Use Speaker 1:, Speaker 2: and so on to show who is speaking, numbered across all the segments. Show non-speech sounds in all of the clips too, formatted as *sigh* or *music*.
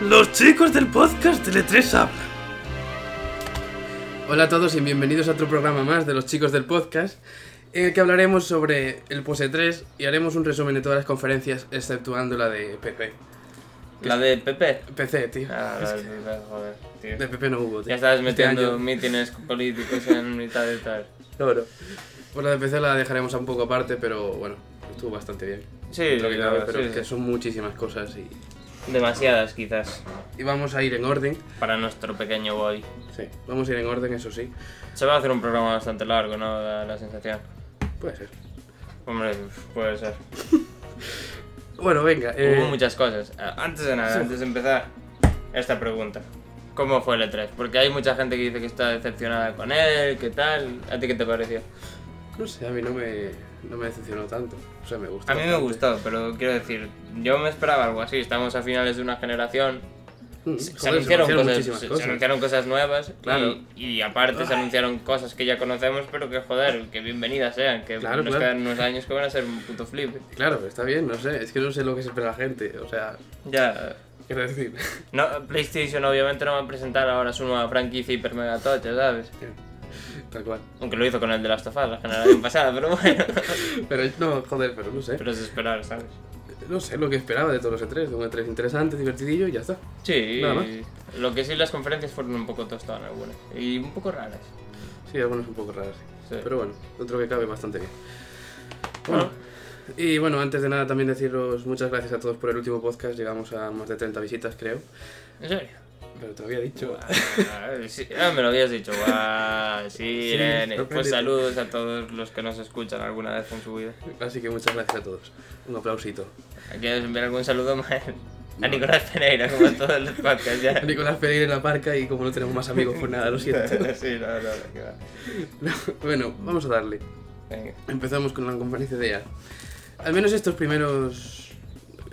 Speaker 1: Los chicos del podcast de 3 hablan.
Speaker 2: Hola a todos y bienvenidos a otro programa más de los chicos del podcast, en el que hablaremos sobre el POSE 3 y haremos un resumen de todas las conferencias, exceptuando la de PP.
Speaker 3: La de Pepe.
Speaker 2: PC, tío.
Speaker 3: Ah, la de Pepe, joder, tío.
Speaker 2: De PP no hubo, tío.
Speaker 3: Ya estabas
Speaker 2: Este
Speaker 3: metiendo
Speaker 2: año.
Speaker 3: mítines políticos en mitad de tal.
Speaker 2: No, no. Pues la de PC la dejaremos un poco aparte, pero bueno, estuvo bastante bien.
Speaker 3: Sí,
Speaker 2: Lo que
Speaker 3: la
Speaker 2: cabe,
Speaker 3: verdad,
Speaker 2: pero
Speaker 3: sí,
Speaker 2: es que
Speaker 3: sí.
Speaker 2: son muchísimas cosas y,
Speaker 3: Demasiadas quizás
Speaker 2: y vamos a ir en orden.
Speaker 3: para nuestro pequeño boy.
Speaker 2: Sí, vamos a ir en orden, eso sí.
Speaker 3: Se va a hacer un programa bastante largo, ¿no? Da la sensación.
Speaker 2: Puede ser.
Speaker 3: Hombre, puede ser.
Speaker 2: Bueno, venga.
Speaker 3: Hubo
Speaker 2: eh,
Speaker 3: muchas cosas. Ah, Antes de nada, antes de empezar, esta pregunta. ¿Cómo fue el E3? Porque hay mucha gente que dice que está decepcionada con él, ¿qué tal? ¿A ti qué te pareció?
Speaker 2: No sé, a mí no me, no me decepcionó tanto. O sea, me gustó.
Speaker 3: A mí me
Speaker 2: bastante.
Speaker 3: gustó, pero quiero decir, yo me esperaba algo así. Estamos a finales de una generación.
Speaker 2: Mm,
Speaker 3: Se, se
Speaker 2: joder,
Speaker 3: anunciaron, cosas,
Speaker 2: muchísimas
Speaker 3: se- se
Speaker 2: cosas.
Speaker 3: anunciaron cosas nuevas
Speaker 2: Claro.
Speaker 3: y, y aparte se anunciaron cosas que ya conocemos, pero que joder, que bienvenidas sean, que
Speaker 2: Claro,
Speaker 3: nos
Speaker 2: claro.
Speaker 3: quedan unos años que van a ser un puto flip.
Speaker 2: Claro, está bien, no sé, es que no sé lo que se espera la gente, o sea,
Speaker 3: Ya,
Speaker 2: quiero decir. *laughs*
Speaker 3: no, PlayStation obviamente no va a presentar ahora su nueva franquicia hiper mega tocha, ¿sabes?
Speaker 2: Tal cual.
Speaker 3: Aunque lo hizo con el de las tofadas
Speaker 2: *laughs*
Speaker 3: la generación pasada, pero bueno.
Speaker 2: Pero no, joder, pero no sé.
Speaker 3: Pero es de esperar, ¿sabes?
Speaker 2: No sé lo que esperaba de todos los E3, de un E3 interesante, divertidillo y ya está.
Speaker 3: Sí,
Speaker 2: Nada más.
Speaker 3: lo que sí las conferencias fueron un poco tostadas algunas y un poco raras.
Speaker 2: Sí, algunos un poco raros, sí.
Speaker 3: Sí. Ah.
Speaker 2: Pero bueno, dentro que cabe bastante bien. Bueno, y bueno, antes de nada también deciros muchas gracias a todos por el último podcast, llegamos a más de 30 visitas creo,
Speaker 3: ¿En serio?
Speaker 2: pero te lo había dicho.
Speaker 3: Ah, sí, ah, me lo habías dicho.
Speaker 2: *laughs*
Speaker 3: Guau, sí, Irene.
Speaker 2: sorprendente.
Speaker 3: Pues saludos a todos los que nos escuchan alguna vez en su vida.
Speaker 2: Así que muchas gracias a todos. Un aplausito.
Speaker 3: ¿Quieres enviar algún saludo más? A Nicolás Pereira, como en todos los podcasts ya.
Speaker 2: *laughs* A Nicolás Pereira en la parca y como no tenemos más amigos, pues nada, lo
Speaker 3: *laughs*
Speaker 2: siento.
Speaker 3: sí, no, no, no, que va.
Speaker 2: bueno, vamos a darle.
Speaker 3: Venga.
Speaker 2: Empezamos con la conferencia de IA. Al menos estos primeros.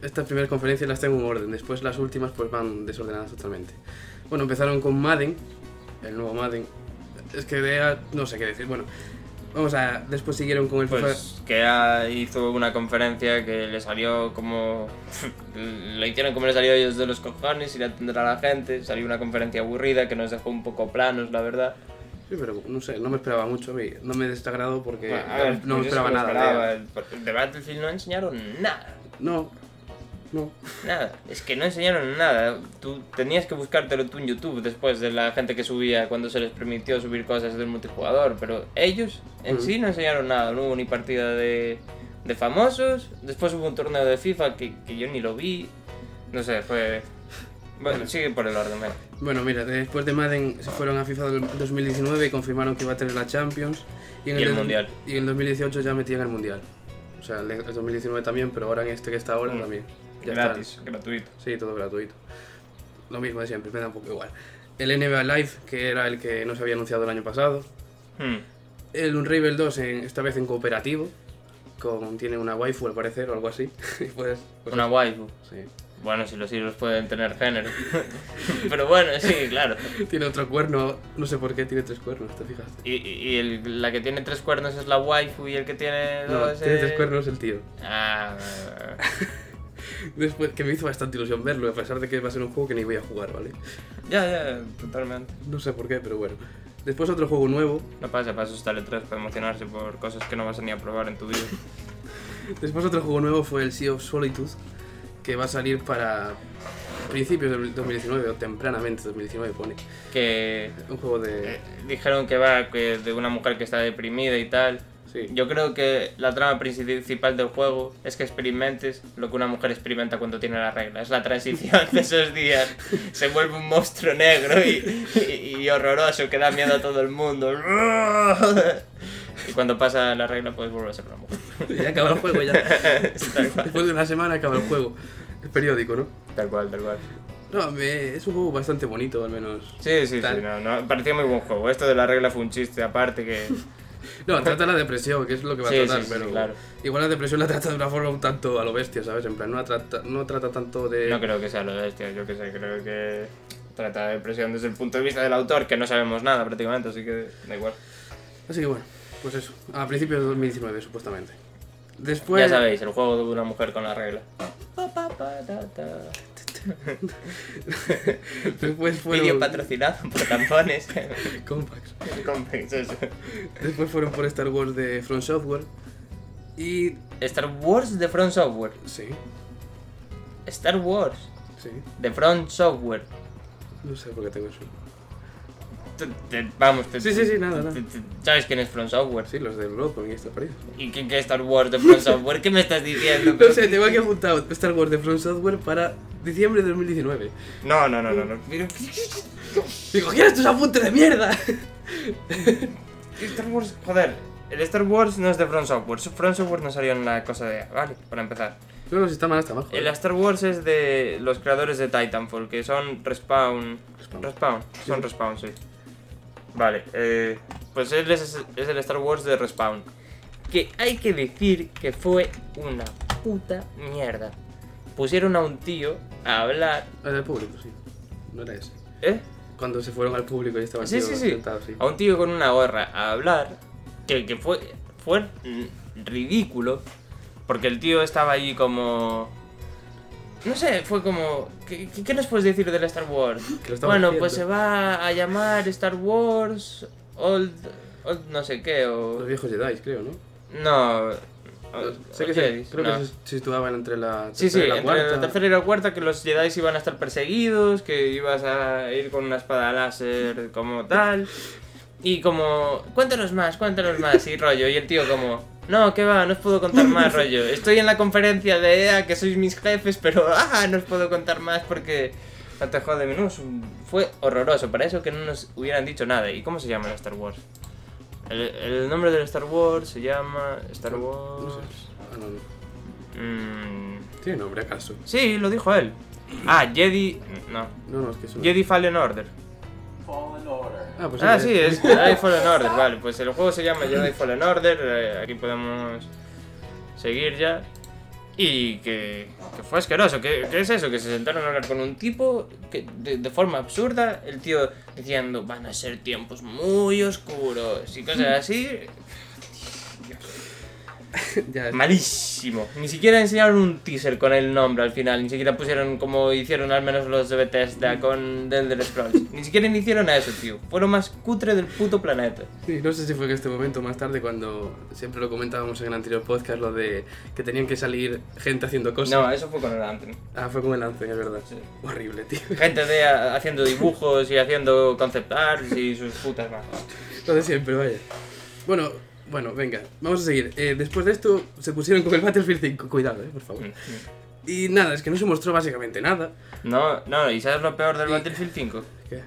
Speaker 2: Estas primeras conferencias las tengo en orden, después las últimas pues van desordenadas totalmente. Bueno, empezaron con Madden, el nuevo Madden. Es que de EA no sé qué decir. Bueno, vamos a. Después siguieron con el FIFA.
Speaker 3: Pues que ah, hizo una conferencia que le salió como. *laughs* le hicieron como le salió a ellos de los cojones, ir a atender a la gente. Salió una conferencia aburrida que nos dejó un poco planos, la verdad.
Speaker 2: Sí, pero no sé, no me esperaba mucho a mí. No me desagradó porque
Speaker 3: Bueno, a
Speaker 2: no-
Speaker 3: ver,
Speaker 2: no me
Speaker 3: pues yo
Speaker 2: esperaba
Speaker 3: sí
Speaker 2: nada.
Speaker 3: me
Speaker 2: de
Speaker 3: esperaba.
Speaker 2: EA.
Speaker 3: El- De Battlefield no enseñaron nada.
Speaker 2: No, no.
Speaker 3: Nada, es que no enseñaron nada. Tú tenías que buscártelo tú en YouTube después de la gente que subía cuando se les permitió subir cosas del multijugador, pero ellos en
Speaker 2: Ujú.
Speaker 3: sí no enseñaron nada. No hubo ni partida de, de famosos, después hubo un torneo de FIFA que, que yo ni lo vi. No sé, fue. Bueno, sigue por el orden, venga.
Speaker 2: Bueno, mira, después de Madden se fueron a FIFA del 2019 y confirmaron que iba a tener la Champions.
Speaker 3: Y el
Speaker 2: de-
Speaker 3: Mundial.
Speaker 2: Y en el 2018 ya metían el Mundial. O sea, el, el 2019 también, pero ahora en este que está ahora
Speaker 3: Mm.
Speaker 2: también. Ya está.
Speaker 3: Gratis, gratuito.
Speaker 2: Sí, todo gratuito. Lo mismo de siempre, me da un poco igual. El NBA Live, que era el que no se había anunciado el año pasado.
Speaker 3: Hmm.
Speaker 2: El Unravel 2, en- esta vez en cooperativo. Con, tiene una waifu al parecer o algo así. *laughs* Y pues, pues
Speaker 3: Una waifu.
Speaker 2: sí.
Speaker 3: Bueno, si los hilos pueden tener
Speaker 2: *laughs*
Speaker 3: género. pero bueno, sí, claro.
Speaker 2: Tiene otro cuerno, no sé por qué tiene tres cuernos, ¿te fijas?
Speaker 3: Y, y- y el- la que tiene tres cuernos es la waifu y el que tiene
Speaker 2: No,
Speaker 3: dos
Speaker 2: tiene
Speaker 3: es-
Speaker 2: tres cuernos el tío.
Speaker 3: Ah, vale, vale.
Speaker 2: Después, que me hizo bastante ilusión verlo, a pesar de que va a ser un juego que ni voy a jugar, ¿vale?
Speaker 3: ya, ya, totalmente.
Speaker 2: No sé por qué, pero bueno. Después otro juego nuevo,
Speaker 3: No pasa, para eso está el E3, para emocionarse por cosas que no vas a ni a probar en tu *laughs* vida.
Speaker 2: después otro juego nuevo fue el Sea of Solitude, que va a salir para principios del 2019 o tempranamente 2019 pone.
Speaker 3: que
Speaker 2: Un juego
Speaker 3: eh,
Speaker 2: de...
Speaker 3: dijeron que va que de una mujer que está deprimida y tal.
Speaker 2: Sí.
Speaker 3: Yo creo que la trama principal del juego es que experimentes lo que una mujer experimenta cuando tiene la regla. Es la transición de esos *laughs* días. Se vuelve un monstruo negro y, y- y horroroso que da miedo a todo el *laughs* mundo. Y cuando pasa la regla, pues vuelve a ser una mujer.
Speaker 2: *laughs* Ya acaba el
Speaker 3: *laughs*
Speaker 2: juego, ya.
Speaker 3: tal cual.
Speaker 2: Después de una semana acaba el juego. Es periódico, ¿no?
Speaker 3: Tal cual, tal cual.
Speaker 2: No, me- es un juego bastante bonito, al menos.
Speaker 3: Sí, sí,
Speaker 2: Tal.
Speaker 3: sí, no, no, parecía muy buen juego. Esto de la regla fue un chiste aparte *laughs* que...
Speaker 2: No, trata la depresión, que es lo que va
Speaker 3: Sí,
Speaker 2: a tratar,
Speaker 3: sí, sí,
Speaker 2: pero
Speaker 3: claro.
Speaker 2: igual la depresión la trata de una forma un tanto a lo bestia, ¿sabes? En plan, no, la trata, no trata tanto de...
Speaker 3: No creo que sea lo de este, yo que sé, creo que trata de depresión desde el punto de vista del autor, que no sabemos nada prácticamente, así que da igual.
Speaker 2: Así que bueno, pues eso, a principios de 2019 supuestamente. Después...
Speaker 3: Pues- Ya sabéis, el juego de una mujer con la regla. Pa, pa, pa, ta, ta.
Speaker 2: *laughs* Después
Speaker 3: Vídeo
Speaker 2: fueron.
Speaker 3: patrocinado por tampones. *laughs*
Speaker 2: Compacts.
Speaker 3: Compensos.
Speaker 2: Después fueron por Star Wars de From Software. Y.
Speaker 3: Star Wars de Front Software.
Speaker 2: Sí,
Speaker 3: Star Wars
Speaker 2: sí.
Speaker 3: de Front Software.
Speaker 2: No sé por qué tengo eso.
Speaker 3: Te- te- vamos, te-
Speaker 2: Sí, sí, sí, nada, nada.
Speaker 3: te- te- ¿Sabes quién es Front Software?
Speaker 2: Sí, los del Roadblock y estas paridas.
Speaker 3: ¿Y quién es Star Wars de *laughs* Front Software? ¿Qué me estás diciendo?
Speaker 2: No sé, tengo aquí apuntado Star Wars de From Software para diciembre de 2019.
Speaker 3: No, no, no, no. no. Pero-
Speaker 2: Y cogieron estos apuntes de mierda. *laughs*
Speaker 3: Star Wars, joder, el Star Wars no es de Front Software. Front Software no salió en la cosa de. Vale, para empezar.
Speaker 2: No, no, si está mal, está mal.
Speaker 3: El
Speaker 2: joder.
Speaker 3: Star Wars es de los creadores de Titanfall, que son Respawn.
Speaker 2: Respawn.
Speaker 3: Respawn, son Respawn, sí. Vale, eh, pues él es, es el Star Wars de Respawn. Que hay que decir que fue una puta mierda. Pusieron a un tío a hablar.
Speaker 2: Ah, Era el público, sí. No era ese.
Speaker 3: ¿Eh?
Speaker 2: Cuando se fueron al público y estaban
Speaker 3: Sí,
Speaker 2: todos
Speaker 3: sí, sí.
Speaker 2: sentados, sí.
Speaker 3: A un tío con una gorra a hablar, que, que fue, fue mm, ridículo, porque el tío estaba allí como... No sé, fue como... ¿Qué, qué- qué nos puedes decir del Star Wars?
Speaker 2: *laughs* Que lo estaba
Speaker 3: Bueno,
Speaker 2: haciendo.
Speaker 3: pues se va a llamar Star Wars Old... Old no sé qué,
Speaker 2: Los
Speaker 3: o...
Speaker 2: viejos Jedi, creo, ¿no?
Speaker 3: No... o-
Speaker 2: sé que
Speaker 3: o
Speaker 2: se,
Speaker 3: Jedi,
Speaker 2: creo
Speaker 3: no.
Speaker 2: que se situaban entre la
Speaker 3: Sí, sí,
Speaker 2: tercera y la
Speaker 3: entre
Speaker 2: cuarta.
Speaker 3: la tercera y la cuarta que los Jedi iban a estar perseguidos, que ibas a ir con una espada láser como tal. Y como, cuéntanos más, cuéntanos más, y rollo. Y el tío como, no, que va, no os puedo contar
Speaker 2: *laughs*
Speaker 3: más, rollo. Estoy en la conferencia de EA, que sois mis jefes, pero *laughs* ah, no os puedo contar más porque no te jode menos. Fue horroroso, para eso que no nos hubieran dicho nada. ¿Y cómo se llama el Star Wars? El, el nombre del Star Wars se llama Star Wars...
Speaker 2: No sé. Ah, no, no.
Speaker 3: mm,
Speaker 2: ¿Tiene nombre acaso?
Speaker 3: Sí, lo dijo él. Ah, Jedi. No.
Speaker 2: No, no, es que es una-
Speaker 3: Jedi Fallen Order.
Speaker 4: Fallen Order.
Speaker 2: Ah, pues
Speaker 3: ah,
Speaker 2: es-
Speaker 3: sí, *laughs* es Jedi Fallen Order. Vale, pues el juego se llama Jedi Fallen Order. eh, aquí podemos seguir ya. Y que, que fue asqueroso. ¿Qué, qué es eso? Que se sentaron a hablar con un tipo que, de, de forma absurda. El tío diciendo, van a ser tiempos muy oscuros y cosas así.
Speaker 2: *laughs* ya es-
Speaker 3: Malísimo. Ni siquiera enseñaron un teaser con el nombre al final. Ni siquiera pusieron como hicieron al menos los de Bethesda con The Elder Scrolls. Ni siquiera ni hicieron a eso, tío. Fue lo más cutre del puto planeta.
Speaker 2: Sí, no sé si fue en este momento más tarde cuando siempre lo comentábamos en el anterior podcast, lo de que tenían que salir gente haciendo cosas.
Speaker 3: No, eso fue con el Anthem.
Speaker 2: Ah, fue como el lance, es verdad.
Speaker 3: Sí.
Speaker 2: Horrible, tío. *laughs*
Speaker 3: Gente de a- haciendo dibujos y haciendo concept arts y sus putas más.
Speaker 2: Lo de siempre, vaya. Bueno, bueno, venga, vamos a seguir. Eh, después de esto se pusieron con el Battlefield 5, cuidado, eh, por
Speaker 3: Mm,
Speaker 2: favor. Y nada, es que no se mostró básicamente nada.
Speaker 3: No, no, ¿y sabes lo peor del
Speaker 2: Y-
Speaker 3: Battlefield 5?
Speaker 2: ¿Qué?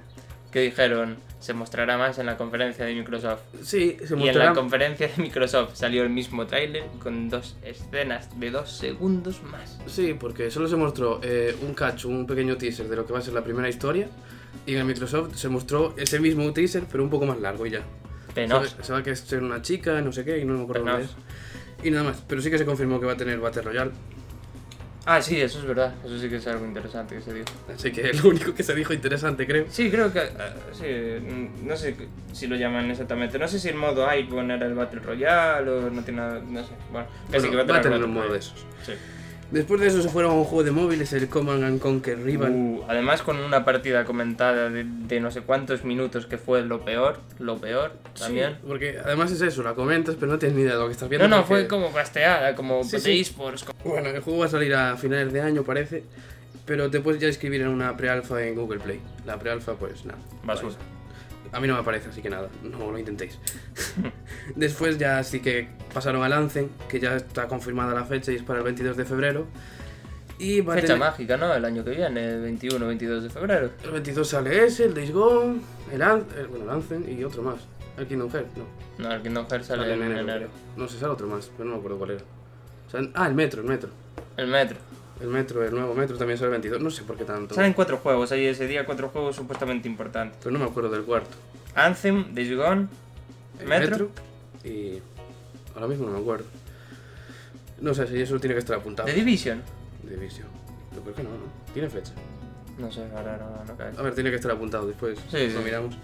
Speaker 3: Que dijeron, se mostrará más en la conferencia de Microsoft.
Speaker 2: Sí, se
Speaker 3: Y en la
Speaker 2: mostrará.
Speaker 3: conferencia de Microsoft salió el mismo tráiler con dos escenas de dos segundos más.
Speaker 2: Sí, porque solo se mostró eh, un cacho, un pequeño teaser de lo que va a ser la primera historia. Y en el Microsoft se mostró ese mismo teaser, pero un poco más largo y ya.
Speaker 3: Penoso.
Speaker 2: Sabe- Sabe que es ser una chica, no sé qué, y no me acuerdo dónde
Speaker 3: Penoso.
Speaker 2: es. Y nada más, pero sí que se confirmó que va a tener Battle Royale.
Speaker 3: Ah, sí, eso es verdad. Eso sí que es algo interesante que se dijo.
Speaker 2: Así que *laughs* es lo único que se dijo interesante, creo.
Speaker 3: Sí, creo que. ah, sí, mm, no sé si lo llaman exactamente. No sé si el modo Icon era el Battle Royale o no tiene nada. No sé. Bueno, casi que
Speaker 2: Bueno, va a tener
Speaker 3: Battle
Speaker 2: un modo de
Speaker 3: Royale.
Speaker 2: esos.
Speaker 3: Sí.
Speaker 2: Después de eso se fueron a un juego de móviles, el Command and Conquer Rival.
Speaker 3: Uh, además, con una partida comentada de, de no sé cuántos minutos que fue lo peor, lo peor también.
Speaker 2: porque además es eso, la comentas, pero no tienes ni idea de lo que estás viendo.
Speaker 3: No, no,
Speaker 2: porque-
Speaker 3: fue como casteada, como
Speaker 2: Sí,
Speaker 3: de
Speaker 2: sí.
Speaker 3: esports. como-
Speaker 2: Bueno, el juego va a salir a finales de año, parece. Pero te puedes ya inscribir en una pre-alfa en Google Play. La pre-alfa, pues nada.
Speaker 3: Basura.
Speaker 2: A mí no me aparece, así que nada, no lo
Speaker 3: *laughs*
Speaker 2: intentéis. *laughs* Después ya sí que pasaron al Lancen, que ya está confirmada la fecha y es para el 22 de febrero. Y va a
Speaker 3: Fecha
Speaker 2: tener-
Speaker 3: mágica, ¿no? El año que viene, el 21 22 de febrero.
Speaker 2: El 22 sale ese, el Days Gone, el, An- el- bueno, el Anthem y otro más. El Kingdom Hearts, no.
Speaker 3: No, el Kingdom Hearts sale en enero.
Speaker 2: No sé, sale otro más, pero no me acuerdo cuál era. O sea, ah, el Metro, el Metro.
Speaker 3: El Metro.
Speaker 2: El Metro, el nuevo Metro también sale el 22, no sé por qué tanto.
Speaker 3: Salen cuatro juegos, hay ese día cuatro juegos supuestamente importantes.
Speaker 2: Pero no me acuerdo del cuarto.
Speaker 3: Anthem, Days Gone,
Speaker 2: El
Speaker 3: Metro.
Speaker 2: Y ahora mismo no me acuerdo. No sé si eso tiene que estar apuntado.
Speaker 3: The Division.
Speaker 2: Division. Yo creo que no, ¿no? Tiene fecha.
Speaker 3: No sé, ahora no, no cae.
Speaker 2: A ver, tiene que estar apuntado después.
Speaker 3: Sí,
Speaker 2: lo
Speaker 3: sí.
Speaker 2: miramos.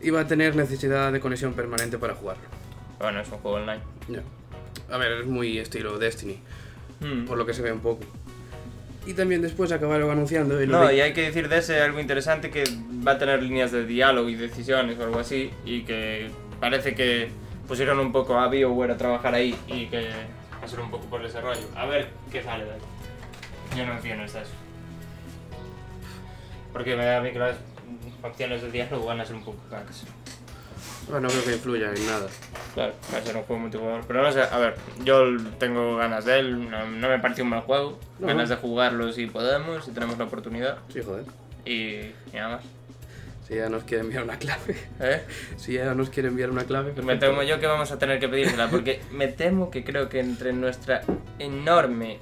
Speaker 2: Y va a tener necesidad de conexión permanente para jugarlo.
Speaker 3: Bueno, es un juego online. Hmm.
Speaker 2: Ya. A ver, es muy estilo Destiny, por lo que se ve un poco. Y también después acabaron anunciando el
Speaker 3: No,
Speaker 2: ori-
Speaker 3: y hay que decir de ese algo interesante que va a tener líneas de diálogo y decisiones o algo así, y que parece que pusieron un poco a BioWare a trabajar ahí y que va a ser un poco por ese rollo. A ver qué sale de ahí. Yo no entiendo eso. Porque me da a mí que las opciones de diálogo van a ser un poco cacas.
Speaker 2: Bueno, no creo que influya en nada.
Speaker 3: Claro, va a ser un juego multijugador. Pero no sé, a ver, yo tengo ganas de él, no, no me pareció un mal juego.
Speaker 2: No.
Speaker 3: Ganas de jugarlo si podemos, si tenemos la oportunidad.
Speaker 2: Sí, joder.
Speaker 3: Y, y nada más.
Speaker 2: Si ya nos quiere enviar una clave. *laughs*
Speaker 3: ¿Eh?
Speaker 2: Si ya nos quiere enviar una clave.
Speaker 3: Me
Speaker 2: perfecto.
Speaker 3: temo yo que vamos a tener que pedírsela, porque me temo que creo que entre nuestra enorme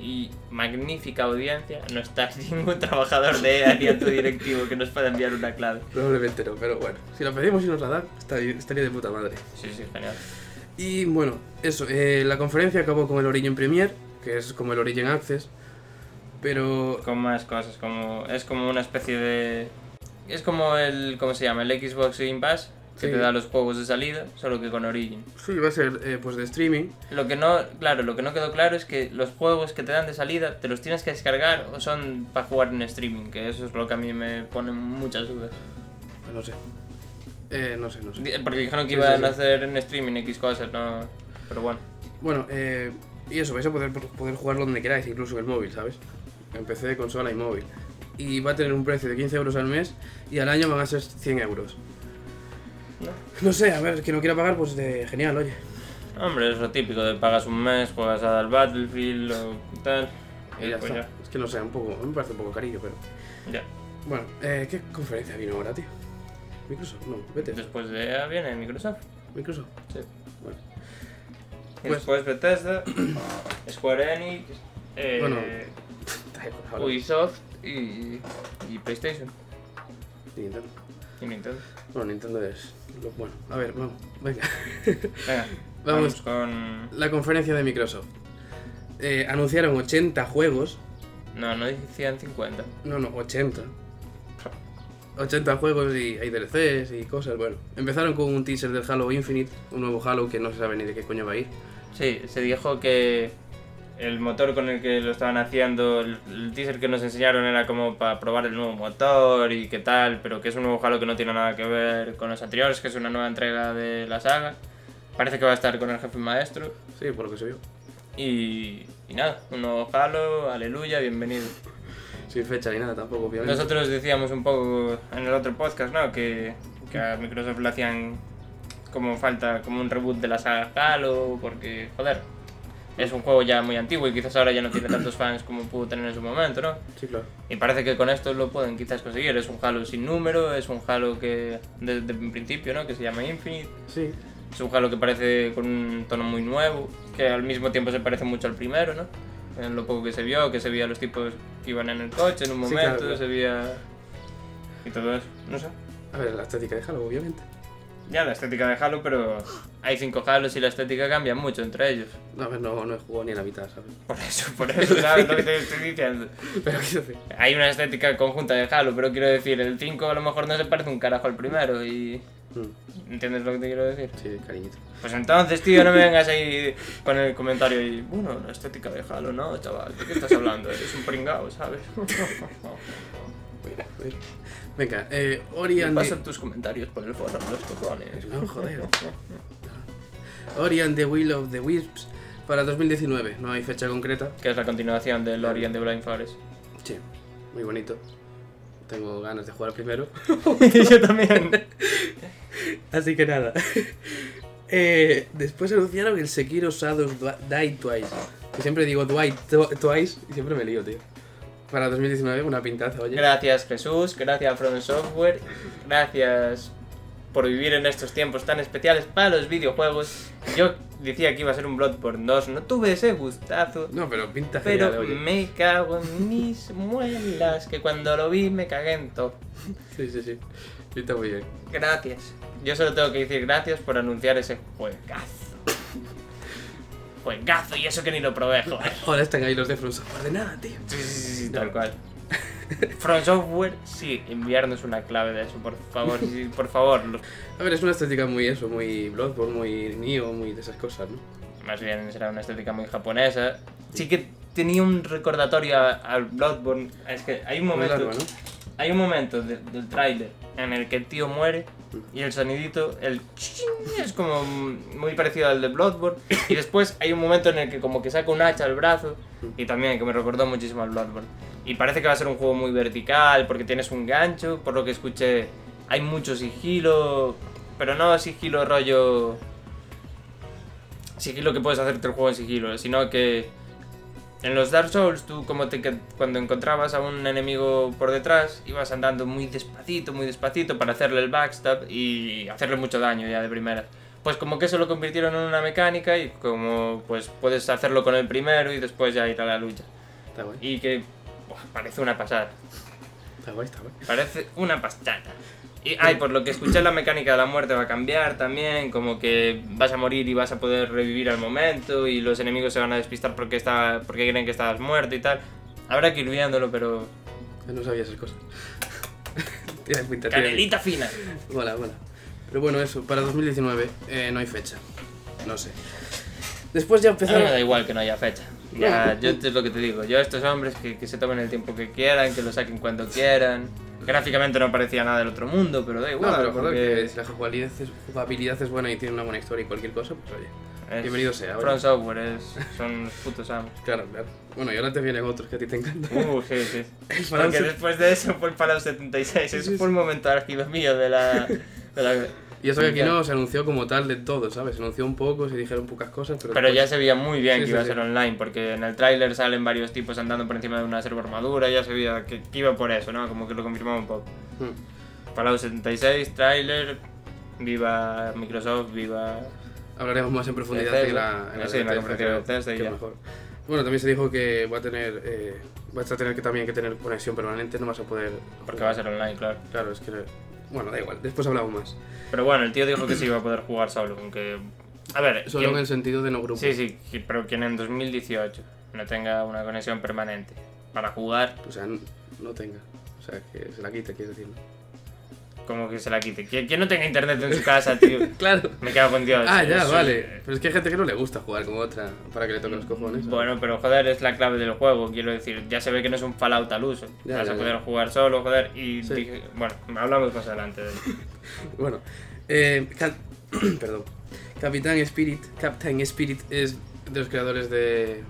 Speaker 3: y magnífica audiencia no está *laughs* ningún trabajador de EA ni a tu directivo que nos pueda enviar una clave.
Speaker 2: Probablemente no, pero bueno. Si la pedimos y nos la dan, está- estaría de puta madre.
Speaker 3: Sí, sí, genial.
Speaker 2: Y bueno, eso, eh, la conferencia acabó con el Origin Premier, que es como el Origin Access, pero...
Speaker 3: Con más cosas, como es como una especie de... Es como el, ¿cómo se llama? El Xbox Game Pass, que
Speaker 2: Sí.
Speaker 3: te da los juegos de salida, solo que con Origin.
Speaker 2: Sí, va a ser eh, pues de streaming.
Speaker 3: Lo que no, claro, lo que no quedó claro es que los juegos que te dan de salida te los tienes que descargar o son para jugar en streaming, que eso es lo que a mí me pone muchas dudas.
Speaker 2: Pues No sé. Eh, no sé, no sé.
Speaker 3: Di- Porque dijeron que
Speaker 2: Sí, sí,
Speaker 3: iban
Speaker 2: sí.
Speaker 3: a hacer en streaming X cosas, no. Pero bueno.
Speaker 2: Bueno, eh, y eso, vais a poder, pues, poder jugarlo donde queráis, incluso en el móvil, ¿sabes? Empecé de consola y móvil. Y va a tener un precio de 15 euros al mes y al año van a ser 100 euros. No sé, a ver, que no quiera pagar, pues de genial, oye.
Speaker 3: Hombre, es lo típico de pagas un mes, juegas al Battlefield o tal.
Speaker 2: Y Pues ya está. Es que no sé, un poco, me parece un poco carillo, pero...
Speaker 3: ya. Ya.
Speaker 2: Bueno, eh, ¿qué conferencia vino ahora, tío? Microsoft, no, vete.
Speaker 3: Después de EA viene Microsoft.
Speaker 2: Microsoft.
Speaker 3: Sí.
Speaker 2: Bueno.
Speaker 3: Y
Speaker 2: Pues-
Speaker 3: después *clears throat* Bethesda, Square Enix, eh,
Speaker 2: Bueno. Da igual, ahora.
Speaker 3: Ubisoft y, y PlayStation.
Speaker 2: Y Nintendo.
Speaker 3: Y Nintendo.
Speaker 2: Bueno, Nintendo es. lo- Bueno, a ver, vamos, venga. *laughs*
Speaker 3: Venga,
Speaker 2: Vamos.
Speaker 3: vamos, con.
Speaker 2: La conferencia de Microsoft. Eh, anunciaron 80 juegos.
Speaker 3: No, no decían 50.
Speaker 2: No, no, 80. 80 juegos y hay DLCs y cosas. Bueno, empezaron con un teaser del Halo Infinite, un nuevo Halo que no se sabe ni de qué coño va a ir.
Speaker 3: Sí, se dijo que el motor con el que lo estaban haciendo, el, el teaser que nos enseñaron era como para probar el nuevo motor y qué tal, pero que es un nuevo Halo que no tiene nada que ver con los anteriores, que es una nueva entrega de la saga. Parece que va a estar con el jefe maestro.
Speaker 2: Sí, por lo que se vio.
Speaker 3: Y, y nada, un nuevo Halo, aleluya, bienvenido.
Speaker 2: Sin fecha ni nada tampoco, obviamente.
Speaker 3: Nosotros decíamos un poco en el otro podcast, ¿no? Que, que a Microsoft le hacían como falta, como un reboot de la saga Halo, porque, joder, es un juego ya muy antiguo y quizás ahora ya no tiene tantos fans como pudo tener en su momento, ¿no?
Speaker 2: Sí, claro.
Speaker 3: Y parece que con esto lo pueden quizás conseguir. Es un Halo sin número, es un Halo que desde el principio, ¿no? Que se llama Infinite.
Speaker 2: Sí.
Speaker 3: Es un Halo que parece con un tono muy nuevo, que al mismo tiempo se parece mucho al primero, ¿no? En lo poco que se vio, que se veía los tipos que iban en el coche en un
Speaker 2: Sí,
Speaker 3: momento,
Speaker 2: claro, claro.
Speaker 3: se veía... Y todo eso, no sé.
Speaker 2: A ver, la estética de Halo, obviamente.
Speaker 3: Ya la estética de Halo, pero hay cinco Halos y la estética cambia mucho entre ellos. *laughs*
Speaker 2: No, a ver, no, no he jugado ni a la mitad, ¿sabes? *laughs*
Speaker 3: Por eso, por eso, ¿sabes lo que te estoy diciendo?
Speaker 2: Pero quiero decir.
Speaker 3: Hay una estética conjunta de Halo, pero quiero decir, el 5 a lo mejor no se parece un carajo al primero y...
Speaker 2: Mm,
Speaker 3: ¿Entiendes lo que te quiero decir?
Speaker 2: Sí, cariñito.
Speaker 3: Pues entonces, tío, no me vengas ahí con el comentario y, bueno, la estética de Halo, ¿no, chaval? ¿De qué estás hablando? Eres un pringao, ¿sabes?
Speaker 2: Mira, a ver. Venga, eh, Ori
Speaker 3: Me
Speaker 2: and the-
Speaker 3: pasan tus comentarios por el foro, los cojones.
Speaker 2: No, joder. *laughs* Ori and the Will of the Wisps para 2019. No hay fecha concreta.
Speaker 3: Que es la continuación del Orient de Blind Forest.
Speaker 2: Sí, muy bonito. Tengo ganas de jugar primero.
Speaker 3: Yo también.
Speaker 2: *laughs* Así que nada. *laughs* Eh, después anunciaron el Sekiro Shadows Dwi- Die Twice. Que siempre digo Dwight Tw- Twice y siempre me lío, tío. Para 2019, una pintaza, oye.
Speaker 3: Gracias, Jesús. Gracias, From Software. Gracias por vivir en estos tiempos tan especiales para los videojuegos. Yo decía que iba a ser un Bloodborne 2. No tuve ese gustazo.
Speaker 2: No, pero pinta genial,
Speaker 3: Pero
Speaker 2: oye.
Speaker 3: me cago en mis muelas, que cuando lo vi me cagué en todo.
Speaker 2: Sí, sí, sí. Pinta muy bien.
Speaker 3: Gracias. Yo solo tengo que decir gracias por anunciar ese juegazo. *laughs* Juegazo, y eso que ni lo probé, joder.
Speaker 2: Ahora están ahí los de From Software de nada, tío.
Speaker 3: *laughs* Sí, sí, sí, sí, tal cual. *laughs* From Software, sí, enviarnos una clave de eso, por favor, sí, sí, por favor. Los-
Speaker 2: A ver, es una estética muy eso, muy Bloodborne, muy Nioh, muy de esas cosas, ¿no?
Speaker 3: Más bien será una estética muy japonesa. Sí que tenía un recordatorio a- al Bloodborne. Es que hay un
Speaker 2: Muy
Speaker 3: momento.
Speaker 2: largo, ¿no?
Speaker 3: Hay un momento de- del tráiler en el que el tío muere y el sonidito, el ching, es como muy parecido al de Bloodborne. Y después hay un momento en el que como que saca un hacha al brazo y también que me recordó muchísimo al Bloodborne. Y parece que va a ser un juego muy vertical porque tienes un gancho, por lo que escuché hay mucho sigilo, pero no sigilo rollo... Sigilo que puedes hacerte el juego en sigilo, sino que en los Dark Souls, tú como te, que- cuando encontrabas a un enemigo por detrás, ibas andando muy despacito, muy despacito para hacerle el backstab y hacerle mucho daño ya de primera. Pues como que eso lo convirtieron en una mecánica y como pues puedes hacerlo con el primero y después ya ir a la lucha.
Speaker 2: Está guay,
Speaker 3: Y que buah, parece una pasada.
Speaker 2: está guay, está guay.
Speaker 3: Parece una pastana. Y, ay, por lo que escuché, la mecánica de la muerte va a cambiar también, como que vas a morir y vas a poder revivir al momento, y los enemigos se van a despistar porque, está, porque creen que estás muerto y tal. Habrá que ir viéndolo, pero...
Speaker 2: Yo no sabía esas cosas. *laughs* Tiene pinta, tiene pinta.
Speaker 3: ¡Canelita fina!
Speaker 2: Mola, mola. Pero bueno, eso, para 2019 eh, no hay fecha. No sé. Después ya
Speaker 3: A mí me
Speaker 2: empezaron. Ah,
Speaker 3: da igual que no haya fecha. Ya, yo es lo que te digo, yo a estos hombres que, que se tomen el tiempo que quieran, que lo saquen cuando quieran. Gráficamente no parecía nada del otro mundo, pero da igual.
Speaker 2: No, pero joder,
Speaker 3: porque
Speaker 2: que si la jugabilidad es, jugabilidad es buena y tiene una buena historia y cualquier cosa, pues oye.
Speaker 3: es-
Speaker 2: bienvenido sea, oye.
Speaker 3: From Software, es- son los
Speaker 2: *laughs*
Speaker 3: putos amos.
Speaker 2: Claro, claro. Bueno, y ahora te vienen otros que a ti te encantan.
Speaker 3: Uh, sí, sí.
Speaker 2: El Fallout
Speaker 3: Porque
Speaker 2: se-
Speaker 3: después de eso fue el Fallout
Speaker 2: Sí,
Speaker 3: 76.
Speaker 2: sí,
Speaker 3: Eso fue un momento álgido mío de la. de la-
Speaker 2: Y eso que aquí no se anunció como tal de todo, ¿sabes? Se anunció un poco, se dijeron pocas cosas, pero.
Speaker 3: Pero ya
Speaker 2: después-
Speaker 3: se veía muy bien
Speaker 2: Sí,
Speaker 3: que
Speaker 2: sí,
Speaker 3: iba a
Speaker 2: sí.
Speaker 3: ser online, porque en el tráiler salen varios tipos andando por encima de una servo armadura, ya se veía que, que iba por eso, ¿no? Como que lo confirmaba un poco.
Speaker 2: Hmm.
Speaker 3: Fallout 76, tráiler, viva Microsoft, viva...
Speaker 2: Hablaremos más en profundidad
Speaker 3: Bethesda.
Speaker 2: en la,
Speaker 3: Sí, en la
Speaker 2: Bethesda,
Speaker 3: conferencia de
Speaker 2: creo,
Speaker 3: Bethesda y
Speaker 2: que
Speaker 3: ya.
Speaker 2: mejor. Bueno, también se dijo que va a tener. eh, vas a tener que también que tener conexión permanente, no vas a poder.
Speaker 3: Porque
Speaker 2: jugar.
Speaker 3: va a ser online, claro.
Speaker 2: Claro, es que. Bueno, da igual, después hablamos más.
Speaker 3: Pero bueno, el tío dijo que sí iba a poder jugar solo, aunque... A ver,
Speaker 2: Solo
Speaker 3: ¿quién-
Speaker 2: en el sentido de no grupo.
Speaker 3: Sí, sí, que- pero quien en 2018 no tenga una conexión permanente para jugar,
Speaker 2: O sea, n- no tenga. O sea, que se la quite, quiero decir.
Speaker 3: como que se la quite. ¿Quién, quién no tenga internet en su casa, tío?
Speaker 2: Claro.
Speaker 3: Me cago con Dios.
Speaker 2: Ah, ya,
Speaker 3: Eso-
Speaker 2: vale. Pero es que hay gente que no le gusta jugar como otra para que le toquen los cojones. ¿sabes?
Speaker 3: Bueno, pero joder, es la clave del juego, quiero decir, ya se ve que no es un Fallout al uso.
Speaker 2: Ya,
Speaker 3: Vas
Speaker 2: ya,
Speaker 3: a
Speaker 2: ya.
Speaker 3: poder jugar solo, joder, y
Speaker 2: Sí.
Speaker 3: dije- bueno, hablamos más adelante. de-
Speaker 2: Bueno, eh, Cap- *clears throat* perdón. Capitán Spirit, Captain Spirit es de los creadores de,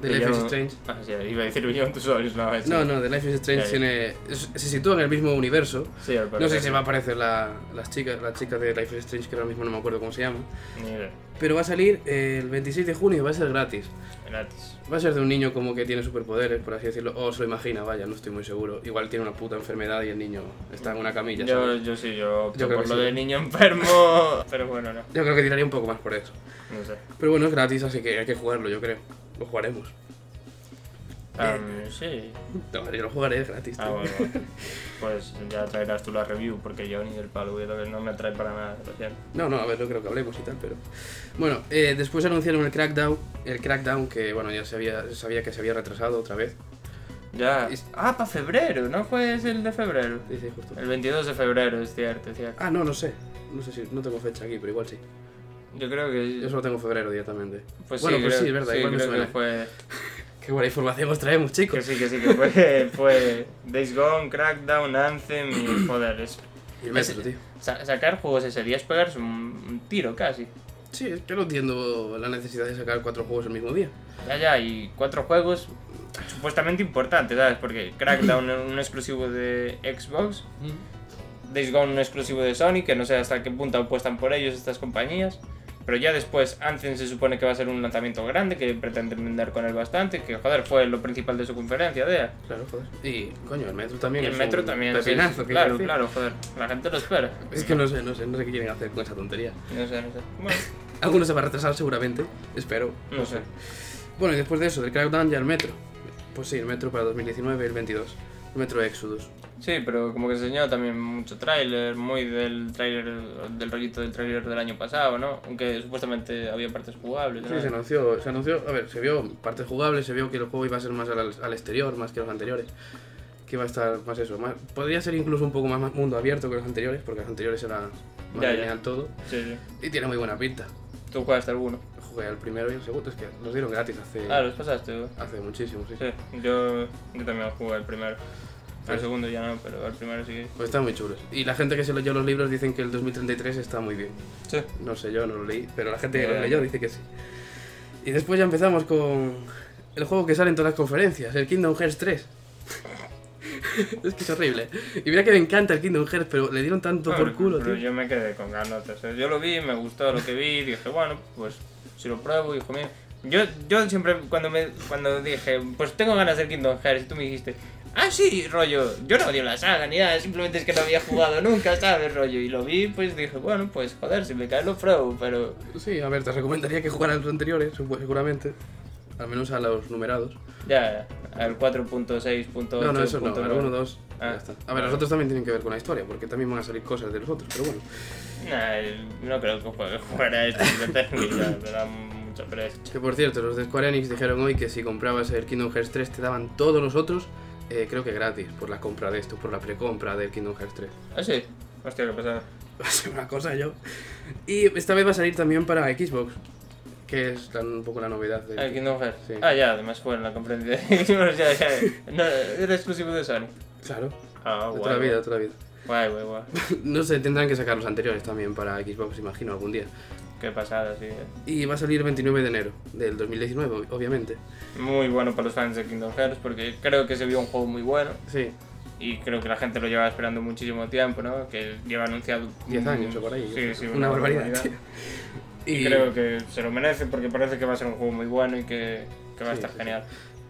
Speaker 2: de Life is
Speaker 3: Beyond-
Speaker 2: Strange.
Speaker 3: Ah, sí, iba a decir Beyond Two Souls, no, eso.
Speaker 2: No, no, de Life is Strange
Speaker 3: Ya, ya.
Speaker 2: tiene, es- se sitúa en el mismo universo.
Speaker 3: Sí, al
Speaker 2: No sé
Speaker 3: parecer.
Speaker 2: si va a aparecer la, las chicas, la chica de Life is Strange, que ahora mismo no me acuerdo cómo se llama.
Speaker 3: Ni idea.
Speaker 2: Pero va a salir eh, el 26 de junio y va a ser gratis.
Speaker 3: Gratis.
Speaker 2: Va a ser de un niño como que tiene superpoderes, por así decirlo. O se lo imagina, vaya, no estoy muy seguro. Igual tiene una puta enfermedad y el niño está en una camilla.
Speaker 3: Yo,
Speaker 2: ¿sabes?
Speaker 3: yo sí, yo opto
Speaker 2: Yo creo
Speaker 3: por
Speaker 2: que
Speaker 3: lo
Speaker 2: sí.
Speaker 3: de niño enfermo, *laughs* pero bueno, no,
Speaker 2: yo creo que tiraría un poco más por eso.
Speaker 3: no sé.
Speaker 2: Pero bueno, es gratis, así que hay que jugarlo, yo creo. Lo jugaremos.
Speaker 3: Ah, sí.
Speaker 2: No, yo lo jugaré, es gratis.
Speaker 3: Ah,
Speaker 2: tío.
Speaker 3: bueno, bueno. Pues ya traerás tú la review, porque yo ni del palo, güey, lo que no me atrae para nada, lo siento.
Speaker 2: No, no, a ver, no creo que hablemos y tal, pero... Bueno, eh, después anunciaron el Crackdown, el Crackdown que, bueno, ya sabía, sabía que se había retrasado otra vez.
Speaker 3: Ya. Ah, para febrero, ¿no fue ese el de febrero?
Speaker 2: Dice justo.
Speaker 3: El 22 de febrero, es cierto, es cierto.
Speaker 2: Ah, no, no sé. No sé si... No tengo fecha aquí, pero igual sí.
Speaker 3: Yo creo
Speaker 2: Yo
Speaker 3: que.
Speaker 2: solo tengo febrero directamente.
Speaker 3: Pues
Speaker 2: bueno,
Speaker 3: sí,
Speaker 2: pues
Speaker 3: creo-
Speaker 2: sí, es verdad,
Speaker 3: sí,
Speaker 2: igual me
Speaker 3: creo
Speaker 2: suena.
Speaker 3: que fue.
Speaker 2: Qué buena información os traemos,
Speaker 3: Que
Speaker 2: chicos.
Speaker 3: sí, que sí, que fue. *laughs* fue Days Gone, Crackdown, Anthem y. Joder, es.
Speaker 2: Y el metro, tío.
Speaker 3: sa- sacar juegos ese día es pegarse un, un tiro casi.
Speaker 2: Sí, es que no entiendo la necesidad de sacar cuatro juegos el mismo día.
Speaker 3: Ya, ya, y cuatro juegos supuestamente importantes, ¿sabes? Porque Crackdown es un exclusivo de Xbox, Days Gone un exclusivo de Sony, que no sé hasta qué punto apuestan por ellos estas compañías. Pero ya después Anthem se supone que va a ser un lanzamiento grande, que pretenden vender con él bastante, que joder, fue lo principal de su conferencia, DEA.
Speaker 2: Claro, joder. Y, coño, el metro también
Speaker 3: Y el
Speaker 2: es
Speaker 3: Metro
Speaker 2: un
Speaker 3: también. sí,
Speaker 2: pepinazo,
Speaker 3: sí,
Speaker 2: ¿qué
Speaker 3: claro,
Speaker 2: decir?
Speaker 3: claro, joder, la gente lo espera.
Speaker 2: Es que no sé, no sé, no sé qué quieren hacer con esa tontería.
Speaker 3: No sé, no sé. Bueno,
Speaker 2: Alguno se va a retrasar seguramente, espero.
Speaker 3: no sé.
Speaker 2: Bueno, y después de eso, del Crackdown ya el Metro. Pues sí, el Metro para 2019 y el 22. El Metro Exodus.
Speaker 3: Sí, pero como que se enseñó también mucho tráiler, muy del tráiler, del rollito del tráiler del año pasado, ¿no? Aunque supuestamente había partes jugables. ¿no?
Speaker 2: Sí, se anunció, se anunció, a ver, se vio partes jugables, se vio que el juego iba a ser más al, al exterior, más que los anteriores. Que iba a estar más eso, más, podría ser incluso un poco más, más mundo abierto que los anteriores, porque los anteriores era más
Speaker 3: Ya, ya.
Speaker 2: lineal todo.
Speaker 3: Sí, sí.
Speaker 2: Y tiene muy buena pinta.
Speaker 3: Tú jugaste alguno.
Speaker 2: Jugué al primero y al segundo, es que los dieron gratis hace,
Speaker 3: Ah, los pasaste. tú.
Speaker 2: hace muchísimo, sí.
Speaker 3: Sí, yo, yo también jugué el primero. Al segundo ya no, pero al primero sí.
Speaker 2: Pues están muy chulos. Y la gente que se leyó los libros dicen que el 2033 está muy bien.
Speaker 3: Sí.
Speaker 2: No sé, yo no lo leí, pero la gente que
Speaker 3: Ya,
Speaker 2: lo
Speaker 3: ya.
Speaker 2: leyó dice que sí. Y después ya empezamos con el juego que sale en todas las conferencias, el Kingdom Hearts 3. *laughs* es que es horrible. Y mira que me encanta el Kingdom Hearts, pero le dieron tanto por
Speaker 3: Claro,
Speaker 2: culo,
Speaker 3: pero
Speaker 2: tío.
Speaker 3: yo me quedé con ganas. o sea, yo lo vi, me gustó lo que vi, dije, bueno, pues si lo pruebo, hijo mío. Yo, yo siempre, cuando me cuando dije, pues tengo ganas del Kingdom Hearts, y tú me dijiste, ah, sí, rollo, yo no odio la saga ni nada, simplemente es que no había jugado *laughs* nunca, ¿sabes, rollo? Y lo vi, pues dije, bueno, pues joder, si me cae lo pruebo, pero.
Speaker 2: Sí, a ver, te recomendaría que jugaran los anteriores, supu- seguramente. Al menos a los numerados.
Speaker 3: Ya, al 4.6.8.
Speaker 2: No, no, eso no, al 1, 2.
Speaker 3: Ah.
Speaker 2: ya está. A ver, los otros también tienen que ver con la historia, porque también van a salir cosas de los otros, pero bueno.
Speaker 3: Nah, no creo que juegue *laughs* jugar a esto, que *laughs* técnica, me da mucha pereza.
Speaker 2: Que por cierto, los de Square Enix dijeron hoy que si comprabas el Kingdom Hearts 3 te daban todos los otros, eh, creo que gratis, por la compra de esto, por la precompra del Kingdom Hearts 3.
Speaker 3: Ah, sí, hostia, qué pasada.
Speaker 2: *laughs* Va a ser una cosa yo. Y esta vez va a salir también para Xbox, que es la- un poco la novedad del
Speaker 3: Ah, Kingdom Hearts.
Speaker 2: Sí.
Speaker 3: Ah, ya, además fue en la conferencia. Bueno, ya, ya. No, era exclusivo de Sony.
Speaker 2: Claro,
Speaker 3: Ah,
Speaker 2: de
Speaker 3: guay.
Speaker 2: toda la vida, de toda la vida. *laughs*
Speaker 3: Guay, guay, guay.
Speaker 2: No sé, tendrán que sacar los anteriores también para Xbox, imagino, algún día.
Speaker 3: Qué pasada, sí. eh.
Speaker 2: Y va a salir el 29 de enero del 2019, ob- obviamente.
Speaker 3: Muy bueno para los fans de Kingdom Hearts porque creo que se vio un juego muy bueno
Speaker 2: Sí,
Speaker 3: y creo que la gente lo lleva esperando muchísimo tiempo, ¿no? Que lleva anunciado...
Speaker 2: 10 años o
Speaker 3: mm,
Speaker 2: por ahí.
Speaker 3: Sí, sí,
Speaker 2: una, barbaridad. tío.
Speaker 3: Y... creo que se lo merece porque parece que va a ser un juego muy bueno y que, que va a
Speaker 2: Sí,
Speaker 3: estar
Speaker 2: sí, sí.
Speaker 3: genial.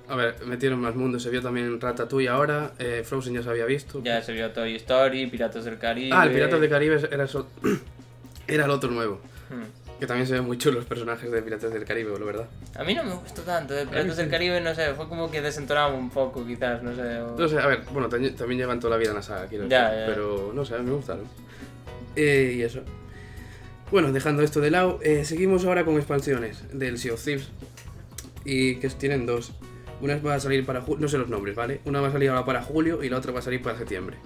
Speaker 2: A ver, metieron más mundo, se vio también Ratatouille ahora, eh, Frozen ya se había visto.
Speaker 3: Ya se vio Toy Story, Piratas del Caribe...
Speaker 2: ah, el Piratas del Caribe era, eso- *clears throat* era el otro nuevo,
Speaker 3: Hmm.
Speaker 2: que también se ven muy chulos los personajes de Piratas del Caribe, la verdad.
Speaker 3: A mí no me gustó tanto, eh, de Piratas del Caribe, no sé, fue como que desentonaba un poco, quizás, no sé. o-
Speaker 2: No sé, a ver, bueno, tañ- también llevan toda la vida en la saga, quiero
Speaker 3: Ya,
Speaker 2: decir,
Speaker 3: ya.
Speaker 2: pero no sé, a mí me gustaron. Eh, y eso. Bueno, dejando esto de lado, eh, seguimos ahora con expansiones del Sea of Thieves, y que tienen dos. Una va a salir para julio, no sé los nombres, ¿vale? Una va a salir ahora para julio y la otra va a salir para septiembre.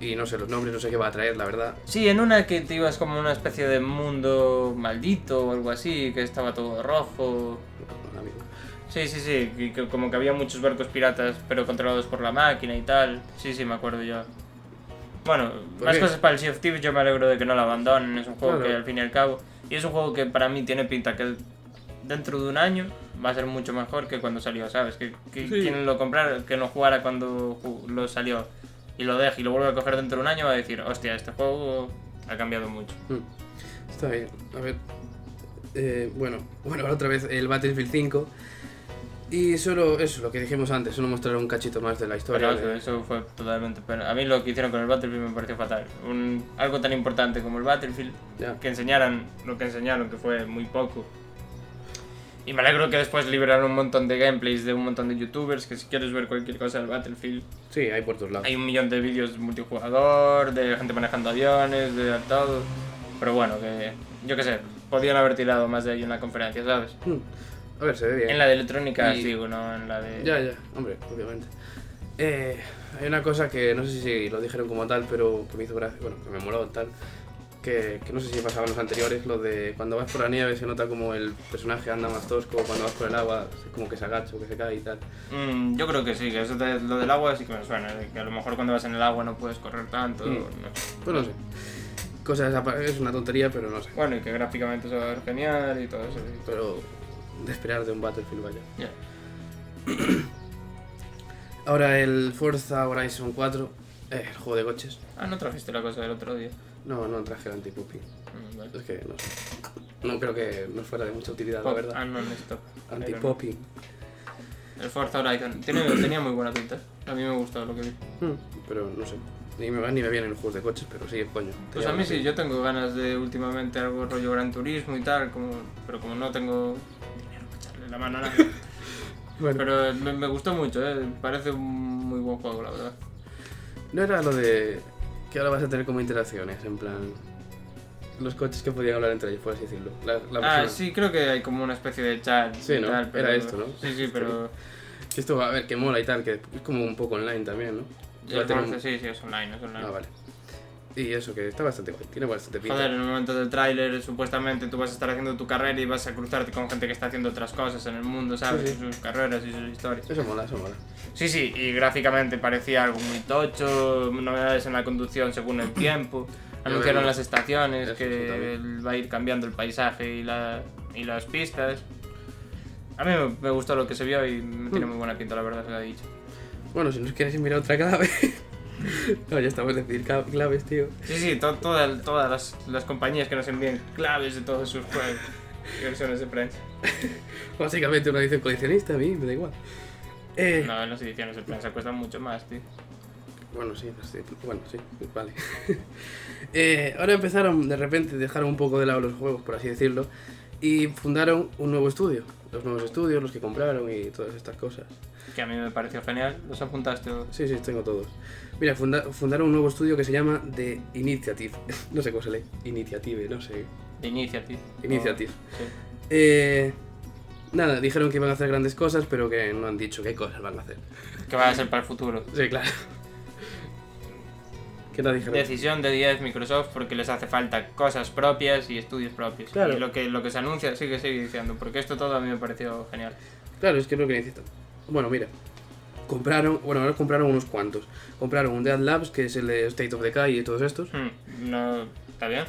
Speaker 2: Y no sé los nombres, no sé qué va a traer, la verdad.
Speaker 3: Sí, en una que te ibas como a una especie de mundo maldito o algo así, que estaba todo rojo.
Speaker 2: Amigo.
Speaker 3: Sí, sí, sí, que, que como que había muchos barcos piratas, pero controlados por la máquina y tal. Sí, sí, me acuerdo yo. Bueno,
Speaker 2: Pues
Speaker 3: más
Speaker 2: bien.
Speaker 3: cosas para el Sea of Thieves, yo me alegro de que no lo abandonen, es un juego
Speaker 2: Claro.
Speaker 3: que al fin y al cabo... Y es un juego que para mí tiene pinta que dentro de un año va a ser mucho mejor que cuando salió, ¿sabes? Que, que quien lo comprara, que no jugara cuando ju- lo salió y lo deje y lo vuelve a coger dentro de un año va a decir, hostia, este juego ha cambiado mucho.
Speaker 2: Hmm. Está bien, a ver. Eh, bueno, bueno, ahora otra vez el Battlefield 5. Y solo eso, lo que dijimos antes, solo mostrar un cachito más de la historia.
Speaker 3: Pero
Speaker 2: de-
Speaker 3: eso, eso fue totalmente... pero A mí lo que hicieron con el Battlefield me pareció fatal. Un- algo tan importante como el Battlefield,
Speaker 2: Ya.
Speaker 3: que enseñaran lo que enseñaron, que fue muy poco. Y me alegro que después liberaron un montón de gameplays de un montón de youtubers, que si quieres ver cualquier cosa del Battlefield,
Speaker 2: Sí, hay por todos lados.
Speaker 3: hay un millón de vídeos multijugador, de gente manejando aviones, de todo. Pero bueno, que yo qué sé, podían haber tirado más de ahí en la conferencia, ¿sabes?
Speaker 2: Hmm. A ver, se ve bien.
Speaker 3: En la de electrónica,
Speaker 2: Y-
Speaker 3: digo, no en la de...
Speaker 2: Ya, ya, hombre, obviamente. Eh, hay una cosa que no sé si lo dijeron como tal, pero que me hizo gracia, bueno, que me moló tal, que, que no sé si pasaba en los anteriores, lo de cuando vas por la nieve se nota como el personaje anda más tosco, cuando vas por el agua se- como que se agacha o que se cae y tal.
Speaker 3: Mm, yo creo que sí, que eso de- lo del agua sí que me suena, de que a lo mejor cuando vas en el agua no puedes correr tanto.
Speaker 2: Mm.
Speaker 3: no sé.
Speaker 2: Pues no sé. Cosas, apa- es una tontería, pero no sé.
Speaker 3: Bueno, y que gráficamente eso va a ver genial y todo eso. y todo.
Speaker 2: Pero de esperar de un Battlefield, vaya.
Speaker 3: Ya.
Speaker 2: Ahora el Forza Horizon 4, eh, el juego de coches.
Speaker 3: Ah, no trajiste la cosa del otro día.
Speaker 2: No, no traje el anti-puppy.
Speaker 3: Mm, vale.
Speaker 2: Es que no sé. No creo que nos fuera de mucha utilidad, la
Speaker 3: Pop-
Speaker 2: verdad.
Speaker 3: Ah, no, necesito.
Speaker 2: Anti-popping.
Speaker 3: El Forza Horizon. Tiene- tenía muy buena pinta. A mí me gustó lo que vi.
Speaker 2: Hmm, Pero no sé. Ni me van ni me vienen los juegos de coches, pero sí, coño.
Speaker 3: Pues a mí sí, yo tengo ganas de últimamente algo rollo gran turismo y tal, como, pero como no tengo dinero para echarle la mano a
Speaker 2: *laughs*
Speaker 3: nadie.
Speaker 2: Bueno.
Speaker 3: Pero me, me gustó mucho, eh, parece un muy buen juego, la verdad.
Speaker 2: No era lo de que ahora vas a tener como interacciones, en plan. Los coches que podían hablar entre ellos, por así decirlo. La, la
Speaker 3: Ah,
Speaker 2: persona.
Speaker 3: sí, creo que hay como una especie de chat. y
Speaker 2: Sí, ¿no?
Speaker 3: tal, pero-
Speaker 2: Era esto, ¿no?
Speaker 3: Sí, sí, pero.
Speaker 2: Que esto va a ver que mola y tal, que es como un poco online también, ¿no?
Speaker 3: el
Speaker 2: Va a tener un-
Speaker 3: Forza, sí, sí, es online, es online.
Speaker 2: Ah, vale. Y eso, que está bastante guay, tiene bastante pinta.
Speaker 3: Joder, en el momento del tráiler, supuestamente tú vas a estar haciendo tu carrera y vas a cruzarte con gente que está haciendo otras cosas en el mundo, ¿sabes?
Speaker 2: Sí, sí.
Speaker 3: Sus carreras y sus historias.
Speaker 2: Eso mola, eso mola.
Speaker 3: Sí, sí, y gráficamente parecía algo muy tocho, novedades en la conducción según el tiempo. Anunciaron
Speaker 2: veremos.
Speaker 3: las estaciones,
Speaker 2: Eso, eso
Speaker 3: que
Speaker 2: también.
Speaker 3: va a ir cambiando el paisaje y, la- y las pistas. A mí me- me gustó lo que se vio y me
Speaker 2: Hmm.
Speaker 3: tiene muy buena pinta, la verdad, se lo he dicho.
Speaker 2: Bueno, si nos quieres mirar otra clave. *laughs* no, ya estamos en decir ca- claves, tío.
Speaker 3: Sí, sí, to- toda- todas las, las compañías que nos envíen claves de todos sus juegos *laughs* y versiones de prensa.
Speaker 2: Básicamente una edición coleccionista, a mí me da igual. Eh,
Speaker 3: No, las ediciones de prensa cuestan mucho más, tío.
Speaker 2: Bueno, sí, no sé, bueno, sí, vale. *laughs* Eh, ahora empezaron, de repente, dejaron un poco de lado los juegos, por así decirlo, y fundaron un nuevo estudio. Los nuevos estudios, los que compraron y todas estas cosas.
Speaker 3: Que a mí me pareció genial. ¿Los apuntaste? o-
Speaker 2: Sí, sí, tengo todos. Mira, funda- fundaron un nuevo estudio que se llama The Initiative. *laughs* No sé cómo se lee. Initiative, no sé.
Speaker 3: De Initiative.
Speaker 2: Initiative.
Speaker 3: Sí.
Speaker 2: Eh, nada, dijeron que iban a hacer grandes cosas, pero que no han dicho qué cosas van a hacer.
Speaker 3: Que va a ser para el futuro.
Speaker 2: Sí, claro. ¿Qué no dijeron?
Speaker 3: Decisión de 10 Microsoft porque les hace falta cosas propias y estudios propios.
Speaker 2: Claro.
Speaker 3: Y lo que, lo que se anuncia sigue, sigue diciendo, porque esto todo a mí me pareció genial.
Speaker 2: Claro, es que es lo que necesitan. Bueno, mira. Compraron, bueno, ahora compraron unos cuantos. Compraron un Dead Labs, que es el de State of Decay y todos estos.
Speaker 3: Hmm, No, está bien.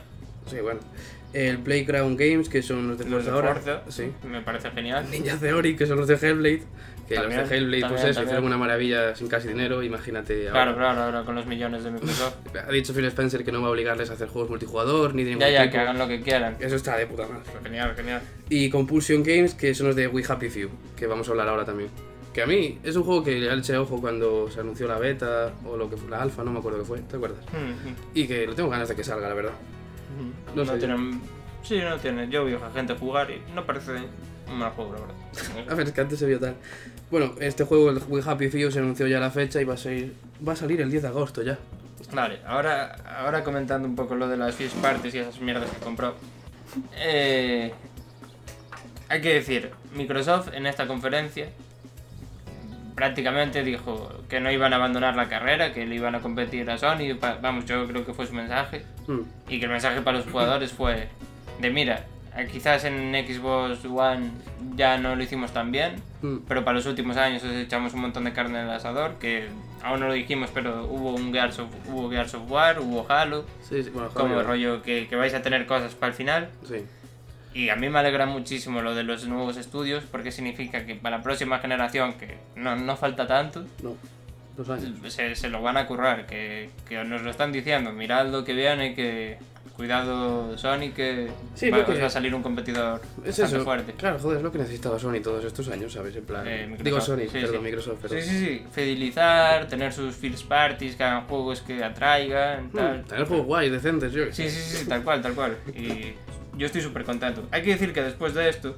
Speaker 2: Sí, bueno. El Playground Games, que son los de
Speaker 3: Los
Speaker 2: Forza
Speaker 3: de
Speaker 2: ahora.
Speaker 3: Forza,
Speaker 2: Sí.
Speaker 3: Me parece genial.
Speaker 2: Ninja Theory, que son los de Hellblade. Que
Speaker 3: También,
Speaker 2: los de Hellblade, pues
Speaker 3: también,
Speaker 2: eso,
Speaker 3: también.
Speaker 2: hicieron una maravilla sin casi dinero, imagínate
Speaker 3: Claro,
Speaker 2: ahora.
Speaker 3: claro, ahora con los millones de Microsoft.
Speaker 2: Ha dicho Phil Spencer que no va a obligarles a hacer juegos multijugador, ni de ningún
Speaker 3: ya, ya,
Speaker 2: tipo.
Speaker 3: que hagan lo que quieran.
Speaker 2: Eso está de puta madre.
Speaker 3: Genial, genial.
Speaker 2: Y Compulsion Games, que son los de We Happy Few, que vamos a hablar ahora también. Que a mí es un juego que le eché ojo cuando se anunció la beta o lo que fue, la alfa, no me acuerdo qué fue, ¿te acuerdas?
Speaker 3: Hmm,
Speaker 2: Y que lo tengo ganas de que salga, la verdad.
Speaker 3: hmm.
Speaker 2: No
Speaker 3: No,
Speaker 2: sé.
Speaker 3: tienen... Sí, no tienen. Yo vi a gente jugar y no parece un mal juego, la
Speaker 2: A *laughs*
Speaker 3: verdad.
Speaker 2: ver, es que antes se vio tal. Bueno, este juego, el We Happy Few, se anunció ya la fecha y va a salir, va a salir el 10 de agosto ya.
Speaker 3: Vale, ahora, ahora comentando un poco lo de las fish parties y esas mierdas que compró. Eh, hay que decir, Microsoft en esta conferencia prácticamente dijo que no iban a abandonar la carrera, que le iban a competir a Sony. pa- Vamos, yo creo que fue su mensaje.
Speaker 2: Mm,
Speaker 3: Y que el mensaje para los jugadores fue de mira, eh, quizás en Xbox One ya no lo hicimos tan bien,
Speaker 2: mm.
Speaker 3: pero para los últimos años os echamos un montón de carne en el asador, que aún no lo dijimos, pero hubo un Gears of, hubo Gears of War, hubo Halo,
Speaker 2: Sí, sí, bueno,
Speaker 3: como
Speaker 2: joder,
Speaker 3: rollo que, que vais a tener cosas para el final.
Speaker 2: Sí.
Speaker 3: Y a mí me alegra muchísimo lo de los nuevos estudios, porque significa que para la próxima generación, que no, no falta tanto,
Speaker 2: No, dos años.
Speaker 3: se, se lo van a currar, que, que nos lo están diciendo, mirad lo que viene, que cuidado Sony, que
Speaker 2: Sí,
Speaker 3: va,
Speaker 2: creo que-
Speaker 3: os va a salir un competidor
Speaker 2: Es
Speaker 3: Mm, bastante
Speaker 2: eso.
Speaker 3: fuerte.
Speaker 2: Claro, joder, es lo que necesitaba Sony todos estos años, ¿sabes? En plan.
Speaker 3: Eh, Microsoft.
Speaker 2: digo Sony,
Speaker 3: Sí,
Speaker 2: perdón,
Speaker 3: sí.
Speaker 2: Microsoft, perdón.
Speaker 3: Sí, sí, sí, fidelizar, tener sus first parties, que hagan juegos que atraigan,
Speaker 2: Mm,
Speaker 3: tal.
Speaker 2: tener juegos guays, decentes, yo que sé.
Speaker 3: Sí, sí, sí, tal cual, tal cual. Y yo estoy súper contento. Hay que decir que después de esto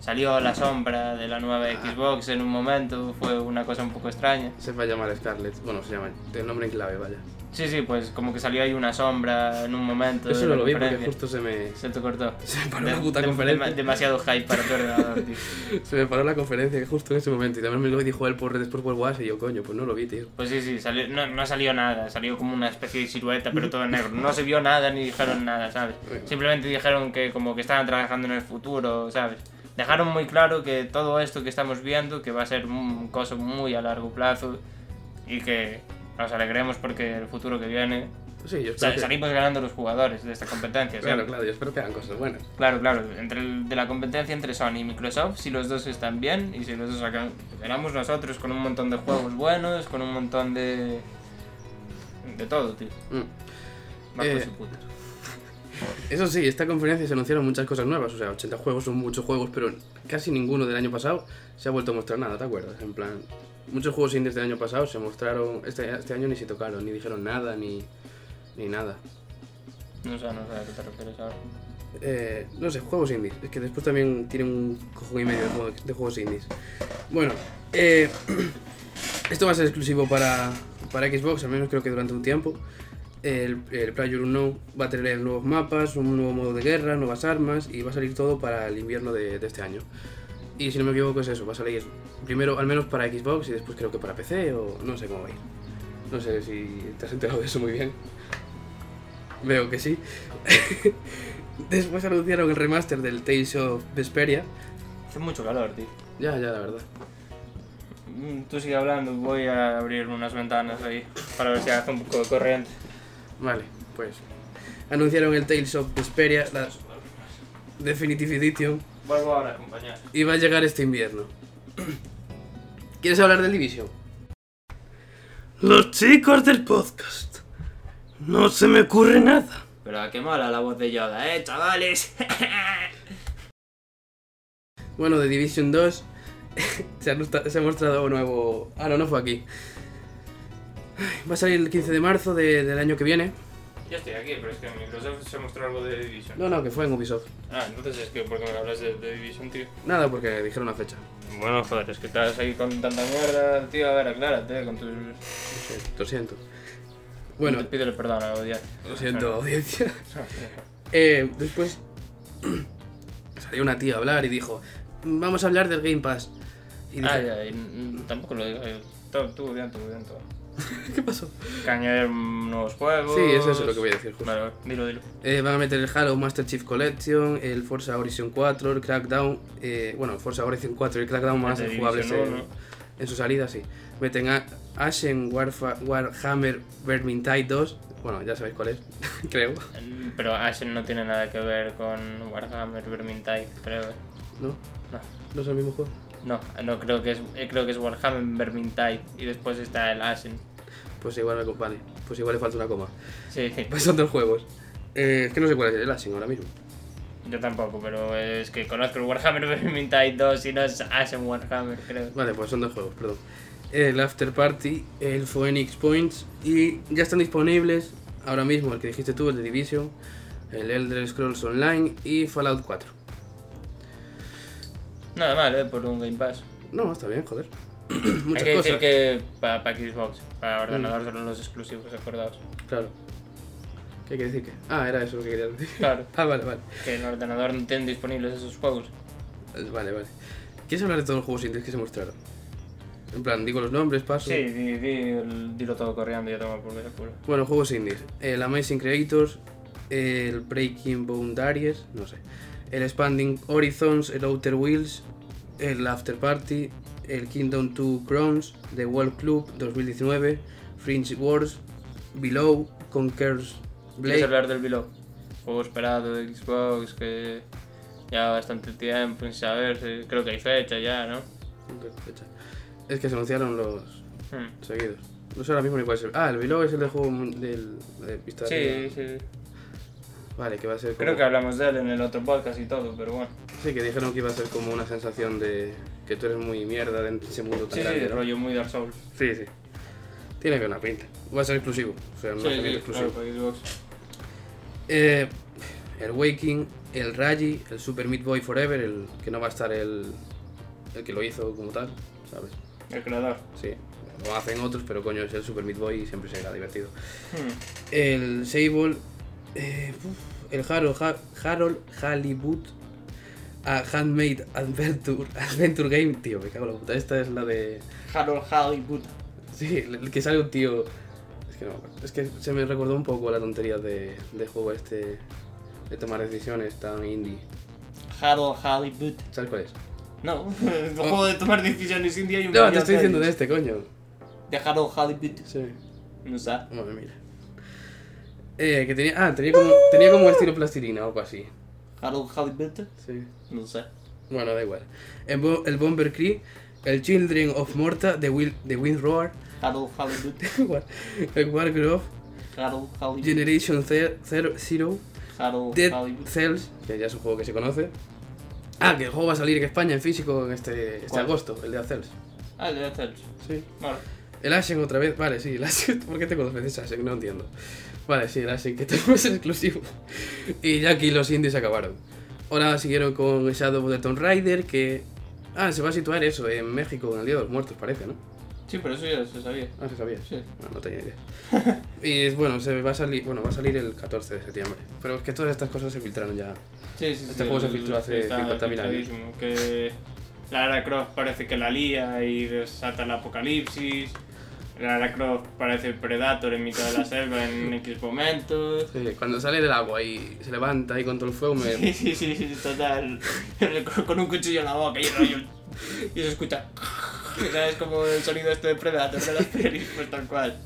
Speaker 3: salió la sombra de la nueva
Speaker 2: Ah.
Speaker 3: Xbox en un momento, fue una cosa un poco extraña.
Speaker 2: Se va a llamar Scarlett. Bueno, se llama. El nombre en clave, vaya.
Speaker 3: Sí, sí, pues como que salió ahí una sombra en un momento. de
Speaker 2: Eso
Speaker 3: la
Speaker 2: no lo vi porque
Speaker 3: conferencia.
Speaker 2: justo se me.
Speaker 3: Se te cortó.
Speaker 2: *laughs* Se me paró la puta conferencia.
Speaker 3: dema- demasiado hype para tu ordenador, tío.
Speaker 2: Se me paró la conferencia justo en ese momento. Y también me lo dijo él por redes por WhatsApp. Y yo, coño, pues no lo vi, tío.
Speaker 3: Pues sí, sí, salió- no, no salió nada, salió como una especie de silueta, pero todo en negro. No se vio nada ni dijeron nada, ¿sabes?
Speaker 2: Bueno.
Speaker 3: Simplemente dijeron que como que estaban trabajando en el futuro, ¿sabes? Dejaron muy claro que todo esto que estamos viendo, que va a ser un coso muy a largo plazo y que nos alegremos porque el futuro que viene
Speaker 2: Sí, yo espero.
Speaker 3: sa-
Speaker 2: que-
Speaker 3: salimos ganando los jugadores de esta competencia,
Speaker 2: Claro,
Speaker 3: ¿sabes?
Speaker 2: claro, yo espero que hagan cosas buenas.
Speaker 3: Claro, claro, entre el- de la competencia entre Sony y Microsoft, si los dos están bien y si los dos sacan, ganamos nosotros con un montón de juegos buenos, con un montón de. de todo, tío.
Speaker 2: Mm.
Speaker 3: Más
Speaker 2: Eh,
Speaker 3: por su puta.
Speaker 2: Eso sí, esta conferencia se anunciaron muchas cosas nuevas. O sea, 80 juegos son muchos juegos, pero casi ninguno del año pasado se ha vuelto a mostrar nada, ¿te acuerdas? En plan, muchos juegos indies del año pasado se mostraron. Este, este año ni se tocaron, ni dijeron nada, ni, ni nada.
Speaker 3: No sé, no sé a qué te refieres ahora.
Speaker 2: Eh, no sé, juegos indies. Es que después también tienen un cojón y medio de, juego- de juegos indies. Bueno, eh, *clears throat* esto va a ser exclusivo para, para Xbox, al menos creo que durante un tiempo. El, el Player va a tener nuevos mapas, un nuevo modo de guerra, nuevas armas y va a salir todo para el invierno de, de este año. Y si no me equivoco es eso, va a salir primero al menos para Xbox y después creo que para PC o no sé cómo va a ir. No sé si te has enterado de eso muy bien. Veo que sí. Después anunciaron el remaster del Tales of Vesperia.
Speaker 3: Hace mucho calor, tío.
Speaker 2: Ya, ya, la verdad.
Speaker 3: Mm, Tú sigue hablando, voy a abrir unas ventanas ahí para ver si hace un poco de corriente.
Speaker 2: Vale, pues. Anunciaron el Tales of Vesperia, la Definitive Edition,
Speaker 3: Vuelvo ahora, compañero.
Speaker 2: y va a llegar este invierno. *clears throat* ¿Quieres hablar del Division?
Speaker 1: Los chicos del podcast. No se me ocurre nada.
Speaker 3: Pero qué mala la voz de Yoda, eh, chavales.
Speaker 2: Bueno, de Division 2 *laughs* se, ha, nuestra- se ha mostrado un nuevo... Ah, no, no fue aquí. Ay, Va a salir el 15 de marzo de- del año que viene.
Speaker 3: *laughs* Yo estoy aquí, pero es que en Microsoft se mostró algo de Division.
Speaker 2: No, no, que fue en Ubisoft.
Speaker 3: Ah, entonces es que porque me hablas de, de Division, tío.
Speaker 2: Nada, porque dijeron la fecha.
Speaker 3: Bueno, joder, es que estás ahí con tanta mierda, tío. A ver, aclárate con tus.
Speaker 2: No sé, Lo siento.
Speaker 3: Te
Speaker 2: Bueno,
Speaker 3: pídele perdón a la audiencia.
Speaker 2: lo siento, audiencia. Eh, después *clears throat* salió una tía a hablar y dijo, vamos a hablar del Game Pass. Y dije,
Speaker 3: Ah, ya, y mm, tampoco lo digo. yo. Tú, tú, bien, tú, bien, tú.
Speaker 2: *laughs* ¿qué pasó?
Speaker 3: Que añadir mm, nuevos juegos.
Speaker 2: Sí, eso es lo que voy a decir, justo.
Speaker 3: Vale, vale, dilo, dilo.
Speaker 2: Eh, van a meter el Halo Master Chief Collection, el Forza Horizon 4, el Crackdown... eh, bueno, el Forza Horizon 4 y el Crackdown van a
Speaker 3: El de
Speaker 2: ser jugables
Speaker 3: Division
Speaker 2: en,
Speaker 3: uno.
Speaker 2: en su salida, sí. Meten a Ashen Warfa- Warhammer Vermintide 2, bueno, ya sabéis cuál es, *laughs* creo,
Speaker 3: Mm, Pero Ashen no tiene nada que ver con Warhammer, Vermintide, creo. eh.
Speaker 2: ¿no?
Speaker 3: No.
Speaker 2: No es el mismo juego.
Speaker 3: No, no creo que es eh, creo que es Warhammer Vermintide y después está el Ashen.
Speaker 2: Pues igual, me- vale, pues igual le falta una coma. *laughs*
Speaker 3: Sí,
Speaker 2: Pues son dos juegos. Eh, es que no sé cuál es el Ashen ahora mismo.
Speaker 3: yo tampoco, pero es que conozco el Warhammer *laughs* Vermintide 2 y no es Ashen Warhammer, creo.
Speaker 2: Vale, pues son dos juegos, perdón. El After Party, el Phoenix Points y ya están disponibles ahora mismo el que dijiste tú, el de Division, el Elder Scrolls Online y Fallout 4.
Speaker 3: Nada mal, eh, por un Game Pass.
Speaker 2: No, está bien,
Speaker 3: *coughs*
Speaker 2: joder.
Speaker 3: Hay
Speaker 2: Muchas
Speaker 3: que
Speaker 2: cosas. Mm.
Speaker 3: decir que para Xbox, para ordenador son los exclusivos, acordados.
Speaker 2: Claro. ¿Qué hay que decir que? Ah, era eso lo que quería decir. *laughs*
Speaker 3: Claro,
Speaker 2: Ah, vale, vale.
Speaker 3: que en ordenador no tienen disponibles esos juegos.
Speaker 2: Eh, Vale, vale. ¿Quieres hablar de todos los juegos indies que se mostraron? En plan, digo los nombres, paso.
Speaker 3: Sí, di, di el- dilo todo corriendo y yo tomo por el culo.
Speaker 2: Bueno, juegos indies. El Amazing Creators, el Breaking Boundaries, no sé. El Expanding Horizons, el Outer Wheels, el After Party, el Kingdom 2 Crowns, The World Club 2019, Fringe Wars, Below, Conquer's
Speaker 3: ¿Quieres
Speaker 2: Blade.
Speaker 3: hablar del Below? Juego esperado de Xbox que ya bastante tiempo sin saberse. Creo que hay fecha ya, ¿no?
Speaker 2: Es que se anunciaron los
Speaker 3: Hmm.
Speaker 2: seguidos. No sé ahora mismo ni cuál es el... Ah, el Below es el de juego mun- del, de pista de
Speaker 3: Sí,
Speaker 2: arriba.
Speaker 3: sí.
Speaker 2: Vale, que va a ser como...
Speaker 3: Creo que hablamos de él en el otro podcast y todo, pero bueno.
Speaker 2: Sí, que dijeron que iba a ser como una sensación de que tú eres muy mierda dentro de ese mundo tan
Speaker 3: Sí, sí,
Speaker 2: grande, ¿no?
Speaker 3: rollo muy Dark Souls.
Speaker 2: Sí, sí. Tiene que una pinta. Va a ser exclusivo. O sea, un
Speaker 3: Sí,
Speaker 2: lanzamiento
Speaker 3: sí,
Speaker 2: exclusivo.
Speaker 3: claro, para Xbox.
Speaker 2: Eh, el Waking, el Raji, el Super Meat Boy Forever, el que no va a estar el, el que lo hizo como tal, ¿sabes?
Speaker 3: El creador.
Speaker 2: Sí. Lo hacen otros, pero coño, es el Super Meat Boy y siempre será divertido.
Speaker 3: Hmm.
Speaker 2: El Sable, eh, uf, el Harold, Ha- Harold Halibut, a Handmade Adventure, *laughs* Adventure Game, tío, me cago en la puta. Esta es la de.
Speaker 3: Harold Hollywood.
Speaker 2: Sí, el el que sale un tío. Es que no me acuerdo. Es que se me recordó un poco la tontería de, de juego este. De tomar decisiones tan indie.
Speaker 3: Harold Hollywood.
Speaker 2: ¿Sabes cuál es?
Speaker 3: No, *laughs* el juego de tomar decisiones india y un
Speaker 2: No, Oh. te
Speaker 3: millón
Speaker 2: estoy diciendo de
Speaker 3: euros.
Speaker 2: este, coño.
Speaker 3: De Harold Hollywood.
Speaker 2: Sí.
Speaker 3: No sé.
Speaker 2: Bueno, mira. Eh, que tenía. Ah, tenía como, tenía como estilo plastilina o algo así.
Speaker 3: Harold Hollywood.
Speaker 2: Sí.
Speaker 3: No sé.
Speaker 2: Bueno, da igual. El, Bo- el Bomber Cree, el Children of Morta, The, Will, the Wind Roar, *laughs*
Speaker 3: Harold Hollywood.
Speaker 2: el Wargrove,
Speaker 3: Harold Hollywood.
Speaker 2: Generation Ze- Zero, Zero
Speaker 3: Harold
Speaker 2: Dead
Speaker 3: Hollywood.
Speaker 2: Cells, que ya es un juego que se conoce. Ah, que el juego va a salir en España en físico en este, este
Speaker 3: ¿Cuál?
Speaker 2: agosto, el Dead Cells.
Speaker 3: Ah, el Dead Cells.
Speaker 2: Sí.
Speaker 3: Vale.
Speaker 2: El Ashen otra vez, vale, sí, el Ashen, ¿por qué te conoces de Ashen? No entiendo. Vale, sí, el Ashen, que *laughs* también es exclusivo. Y ya aquí los indies acabaron. Ahora siguieron con Shadow of the Tomb Raider, que... Ah, se va a situar eso, en México, en el Día de los Muertos, parece, ¿no?
Speaker 3: Sí, pero eso ya se sabía.
Speaker 2: Ah, se sabía.
Speaker 3: Sí.
Speaker 2: No, no tenía idea. *laughs* Y bueno, se va a salir, bueno, va a salir el 14 de septiembre. Pero es que todas estas cosas se filtraron ya.
Speaker 3: Sí, sí,
Speaker 2: Este
Speaker 3: sí,
Speaker 2: juego se
Speaker 3: el-
Speaker 2: filtró hace
Speaker 3: está
Speaker 2: 50.000 años.
Speaker 3: filtradísimo, Que Lara Croft parece que la lía y desata el apocalipsis. Lara Croft parece el Predator en mitad de la
Speaker 2: *laughs*
Speaker 3: selva en X momentos.
Speaker 2: Sí, cuando sale del agua y se levanta ahí con todo el fuego, me...
Speaker 3: Sí, sí, sí, sí, total. Con- Con un cuchillo en la boca y, el rollo- y se escucha. ¿Sabes? Como el sonido este de Predator de las pelis, pues tal cual.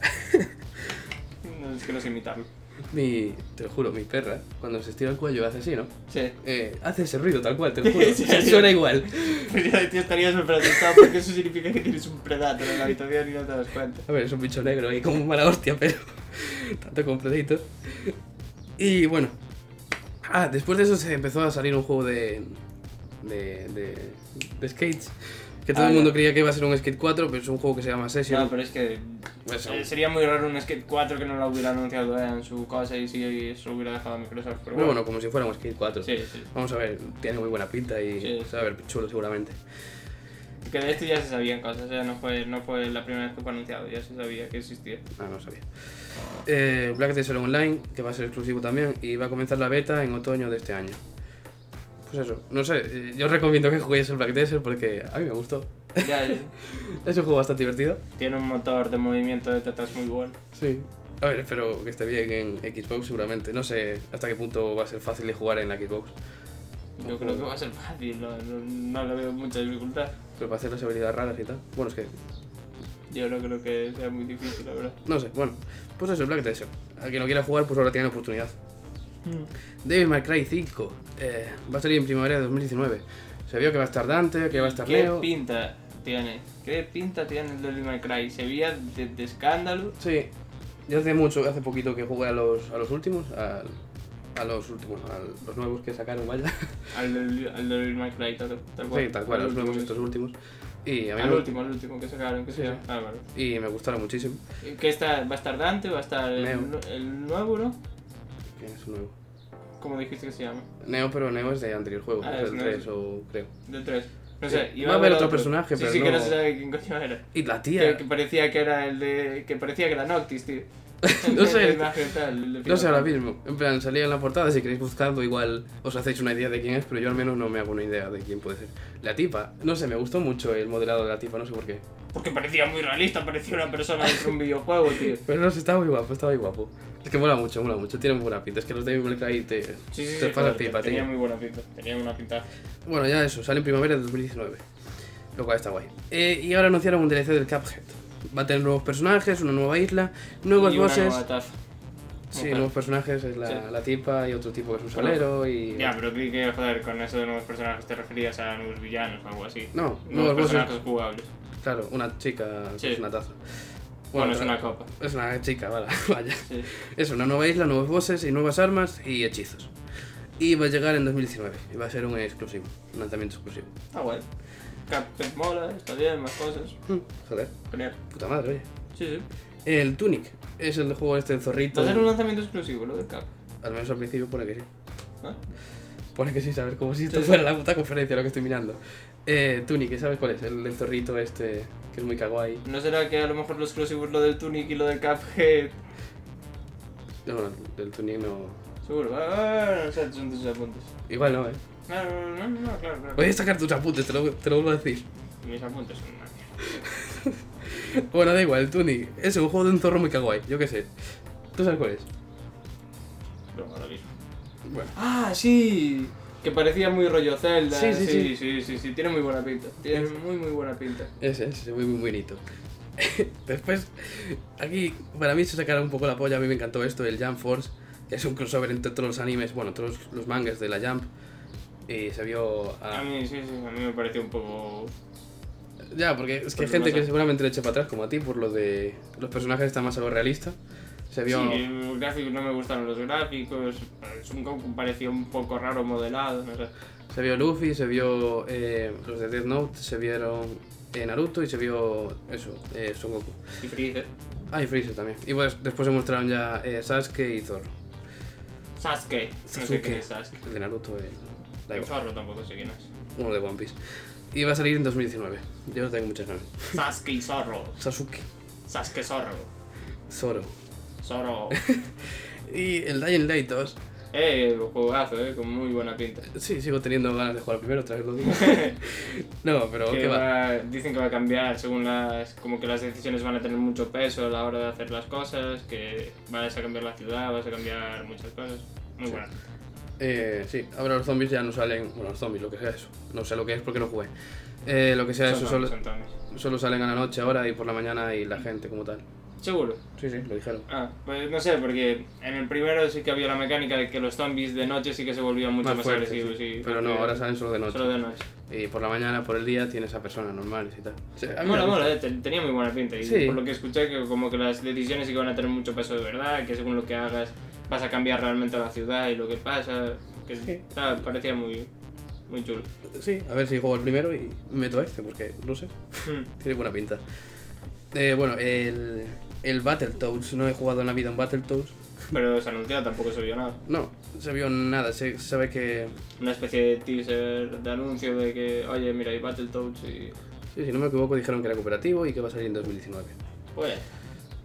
Speaker 3: No, es que no sé imitarlo.
Speaker 2: mi- te lo juro, mi perra, cuando se estira el cuello hace así, ¿no?
Speaker 3: Sí.
Speaker 2: Eh, hace ese ruido tal cual, te
Speaker 3: *laughs*
Speaker 2: lo juro.
Speaker 3: Sí, sí, sí.
Speaker 2: Suena igual.
Speaker 3: Pues *laughs* ya te estarías súper asustado porque eso significa que tienes un Predator en la habitación y no te das cuenta.
Speaker 2: A ver, es un bicho negro ahí como mala hostia, pero *laughs* tanto completito. Y bueno. Ah, después de eso se empezó a salir un juego de. de. de, de skates. Que todo
Speaker 3: Ah,
Speaker 2: el mundo
Speaker 3: ya.
Speaker 2: creía que iba a ser un Skate 4, pero es un juego que se llama Session. Pues
Speaker 3: No, pero es que
Speaker 2: Eso.
Speaker 3: eh, sería muy raro un Skate 4 que no lo hubiera anunciado eh, en su cosa y si eso lo hubiera dejado a Microsoft. Pero
Speaker 2: Pero
Speaker 3: bueno,
Speaker 2: bueno, como si fuera un Skate 4.
Speaker 3: sí, sí.
Speaker 2: Vamos a ver, tiene muy buena pinta y
Speaker 3: Sí.
Speaker 2: se va a ver chulo seguramente.
Speaker 3: Que de esto ya se sabían cosas, eh, no, fue, no fue la primera vez que fue anunciado, ya se sabía que existía.
Speaker 2: Ah, no sabía. Eh, Black Desert Online, que va a ser exclusivo también, y va a comenzar la beta en otoño de este año. Pues eso, no sé, eh, yo os recomiendo que juguéis el Black Desert porque a mí me gustó. *laughs*
Speaker 3: Ya, eh,
Speaker 2: Es un juego bastante divertido.
Speaker 3: tiene un motor de movimiento de tetas muy bueno.
Speaker 2: Sí. A ver, espero que esté bien en Xbox seguramente. No sé hasta qué punto va a ser fácil de jugar en la Xbox.
Speaker 3: Yo creo que va a ser fácil, no, no, no le veo mucha dificultad.
Speaker 2: Pero para hacer las habilidades raras y tal. Bueno, es que...
Speaker 3: Yo no creo que sea muy difícil, la verdad.
Speaker 2: No sé, bueno. Pues eso, Black Desert. A quien lo quiera jugar, pues ahora tiene la oportunidad. Mm. Devil May Cry 5 eh, va a salir en primavera de 2019. Se vio que va a estar Dante, que va a estar
Speaker 3: ¿Qué
Speaker 2: Leo.
Speaker 3: pinta tiene? ¿Qué pinta tiene el Devil May Cry? Se veía de, de escándalo.
Speaker 2: Sí, yo hace mucho, hace poquito que jugué a los, a los últimos, al- a, los últimos, a los nuevos que sacaron, vaya.
Speaker 3: Al del, al Devil May Cry, tal, tal
Speaker 2: *laughs*
Speaker 3: cual.
Speaker 2: Sí, tal cual,
Speaker 3: Al
Speaker 2: los nuevos,
Speaker 3: último,
Speaker 2: estos últimos. Y a mí
Speaker 3: Al
Speaker 2: me,
Speaker 3: último, al último que sacaron, que
Speaker 2: Sí,
Speaker 3: se
Speaker 2: sí.
Speaker 3: llama. Ah, vale.
Speaker 2: Y me gustaron muchísimo.
Speaker 3: ¿Qué está? ¿Va a estar Dante? ¿Va a estar
Speaker 2: Neo.
Speaker 3: el, nu- el nuevo, no?
Speaker 2: ¿Quién es el nuevo?
Speaker 3: ¿Cómo dijiste que se llama?
Speaker 2: Neo, pero Neo es de anterior juego,
Speaker 3: Ah,
Speaker 2: es
Speaker 3: es
Speaker 2: del
Speaker 3: Neo.
Speaker 2: 3 o creo.
Speaker 3: Del 3. No
Speaker 2: Sí,
Speaker 3: sé,
Speaker 2: va a haber otro personaje,
Speaker 3: sí,
Speaker 2: pero
Speaker 3: sí, que
Speaker 2: no-
Speaker 3: no se sabe quién coño era.
Speaker 2: Y la
Speaker 3: Que,
Speaker 2: tía,
Speaker 3: que parecía que era el de. que parecía que era Noctis, tío.
Speaker 2: *laughs* No sé.
Speaker 3: La imagen tal, *laughs* el de
Speaker 2: no sé ahora
Speaker 3: Pinocho.
Speaker 2: mismo, en plan, salía en la portada, si queréis buscarlo igual os hacéis una idea de quién es, pero yo al menos no me hago una idea de quién puede ser. La tipa, no sé, me gustó mucho el modelado de la tipa, no sé por qué.
Speaker 3: Porque parecía muy realista, parecía una persona dentro de un videojuego, tío.
Speaker 2: Pero no, sé, estaba muy guapo, estaba muy guapo. Es que mola mucho, mola mucho, tiene muy buena pinta. Es que los Devil May Cry te,
Speaker 3: Sí, sí,
Speaker 2: te
Speaker 3: sí,
Speaker 2: pasa
Speaker 3: joder,
Speaker 2: pipa,
Speaker 3: tenía
Speaker 2: tío.
Speaker 3: muy buena pinta, tenía una pinta.
Speaker 2: Bueno, ya eso, sale en primavera de 2019. Lo cual está guay. Eh, y ahora anunciaron un DLC del Cuphead. Va a tener nuevos personajes, una nueva isla, nuevos
Speaker 3: y
Speaker 2: bosses.
Speaker 3: Una nueva taza.
Speaker 2: Sí,
Speaker 3: Mujer.
Speaker 2: nuevos personajes, es la,
Speaker 3: Sí.
Speaker 2: la tipa y otro tipo que es un
Speaker 3: Bueno.
Speaker 2: salero y...
Speaker 3: Ya, pero creí que, joder, con eso de nuevos personajes te referías a nuevos villanos o algo así.
Speaker 2: No, nuevos
Speaker 3: Nuevos
Speaker 2: bosses.
Speaker 3: personajes jugables.
Speaker 2: Claro, una chica que
Speaker 3: Sí.
Speaker 2: es una taza.
Speaker 3: Bueno, es
Speaker 2: tra-
Speaker 3: una copa.
Speaker 2: Es una chica, vale, *laughs* vaya.
Speaker 3: Sí.
Speaker 2: Es una nueva isla, nuevos bosses y nuevas armas y hechizos. Y va a llegar en 2019 y va a ser un exclusivo, un lanzamiento exclusivo.
Speaker 3: Está guay. Captain mola, está bien, más cosas.
Speaker 2: Hmm, Joder,
Speaker 3: Genial.
Speaker 2: puta madre, oye.
Speaker 3: Sí, sí.
Speaker 2: El Tunic es el juego este del zorrito.
Speaker 3: Va a ser un lanzamiento exclusivo, lo del Cap.
Speaker 2: Al menos al principio pone que sí.
Speaker 3: ¿no?
Speaker 2: Pone que sí, ¿sabes? Como si esto
Speaker 3: Sí.
Speaker 2: fuera la puta conferencia lo que estoy mirando. Eh, Tunic, ¿sabes cuál es? El del zorrito este, que es muy kawaii.
Speaker 3: ¿No será que a lo mejor lo exclusivo es lo del Tunic y lo del Cuphead?
Speaker 2: No, no, el Tunic no.
Speaker 3: Seguro. Ah, no sé, son tus apuntes.
Speaker 2: Igual no, eh.
Speaker 3: No, no, no, no, no, claro, claro.
Speaker 2: Voy a sacar tus apuntes, te lo, te lo vuelvo a decir.
Speaker 3: Mis apuntes son una mierda.
Speaker 2: Bueno, da igual, el Tunic. Es un juego de un zorro muy kawaii, yo qué sé. ¿Tú sabes cuál es?
Speaker 3: Luego lo mismo.
Speaker 2: Bueno.
Speaker 3: Ah, sí. Que parecía muy rollo Zelda.
Speaker 2: Sí, sí, sí.
Speaker 3: sí, sí, sí, sí, Tiene muy buena pinta. Tiene muy, muy buena pinta.
Speaker 2: Ese, ese, muy, muy bonito. *laughs* Después, aquí, para mí se sacará un poco la polla, a mí me encantó esto, el Jump Force, que es un crossover entre todos los animes, bueno, todos los mangas de la Jump. Y se vio a...
Speaker 3: A mí, sí, sí, a mí me pareció un poco...
Speaker 2: Ya, porque es que hay
Speaker 3: Porque
Speaker 2: gente
Speaker 3: pasa-
Speaker 2: que seguramente le eche para atrás, como a ti, por lo de... Los personajes están más algo realista. Se
Speaker 3: Sí,
Speaker 2: vio...
Speaker 3: los gráficos no me gustaron los gráficos. Es un Goku parecía un poco raro modelado, no sé.
Speaker 2: Se vio Luffy, se vio eh, los de Death Note, se vieron eh, Naruto y se vio eso, eh, Son Goku.
Speaker 3: Y Freezer.
Speaker 2: Ah, y Freezer también. Y pues después se mostraron ya eh, Sasuke y Zoro.
Speaker 3: Sasuke. No sé
Speaker 2: Sasuke.
Speaker 3: qué es Sasuke.
Speaker 2: El de Naruto, el... da
Speaker 3: El
Speaker 2: igual.
Speaker 3: zorro tampoco sé
Speaker 2: *laughs*
Speaker 3: quién es.
Speaker 2: uno de One Piece. Y va a salir en 2019. Yo no tengo muchas ganas.
Speaker 3: Sasuke y Zorro.
Speaker 2: Sasuke,
Speaker 3: Sasuke Zorro.
Speaker 2: Zoro. *laughs*
Speaker 3: Zorro.
Speaker 2: Y el Dying Light 2
Speaker 3: Eh, juegazo, eh, con muy buena pinta.
Speaker 2: Sí, sigo teniendo ganas de jugar primero, otra vez lo *laughs* digo. no, pero
Speaker 3: Que
Speaker 2: ¿qué va?
Speaker 3: va- dicen que va a cambiar según las. como que las decisiones van a tener mucho peso a la hora de hacer las cosas, que vas a cambiar la ciudad, vas a cambiar muchas cosas. Muy buena.
Speaker 2: Eh, sí, ahora los zombies ya no salen. Bueno, los zombies, lo que sea eso. No sé lo que es porque no jugué. Eh, lo que sea eso,
Speaker 3: Son
Speaker 2: solo,
Speaker 3: zombies, son zombies.
Speaker 2: solo salen a la noche ahora y por la mañana y la gente como tal.
Speaker 3: Seguro.
Speaker 2: Sí, sí, lo dijeron.
Speaker 3: Ah, pues no sé, porque en el primero sí que había la mecánica de que los zombies de noche sí que se volvían mucho más,
Speaker 2: fuerte,
Speaker 3: agresivos.
Speaker 2: sí.
Speaker 3: y-
Speaker 2: Pero no, ahora salen solo de noche.
Speaker 3: Solo de noche.
Speaker 2: Y por la mañana, por el día, tienes a personas normales y tal. Sí, a mí
Speaker 3: Mola,
Speaker 2: me gusta.
Speaker 3: mola, eh, te- tenía muy buena pinta. Y
Speaker 2: Sí.
Speaker 3: por lo que escuché, que como que las decisiones sí que van a tener mucho peso de verdad, que según lo que hagas vas a cambiar realmente la ciudad y lo que pasa. Que estaba- parecía muy, muy chulo.
Speaker 2: Sí, a ver si juego el primero y meto a este, porque no sé,
Speaker 3: Hmm.
Speaker 2: *laughs* tiene buena pinta. Eh, bueno, el, el Battletoads, no he jugado en la vida en Battletoads.
Speaker 3: Pero se anunció, tampoco se vio nada.
Speaker 2: No, se vio nada, se se sabe que...
Speaker 3: Una especie de teaser de anuncio de que, oye, mira, hay Battletoads y.
Speaker 2: Sí, si no me equivoco, dijeron que era cooperativo y que va a salir en 2019.
Speaker 3: Pues,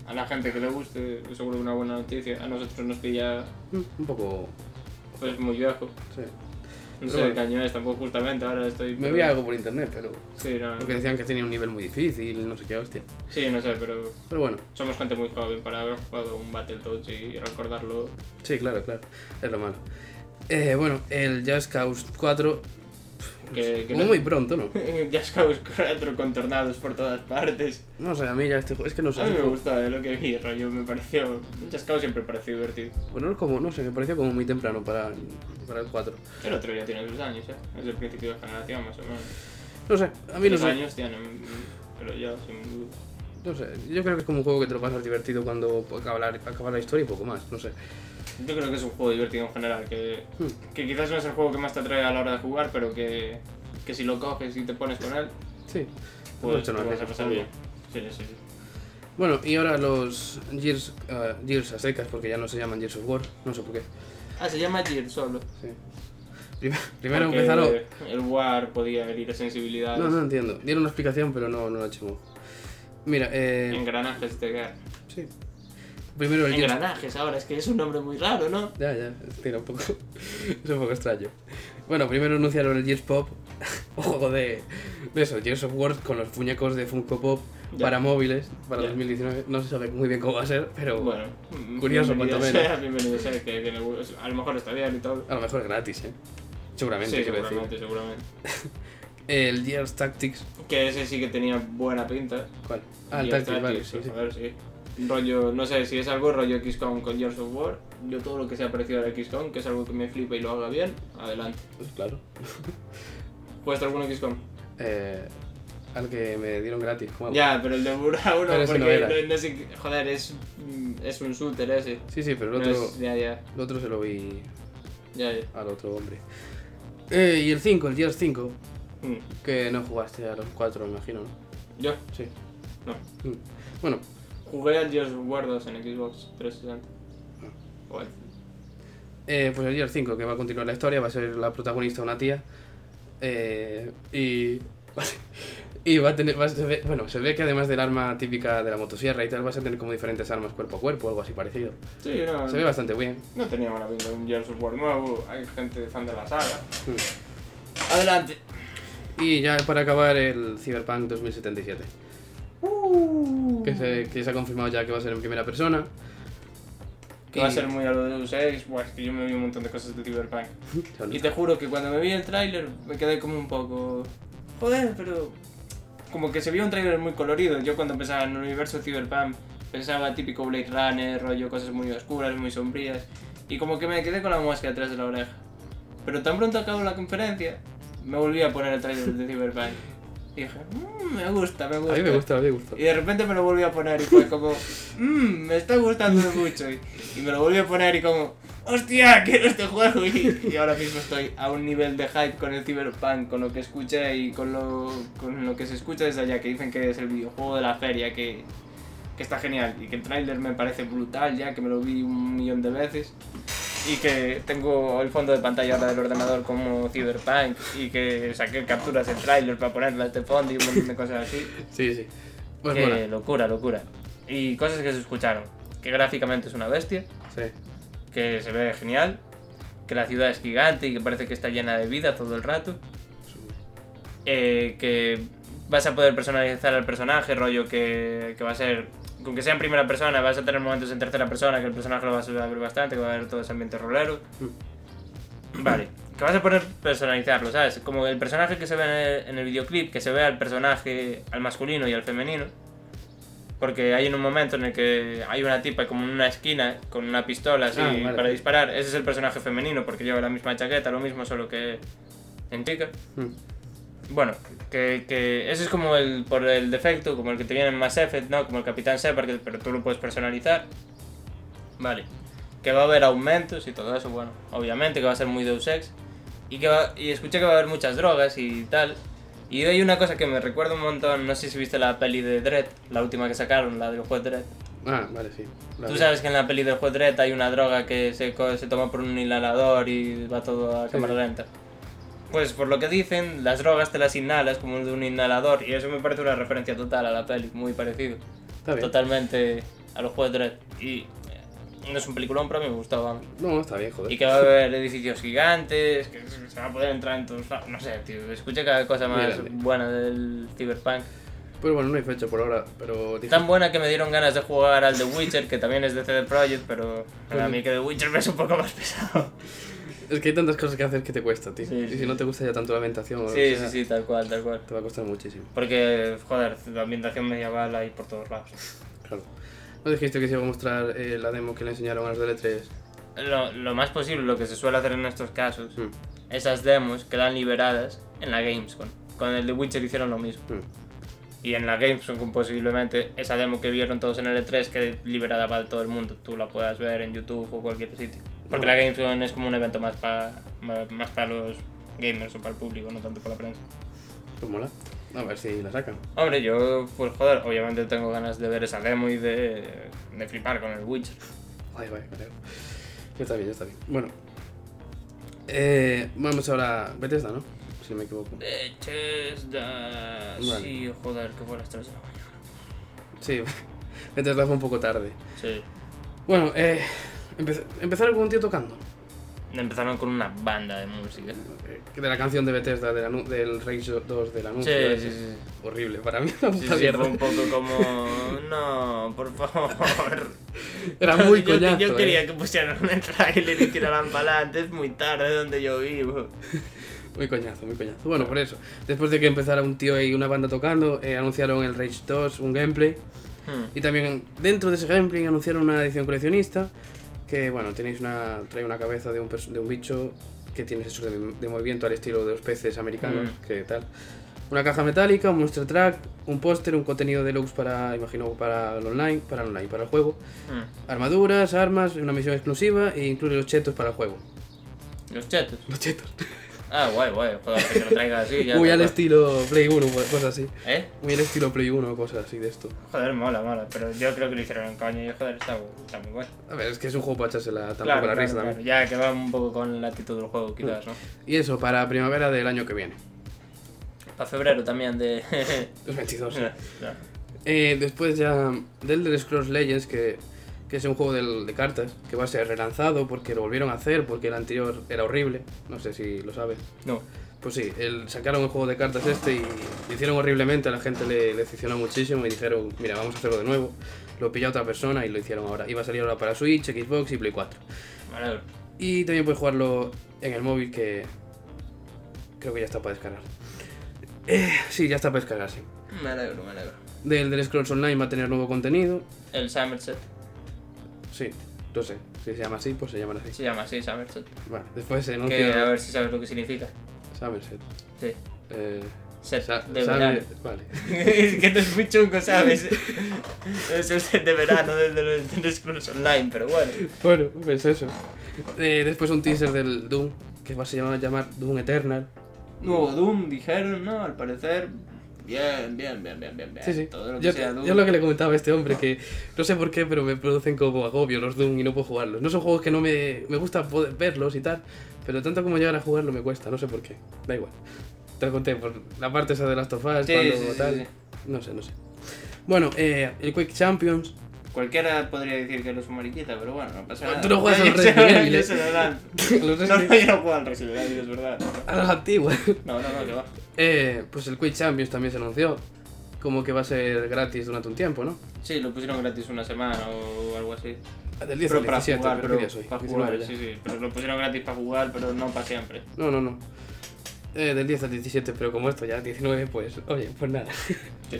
Speaker 3: a la gente que le guste, seguro que una buena noticia. A nosotros nos pilla,
Speaker 2: Mm, Un poco...
Speaker 3: pues, muy viejo.
Speaker 2: Sí.
Speaker 3: No
Speaker 2: Pero
Speaker 3: sé
Speaker 2: bueno.
Speaker 3: qué año es tampoco, justamente. Ahora estoy.
Speaker 2: Me vi algo por internet, pero...
Speaker 3: Sí, no,
Speaker 2: Porque decían que tenía un nivel muy difícil, no sé qué hostia.
Speaker 3: sí, no sé, pero.
Speaker 2: Pero bueno,
Speaker 3: Somos gente muy joven para haber jugado un Battletoads y recordarlo.
Speaker 2: sí, claro, claro, es lo malo. Eh, bueno, el Just Cause 4...
Speaker 3: Que, que
Speaker 2: Pues
Speaker 3: *laughs*
Speaker 2: Muy pronto, ¿no?
Speaker 3: Just Cause 4 con tornados por todas partes.
Speaker 2: No sé, a mí ya este juego... Es que no sé...
Speaker 3: A mí me
Speaker 2: este juego-
Speaker 3: gustó eh, lo que vi, rollo, me pareció... Just Cause siempre pareció divertido.
Speaker 2: Bueno, es como, no sé, me pareció como muy temprano para, para el 4.
Speaker 3: El otro ya tiene sus años, ¿eh? Es el principio de la generación, más o menos.
Speaker 2: No sé, a mí no
Speaker 3: Los
Speaker 2: sé,
Speaker 3: años tienen, pero ya, sin duda.
Speaker 2: no sé. Yo creo que es como un juego que te lo pasas divertido cuando acaba la, acaba la historia y poco más, no sé.
Speaker 3: Yo creo que es un juego divertido en general, que,
Speaker 2: Hmm.
Speaker 3: que quizás no es el juego que más te atrae a la hora de jugar, pero que, que si lo coges y te pones con él,
Speaker 2: Sí.
Speaker 3: pues
Speaker 2: Mucho
Speaker 3: te
Speaker 2: no
Speaker 3: vas a
Speaker 2: arriesgas,
Speaker 3: pasar
Speaker 2: supongo.
Speaker 3: bien. Sí, sí, sí.
Speaker 2: Bueno, y ahora los Gears, eh, Gears a secas, porque ya no se llaman Gears of War, no sé por qué.
Speaker 3: Ah, se llama Gear solo.
Speaker 2: Sí.
Speaker 3: *laughs*
Speaker 2: Prim- Primero
Speaker 3: Porque
Speaker 2: empezaron...
Speaker 3: El War podía herir a sensibilidades.
Speaker 2: No, no entiendo. Dieron una explicación, pero no, no la chimo. Mira, eh...
Speaker 3: Engranajes de guerra.
Speaker 2: Sí. Primero el Gears...
Speaker 3: Engranajes ahora, es que es un nombre muy raro, ¿no?
Speaker 2: Ya, ya, tira un poco. *laughs* es un poco extraño. Bueno, primero anunciaron el Gears Pop, *laughs* un juego de, de eso, Gears of War con los muñecos de Funko Pop
Speaker 3: Ya.
Speaker 2: para móviles para
Speaker 3: Ya.
Speaker 2: 2019. No se sabe muy bien cómo va a ser, pero
Speaker 3: Bueno, mm,
Speaker 2: Curioso,
Speaker 3: bienvenido
Speaker 2: cuanto menos.
Speaker 3: sea, Bienvenido sea, que, que le gu- a lo mejor está bien y todo.
Speaker 2: a lo mejor es gratis, ¿eh? Seguramente,
Speaker 3: sí,
Speaker 2: quiero decir.
Speaker 3: seguramente, seguramente.
Speaker 2: El Gears Tactics.
Speaker 3: Que ese sí que tenía buena pinta.
Speaker 2: ¿Cuál? Ah, el
Speaker 3: Y
Speaker 2: Tactics, vale.
Speaker 3: Tactics,
Speaker 2: sí, sí.
Speaker 3: A ver, sí. Rollo, no sé si es algo rollo XCOM con Gears of War. Yo todo lo que sea parecido al XCOM, que es algo que me flipa y lo haga bien, adelante.
Speaker 2: Pues claro.
Speaker 3: ¿Puedes alguno XCOM?
Speaker 2: Eh, al que me dieron gratis. guau.
Speaker 3: Ya, pero el de Bura 1,
Speaker 2: Pero ese no
Speaker 3: porque
Speaker 2: era.
Speaker 3: no, no sé qué- joder, es, mm, es un shooter ese.
Speaker 2: Sí, sí, pero el
Speaker 3: No
Speaker 2: otro,
Speaker 3: es- ya, ya,
Speaker 2: el otro se lo vi
Speaker 3: ya, ya.
Speaker 2: al otro hombre. Eh, y el 5, el Gears 5,
Speaker 3: Mm.
Speaker 2: que no jugaste a los 4, me imagino, ¿no?
Speaker 3: Yo
Speaker 2: Sí.
Speaker 3: No.
Speaker 2: Mm. Bueno,
Speaker 3: jugué al Gears of War 2 en Xbox 360. O al-
Speaker 2: eh, pues el Gears 5, que va a continuar la historia, va a ser la protagonista una tía. eh, y. *laughs* Y va a tener. va a- se ve- bueno, se ve que además del arma típica de la motosierra y tal, vas a tener como diferentes armas cuerpo a cuerpo, algo así parecido.
Speaker 3: Sí, no,
Speaker 2: Se ve bastante bien.
Speaker 3: no tenía mala pinta un Gears of War nuevo. Hay gente fan de la saga.
Speaker 2: Mm.
Speaker 3: Adelante.
Speaker 2: Y ya para acabar, el Cyberpunk 2077. Que se, que se ha confirmado ya que va a ser en primera persona.
Speaker 3: Que
Speaker 2: Y-
Speaker 3: va
Speaker 2: *laughs*
Speaker 3: a ser muy a lo de Deus Ex. Buah, es que yo me vi un montón de cosas de Cyberpunk. Y te juro que cuando me vi el tráiler me quedé como un poco... Joder, pero... Como que se vio un tráiler muy colorido. Yo cuando pensaba en el universo Cyberpunk pensaba típico Blade Runner, rollo cosas muy oscuras, muy sombrías. Y como que me quedé con la mosca atrás de la oreja. Pero tan pronto acabó la conferencia, me volví a poner el tráiler de Cyberpunk. Y dije, "Mm, me gusta, me gusta.
Speaker 2: A mí me gusta, a mí me gusta.
Speaker 3: Y de repente me lo volví a poner y fue como, mmm, me está gustando mucho. Y, y me lo volví a poner y como, hostia, quiero este juego. Y, y ahora mismo estoy a un nivel de hype con el Cyberpunk, con lo que escuché y con lo, con lo que se escucha desde allá, que dicen que es el videojuego de la feria, que, que está genial. Y que el tráiler me parece brutal ya, que me lo vi un millón de veces. Y que tengo el fondo de pantalla ahora del ordenador como Cyberpunk y que saqué capturas del tráiler para ponerlas de fondo y un montón de cosas así.
Speaker 2: Sí, sí. Pues
Speaker 3: Qué
Speaker 2: mola.
Speaker 3: locura, locura. Y cosas que se escucharon. Que gráficamente es una bestia,
Speaker 2: Sí.
Speaker 3: que se ve genial, que la ciudad es gigante y que parece que está llena de vida todo el rato. Eh, que vas a poder personalizar al personaje, rollo que, que va a ser, con que sea en primera persona, vas a tener momentos en tercera persona, que el personaje lo vas a ver bastante, que va a haber todo ese ambiente rolero.
Speaker 2: Mm.
Speaker 3: Vale, que vas a poder personalizarlo, ¿sabes? Como el personaje que se ve en el, en el videoclip, que se ve al personaje, al masculino y al femenino. Porque hay en un momento en el que hay una tipa como en una esquina con una pistola así
Speaker 2: Ah, vale.
Speaker 3: para disparar. Ese es el personaje femenino porque lleva la misma chaqueta, lo mismo, solo que en chica.
Speaker 2: Mm.
Speaker 3: Bueno, que, que ese es como el por el defecto, como el que te viene E en Mass Effect, ¿no? Como el Capitán Shepard, que- pero tú lo puedes personalizar. Vale. Que va a haber aumentos y todo eso, bueno, obviamente que va a ser muy Deus Ex. Y, que va- y escuché que va a haber muchas drogas y tal. Y hay una cosa que me recuerda un montón, no sé si viste la peli de Dredd, la última que sacaron, la del juez Dredd.
Speaker 2: Ah, vale, sí. La
Speaker 3: Tú
Speaker 2: vi.
Speaker 3: sabes que en la peli del juez Dredd hay una droga que se, co- se toma por un inhalador y va todo a cámara lenta. Pues por lo que dicen, las drogas te las inhalas como de un inhalador y eso me parece una referencia total a la peli, muy parecido.
Speaker 2: Está bien.
Speaker 3: Totalmente a los juegos Dredd. Y eh, no es un peliculón, pero me gustó, vamos.
Speaker 2: No, está bien, joder.
Speaker 3: Y que va a haber edificios gigantes, que se va a poder entrar en todos lados. No sé, tío, escuché cada cosa
Speaker 2: Muy
Speaker 3: más
Speaker 2: grande.
Speaker 3: buena del Cyberpunk.
Speaker 2: Pero bueno, no hay fecha por ahora, pero... dije-
Speaker 3: Tan buena que me dieron ganas de jugar al The Witcher, que también es de CD Projekt, pero a mí que The Witcher me es un poco más pesado.
Speaker 2: Es que hay tantas cosas que hacer que te cuesta, tío.
Speaker 3: Sí,
Speaker 2: y si
Speaker 3: sí.
Speaker 2: no te gusta ya tanto la ambientación... o lo
Speaker 3: Sí,
Speaker 2: que
Speaker 3: sí,
Speaker 2: sea,
Speaker 3: sí, tal cual, tal cual.
Speaker 2: Te va a costar muchísimo,
Speaker 3: Porque, joder, la ambientación medieval hay por todos lados.
Speaker 2: claro. ¿No dijiste que se iba a mostrar eh, la demo que le enseñaron a los DL3?
Speaker 3: Lo, lo más posible, lo que se suele hacer en estos casos,
Speaker 2: Mm,
Speaker 3: esas demos quedan liberadas en la Gamescom. Con el The Witcher hicieron lo mismo.
Speaker 2: mm.
Speaker 3: Y en la Gamescom posiblemente esa demo que vieron todos en el E3 que liberada para todo el mundo, tú la puedas ver en YouTube o cualquier sitio. Porque la Gamescom es como un evento más para más para los gamers o para el público, no tanto para la prensa.
Speaker 2: Pues mola. A ver si la sacan.
Speaker 3: Hombre, yo, pues joder, obviamente tengo ganas de ver esa demo y de, de flipar con el Witcher.
Speaker 2: Ay, vaya, creo. Ya está bien, ya está bien. Bueno. Eh, vamos ahora... Bethesda, ¿no? Si no me equivoco.
Speaker 3: Bethesda...
Speaker 2: Vale.
Speaker 3: Sí, joder, que fue a las 3 de la mañana.
Speaker 2: Sí, *laughs* Bethesda fue un poco tarde.
Speaker 3: Sí.
Speaker 2: Bueno, eh... empez- Empezaron con un tío tocando.
Speaker 3: Empezaron con una banda de música.
Speaker 2: eh, De la canción de Bethesda, del, anu- del Rage 2 del anuncio.
Speaker 3: Sí,
Speaker 2: ese.
Speaker 3: sí, sí.
Speaker 2: Horrible, para mí una
Speaker 3: Sí,
Speaker 2: puta
Speaker 3: sí,
Speaker 2: mierda.
Speaker 3: fue un poco como... No, por favor.
Speaker 2: Era muy
Speaker 3: yo,
Speaker 2: coñazo.
Speaker 3: Yo
Speaker 2: eh.
Speaker 3: quería que pusieran un trailer y tiraran para adelante, es muy tarde donde yo vivo.
Speaker 2: Muy coñazo, muy coñazo. Bueno, por eso. Después de que empezara un tío y una banda tocando, eh, anunciaron el Rage 2, un gameplay.
Speaker 3: Hmm,
Speaker 2: Y también dentro de ese gameplay anunciaron una edición coleccionista. Que bueno, tenéis una, trae una cabeza de un, pers- de un bicho que tiene sensor de, de movimiento al estilo de los peces americanos,
Speaker 3: Mm.
Speaker 2: que tal. Una caja metálica, un monster track, un póster, un contenido deluxe para, imagino, para el online, para el online, para el juego.
Speaker 3: Mm.
Speaker 2: Armaduras, armas, una misión exclusiva e incluye los chetos para el juego. *laughs*
Speaker 3: Los chatos.
Speaker 2: Los chetos.
Speaker 3: Ah, guay, guay. Joder, que te lo traiga así. Ya
Speaker 2: *laughs* Muy al
Speaker 3: tal
Speaker 2: estilo Play 1, cosas así.
Speaker 3: cual. ¿Eh?
Speaker 2: Muy al estilo Play 1, cosas así de esto.
Speaker 3: Joder, mola, mola. Pero yo creo que lo hicieron en coña y joder, está, está muy guay.
Speaker 2: A ver, es que es un juego para echarse la, tampoco
Speaker 3: Claro,
Speaker 2: la
Speaker 3: claro,
Speaker 2: risa
Speaker 3: claro.
Speaker 2: también.
Speaker 3: Ya que va un poco con la actitud del juego, quizás, ¿no?
Speaker 2: Y eso, para primavera del año que viene.
Speaker 3: Para febrero también de... *laughs*
Speaker 2: 2022.
Speaker 3: Ya.
Speaker 2: Eh, después ya del The Scrolls Legends, que, que es un juego del- de cartas, que va a ser relanzado porque lo volvieron a hacer, porque el anterior era horrible, no sé si lo sabes.
Speaker 3: No.
Speaker 2: Pues sí, el, sacaron el juego de cartas este y lo hicieron horriblemente, a la gente le, le decepcionó muchísimo y dijeron, mira, vamos a hacerlo de nuevo. Lo pilló otra persona y lo hicieron ahora. Iba a salir ahora para Switch, Xbox y Play 4.
Speaker 3: Me alegro.
Speaker 2: Y también puedes jugarlo en el móvil que creo que ya está para descargar. Eh, sí, ya está para descargar, sí.
Speaker 3: Me alegro, me alegro.
Speaker 2: Del, del Scrolls Online va a tener nuevo contenido.
Speaker 3: El Somerset.
Speaker 2: Sí, no sé. Si se llama así, pues se llaman así.
Speaker 3: Se llama así, Somerset.
Speaker 2: Vale, después se
Speaker 3: Que a
Speaker 2: anuncia
Speaker 3: ver si sabes lo que significa.
Speaker 2: Somerset.
Speaker 3: Sí.
Speaker 2: Eh,
Speaker 3: Set
Speaker 2: Sa-
Speaker 3: de
Speaker 2: Summer-
Speaker 3: verano.
Speaker 2: Vale.
Speaker 3: es *laughs* que no es muy chungo, ¿sabes? es el set de verano desde los Nintendo Scrolls Online, pero bueno.
Speaker 2: Bueno, pues eso. Eh, después un teaser del Doom, que va a llamar, llamar Doom Eternal.
Speaker 3: Nuevo Doom, dijeron, ¿no? Al parecer. Bien, bien, bien, bien, bien. bien.
Speaker 2: Sí, sí.
Speaker 3: Eh, Todo lo que
Speaker 2: Yo,
Speaker 3: sea Doom.
Speaker 2: yo lo que le comentaba a este hombre, que no sé por qué, pero me producen como agobio los Doom y no puedo jugarlos. No son juegos que no me, me gusta poder verlos y tal, pero tanto como llegar a jugarlo me cuesta, no sé por qué. Da igual. Te lo conté por la parte esa de las tofas,
Speaker 3: Sí,
Speaker 2: cuando
Speaker 3: sí, sí,
Speaker 2: tal.
Speaker 3: sí. *laughs*
Speaker 2: No sé, no sé. Bueno, eh, el Quick Champions,
Speaker 3: Cualquiera podría decir que lo es un mariquita, pero bueno, no pasa
Speaker 2: Bueno,
Speaker 3: nada.
Speaker 2: tú no
Speaker 3: *laughs*
Speaker 2: juegas al
Speaker 3: Yo
Speaker 2: Resident
Speaker 3: se lo-
Speaker 2: Evil,
Speaker 3: yo
Speaker 2: eh.
Speaker 3: se lo dan.
Speaker 2: Los
Speaker 3: No,
Speaker 2: Resident-
Speaker 3: no, yo no juego al Resident Evil, es verdad.
Speaker 2: A las antiguas.
Speaker 3: No, no, no, que va.
Speaker 2: Eh, pues el Quick Champions también se anunció. Como que va a ser gratis durante un tiempo, ¿no?
Speaker 3: Sí, lo pusieron gratis una semana o algo así.
Speaker 2: Del 10
Speaker 3: Pero
Speaker 2: al
Speaker 3: para
Speaker 2: 17,
Speaker 3: jugar,
Speaker 2: pero
Speaker 3: pero
Speaker 2: ¿qué día soy?
Speaker 3: para
Speaker 2: 19
Speaker 3: jugar,
Speaker 2: ya.
Speaker 3: sí, sí. Pero lo pusieron gratis para jugar, pero no para siempre.
Speaker 2: No, no, no. Eh, del 10 al 17, pero como esto ya es 19, pues oye, pues nada. *laughs*
Speaker 3: Sí.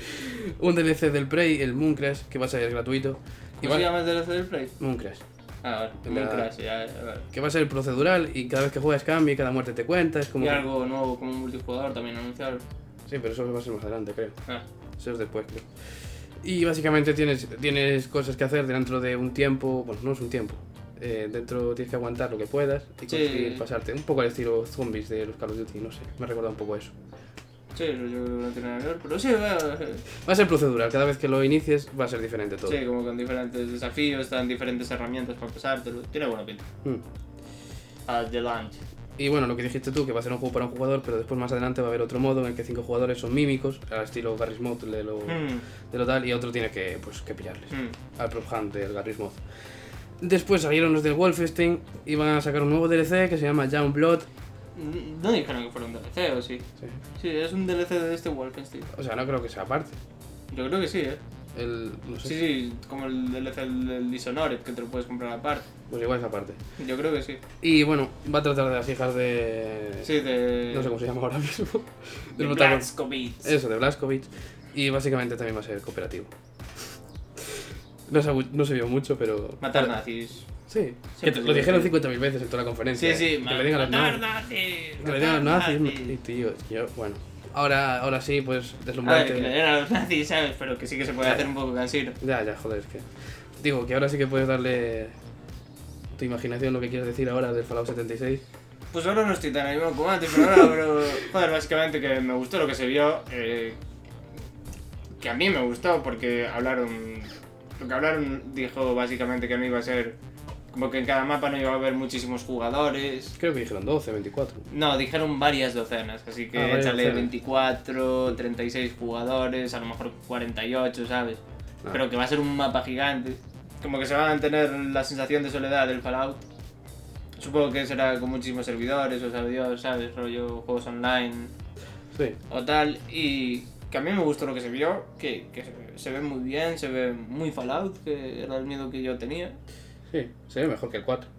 Speaker 2: un DLC del Prey, el Mooncrash, que va a ser gratuito. Y
Speaker 3: ¿Cómo
Speaker 2: va...
Speaker 3: se llama el DLC del Play?
Speaker 2: Mooncrash.
Speaker 3: Ah, vale.
Speaker 2: Nada.
Speaker 3: Minecraft, ya, ya, vale.
Speaker 2: Que va a ser procedural y cada vez que juegas cambia y cada muerte te cuenta. Es como...
Speaker 3: Y
Speaker 2: que-
Speaker 3: algo nuevo como un multijugador también anunciaron.
Speaker 2: Sí, pero eso va a ser más adelante, creo.
Speaker 3: Ah,
Speaker 2: Eso es después, creo. Y básicamente tienes, tienes cosas que hacer dentro de un tiempo, bueno, no es un tiempo. Eh, dentro tienes que aguantar lo que puedas y
Speaker 3: Sí.
Speaker 2: conseguir pasarte. Un poco al estilo zombies de los Call of Duty, no sé. Me ha recordado un poco a eso.
Speaker 3: sí, yo creo que no tiene nada que ver, pero sí, va,
Speaker 2: Va a ser procedural, cada vez que lo inicies va a ser diferente todo.
Speaker 3: sí, como con diferentes desafíos, están diferentes herramientas para pasártelo. Tiene buena pinta.
Speaker 2: Mm.
Speaker 3: Adelante.
Speaker 2: Y bueno, lo que dijiste tú, que va a ser un juego para un jugador, pero después más adelante va a haber otro modo en el que cinco jugadores son mímicos, al estilo Garry's Mod de lo,
Speaker 3: Mm,
Speaker 2: de lo tal, y otro tiene que, pues, que pillarles.
Speaker 3: mm.
Speaker 2: al Prop Hunt del Garry's Mod. Después salieron los del Wolfenstein y van a sacar un nuevo DLC que se llama Young Blood.
Speaker 3: hmm. No dijeron que fuera un DLC, ¿o sí?
Speaker 2: Sí.
Speaker 3: Sí, es un DLC de este Wolfenstein.
Speaker 2: O sea, no creo que sea aparte.
Speaker 3: Yo creo que sí, ¿eh?
Speaker 2: El, no sé,
Speaker 3: Sí, sí, como el DLC del Dishonored, que te lo puedes comprar aparte.
Speaker 2: Pues igual es aparte.
Speaker 3: Yo creo que sí.
Speaker 2: Y bueno, va a tratar de las hijas de.
Speaker 3: Sí, de...
Speaker 2: No sé cómo se llama ahora mismo.
Speaker 3: De
Speaker 2: Del protagonista.
Speaker 3: Blazkowicz.
Speaker 2: Eso, de Blaskovich. Y básicamente también va a ser cooperativo. No se, no se vio mucho, pero.
Speaker 3: Matar nazis.
Speaker 2: Sí. Que
Speaker 3: Siempre
Speaker 2: te-
Speaker 3: se
Speaker 2: lo
Speaker 3: ve,
Speaker 2: dijeron
Speaker 3: sí.
Speaker 2: 50.000 veces en toda la conferencia.
Speaker 3: Sí, sí,
Speaker 2: eh. Que
Speaker 3: ma-
Speaker 2: le digan a los
Speaker 3: matar
Speaker 2: nazis.
Speaker 3: nazis.
Speaker 2: Que le digan a los
Speaker 3: matar
Speaker 2: nazis. y tío, yo, bueno. Ahora, ahora sí, pues
Speaker 3: A ver,
Speaker 2: deslumbrante.
Speaker 3: que le den a los nazis, ¿sabes? Pero que sí que se puede hacer un poco cansino.
Speaker 2: Ya, ya, joder, es que. Digo, que ahora sí que puedes darle tu imaginación lo que quieres decir ahora del Fallout 76.
Speaker 3: Pues ahora no estoy tan animado como antes, pero ahora, pero, joder, básicamente que me gustó lo que se vio, eh, que a mí me gustó porque hablaron, lo que hablaron dijo básicamente que no iba a ser, como que en cada mapa no iba a haber muchísimos jugadores.
Speaker 2: Creo que dijeron 12, 24.
Speaker 3: No, dijeron varias docenas, así que
Speaker 2: Ah, varias
Speaker 3: échale
Speaker 2: docenas.
Speaker 3: 24, 36 jugadores, a lo mejor 48, ¿sabes?
Speaker 2: Ah.
Speaker 3: Pero que va a ser un mapa gigante. Como que se va a mantener la sensación de soledad del Fallout. Supongo que será con muchísimos servidores, o sea, Dios, ¿sabes? Rollo juegos online
Speaker 2: Sí.
Speaker 3: o tal. Y que a mí me gustó lo que se vio, que, que se, se ve muy bien, se ve muy Fallout, que era el miedo que yo tenía.
Speaker 2: Sí, se ve mejor que el 4.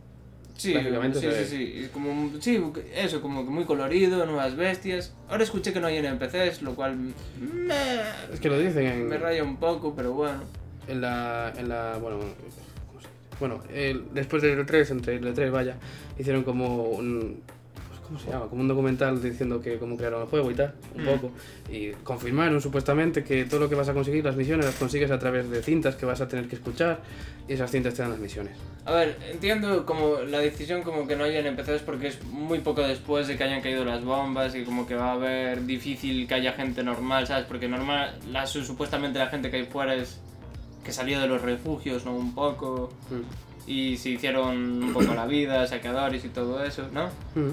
Speaker 3: Sí,
Speaker 2: Básicamente
Speaker 3: sí,
Speaker 2: se ve.
Speaker 3: sí, sí. Y Como, un- sí, eso, como que muy colorido, nuevas bestias. Ahora escuché que no hay NPCs, lo cual me,
Speaker 2: Es que lo dicen
Speaker 3: me
Speaker 2: en,
Speaker 3: raya un poco, pero bueno.
Speaker 2: en la. En la bueno, ¿cómo se dice? bueno el- después del E3, entre el E3, vaya, hicieron como un. pues, ¿Cómo se llama? Como un documental diciendo que cómo crearon el juego y tal, un
Speaker 3: Mm.
Speaker 2: poco. Y confirmaron supuestamente que todo lo que vas a conseguir, las misiones, las consigues a través de cintas que vas a tener que escuchar y esas cintas te dan las misiones.
Speaker 3: A ver, entiendo como la decisión como que no hayan empezado es porque es muy poco después de que hayan caído las bombas y como que va a haber difícil que haya gente normal, ¿sabes? Porque normal, la, su- supuestamente la gente que hay fuera es que salió de los refugios, ¿no? Un poco. Y se hicieron un poco la vida, saqueadores y todo eso, ¿no?
Speaker 2: Mm.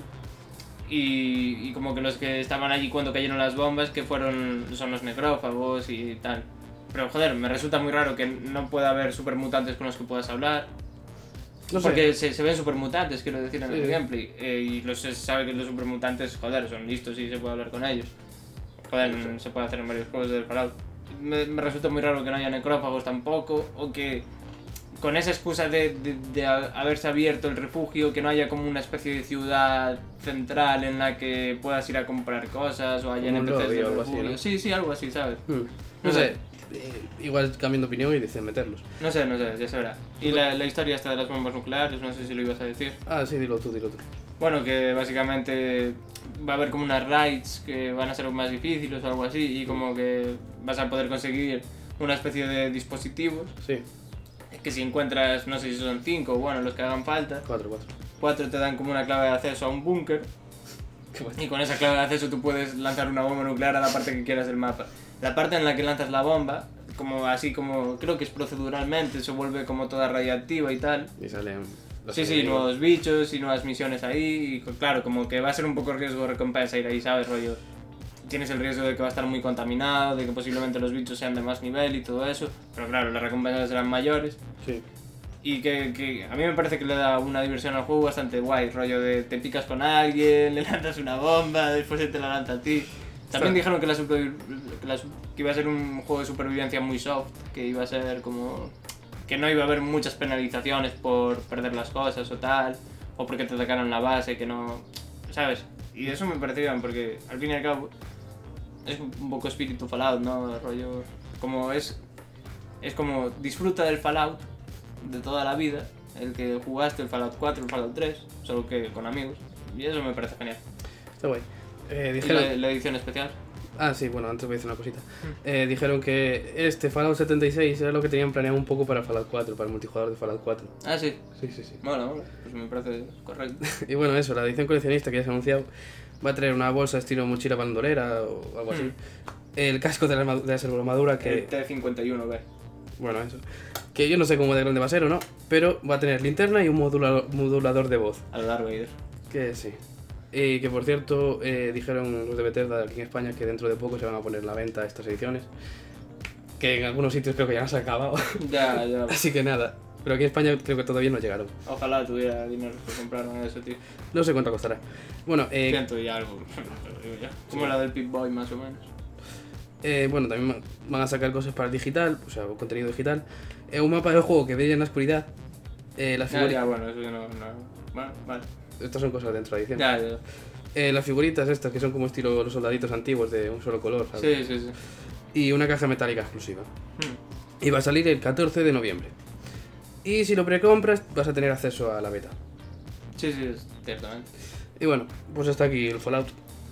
Speaker 3: Y, y como que los que estaban allí cuando cayeron las bombas, que fueron son los necrófagos y tal. Pero joder, me resulta muy raro que no pueda haber supermutantes con los que puedas hablar.
Speaker 2: No sé.
Speaker 3: Porque se, se ven supermutantes, quiero decir, en
Speaker 2: Sí.
Speaker 3: el gameplay. eh, y los, se sabe que los supermutantes, joder, son listos y se puede hablar con ellos. Joder, se puede hacer en varios juegos del Fallout. Me, me resulta muy raro que no haya necrófagos tampoco, o que con esa excusa de, de- de ha- haberse abierto el refugio, que no haya como una especie de ciudad central en la que puedas ir a comprar cosas, o haya
Speaker 2: Como un
Speaker 3: NPCs
Speaker 2: lobby
Speaker 3: del
Speaker 2: o algo así,
Speaker 3: refugio.
Speaker 2: ¿no?
Speaker 3: Sí, sí, algo así, ¿sabes?
Speaker 2: Mm. No sé, eh, igual cambian de opinión y dicen meterlos.
Speaker 3: No sé, no sé, ya se verá.
Speaker 2: Pues
Speaker 3: Y la, la historia esta de las bombas nucleares, no sé si lo ibas a decir.
Speaker 2: Ah, sí, dilo tú, dilo tú.
Speaker 3: Bueno, que básicamente va a haber como unas raids que van a ser más difíciles o algo así, y como que vas a poder conseguir una especie de dispositivos
Speaker 2: Sí,
Speaker 3: que si encuentras, no sé si son cinco, bueno, los que hagan falta,
Speaker 2: cuatro, cuatro.
Speaker 3: cuatro te dan como una clave de acceso a un búnker, y con esa clave de acceso tú puedes lanzar una bomba nuclear a la parte que quieras del mapa. La parte en la que lanzas la bomba, como así como creo que es proceduralmente, se vuelve como toda radiactiva y tal.
Speaker 2: Y salen. los
Speaker 3: Sí, sí,
Speaker 2: enemigos.
Speaker 3: nuevos pues, bichos y nuevas misiones ahí. Y co- claro, como que va a ser un poco riesgo recompensa ir ahí, ¿sabes? Rollo. tienes el riesgo de que va a estar muy contaminado, de que posiblemente los bichos sean de más nivel y todo eso, pero claro, las recompensas serán mayores.
Speaker 2: Sí.
Speaker 3: Y que, que a mí me parece que le da una diversión al juego bastante guay, rollo de te picas con alguien, *laughs* le lanzas una bomba, después se te la lanza a ti. También dijeron que, la supervi- que, la su- que iba a ser un juego de supervivencia muy soft, que iba a ser como... que no iba a haber muchas penalizaciones por perder las cosas o tal, o porque te atacaron la base, que no... ¿Sabes? Y eso me pareció bien, porque al fin y al cabo es un poco espíritu Fallout, ¿no? Rollo... Como es... Es como disfruta del Fallout, de toda la vida, el que jugaste el Fallout 4, el Fallout 3, solo que con amigos. Y eso me parece genial.
Speaker 2: Está guay. Eh,
Speaker 3: Y
Speaker 2: dijeron...
Speaker 3: la, la edición especial.
Speaker 2: Ah, sí, bueno, antes voy a decir una cosita. Eh, dijeron que este Fallout 76 era lo que tenían planeado un poco para Fallout 4, para el multijugador de Fallout 4.
Speaker 3: Ah, sí.
Speaker 2: Sí, sí, sí.
Speaker 3: Mola, mola. Pues me parece correcto.
Speaker 2: *laughs* Y bueno, eso, la edición coleccionista que ya se ha anunciado va a traer una bolsa estilo mochila bandolera o algo así.
Speaker 3: Hmm.
Speaker 2: El casco de la, arma- de la armadura *laughs* que...
Speaker 3: El T51, ve.
Speaker 2: Bueno, eso. Que yo no sé cómo de grande va a ser o no, pero va a tener linterna y un modula- modulador de voz.
Speaker 3: A lo largo de
Speaker 2: Que sí. Y que por cierto, eh, dijeron los de Bethesda aquí en España que dentro de poco se van a poner en la venta estas ediciones. Que en algunos sitios creo que ya las han acabado.
Speaker 3: *laughs*
Speaker 2: *laughs*
Speaker 3: Ya, ya.
Speaker 2: Así que nada. Pero aquí en España creo que todavía no llegaron.
Speaker 3: Ojalá tuviera dinero para comprarme eso, tío.
Speaker 2: No sé cuánto costará. Bueno, eh,
Speaker 3: Ciento y algo. *laughs* lo digo ya. Como la del Pip Boy, más o menos.
Speaker 2: Eh, bueno, también ma- van a sacar cosas para el digital, o sea, contenido digital. Eh, un mapa del juego que brilla en la oscuridad. Eh, las
Speaker 3: Ya, ya,
Speaker 2: figuritas.
Speaker 3: bueno, eso yo no. no. Bueno, vale.
Speaker 2: Estas son cosas dentro de la edición.
Speaker 3: Ya, ya.
Speaker 2: Eh, las figuritas estas, que son como estilo los soldaditos antiguos de un solo color, ¿sabes?
Speaker 3: Sí, sí, sí.
Speaker 2: Y una caja metálica exclusiva.
Speaker 3: Hmm.
Speaker 2: Y va a salir el 14 de noviembre. Y si lo precompras, vas a tener acceso a la beta.
Speaker 3: Sí, sí, es- ciertamente.
Speaker 2: Y bueno, pues hasta aquí el Fallout.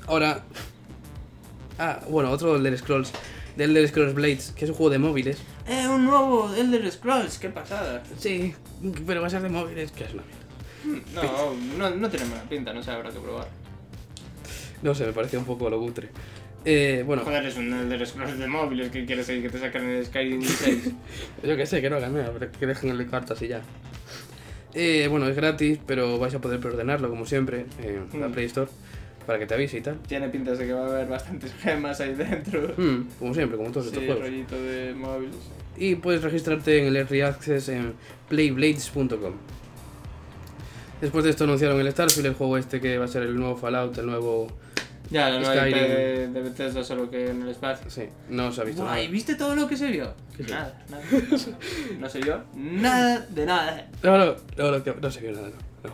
Speaker 2: Ahora. Ah, bueno, otro del Scrolls. Del Elder Scrolls Blades, que es un juego de móviles.
Speaker 3: ¡Eh, un nuevo Elder Scrolls! ¡Qué pasada!
Speaker 2: Sí, pero va a ser de móviles, que es una mierda.
Speaker 3: No, no, no tiene mala pinta, no sé, habrá que probar.
Speaker 2: No sé, me parece un poco lo cutre. Eh, bueno,
Speaker 3: Joder, es un Elder Scrolls de móviles, ¿qué quieres decir? Que te sacan el Skyrim 6.
Speaker 2: yo que sé, que no hagan nada, pero que dejen el cartas y ya. Eh, bueno, es gratis, pero vais a poder preordenarlo, como siempre, en la
Speaker 3: Mm.
Speaker 2: Play Store, para que te avise y tal.
Speaker 3: *laughs* tiene pintas de que va a haber bastantes gemas ahí dentro.
Speaker 2: Mm, como siempre, como todos estos
Speaker 3: Sí,
Speaker 2: juegos.
Speaker 3: rollito de móviles.
Speaker 2: Y puedes registrarte en el Early Access en playblades.com. Después de esto anunciaron el Starfield, el juego este que va a ser el nuevo Fallout, el nuevo...
Speaker 3: Ya, la nueva IP
Speaker 2: Skyrim.
Speaker 3: de, de Bethesda, solo que en el espacio.
Speaker 2: Sí, no se ha visto
Speaker 3: Guay,
Speaker 2: nada.
Speaker 3: ¿viste todo lo que se vio?
Speaker 2: ¿Qué se
Speaker 3: Nada, nada.
Speaker 2: *laughs*
Speaker 3: No se vio nada de nada. *laughs*
Speaker 2: No, no, no, no, no se vio nada, no.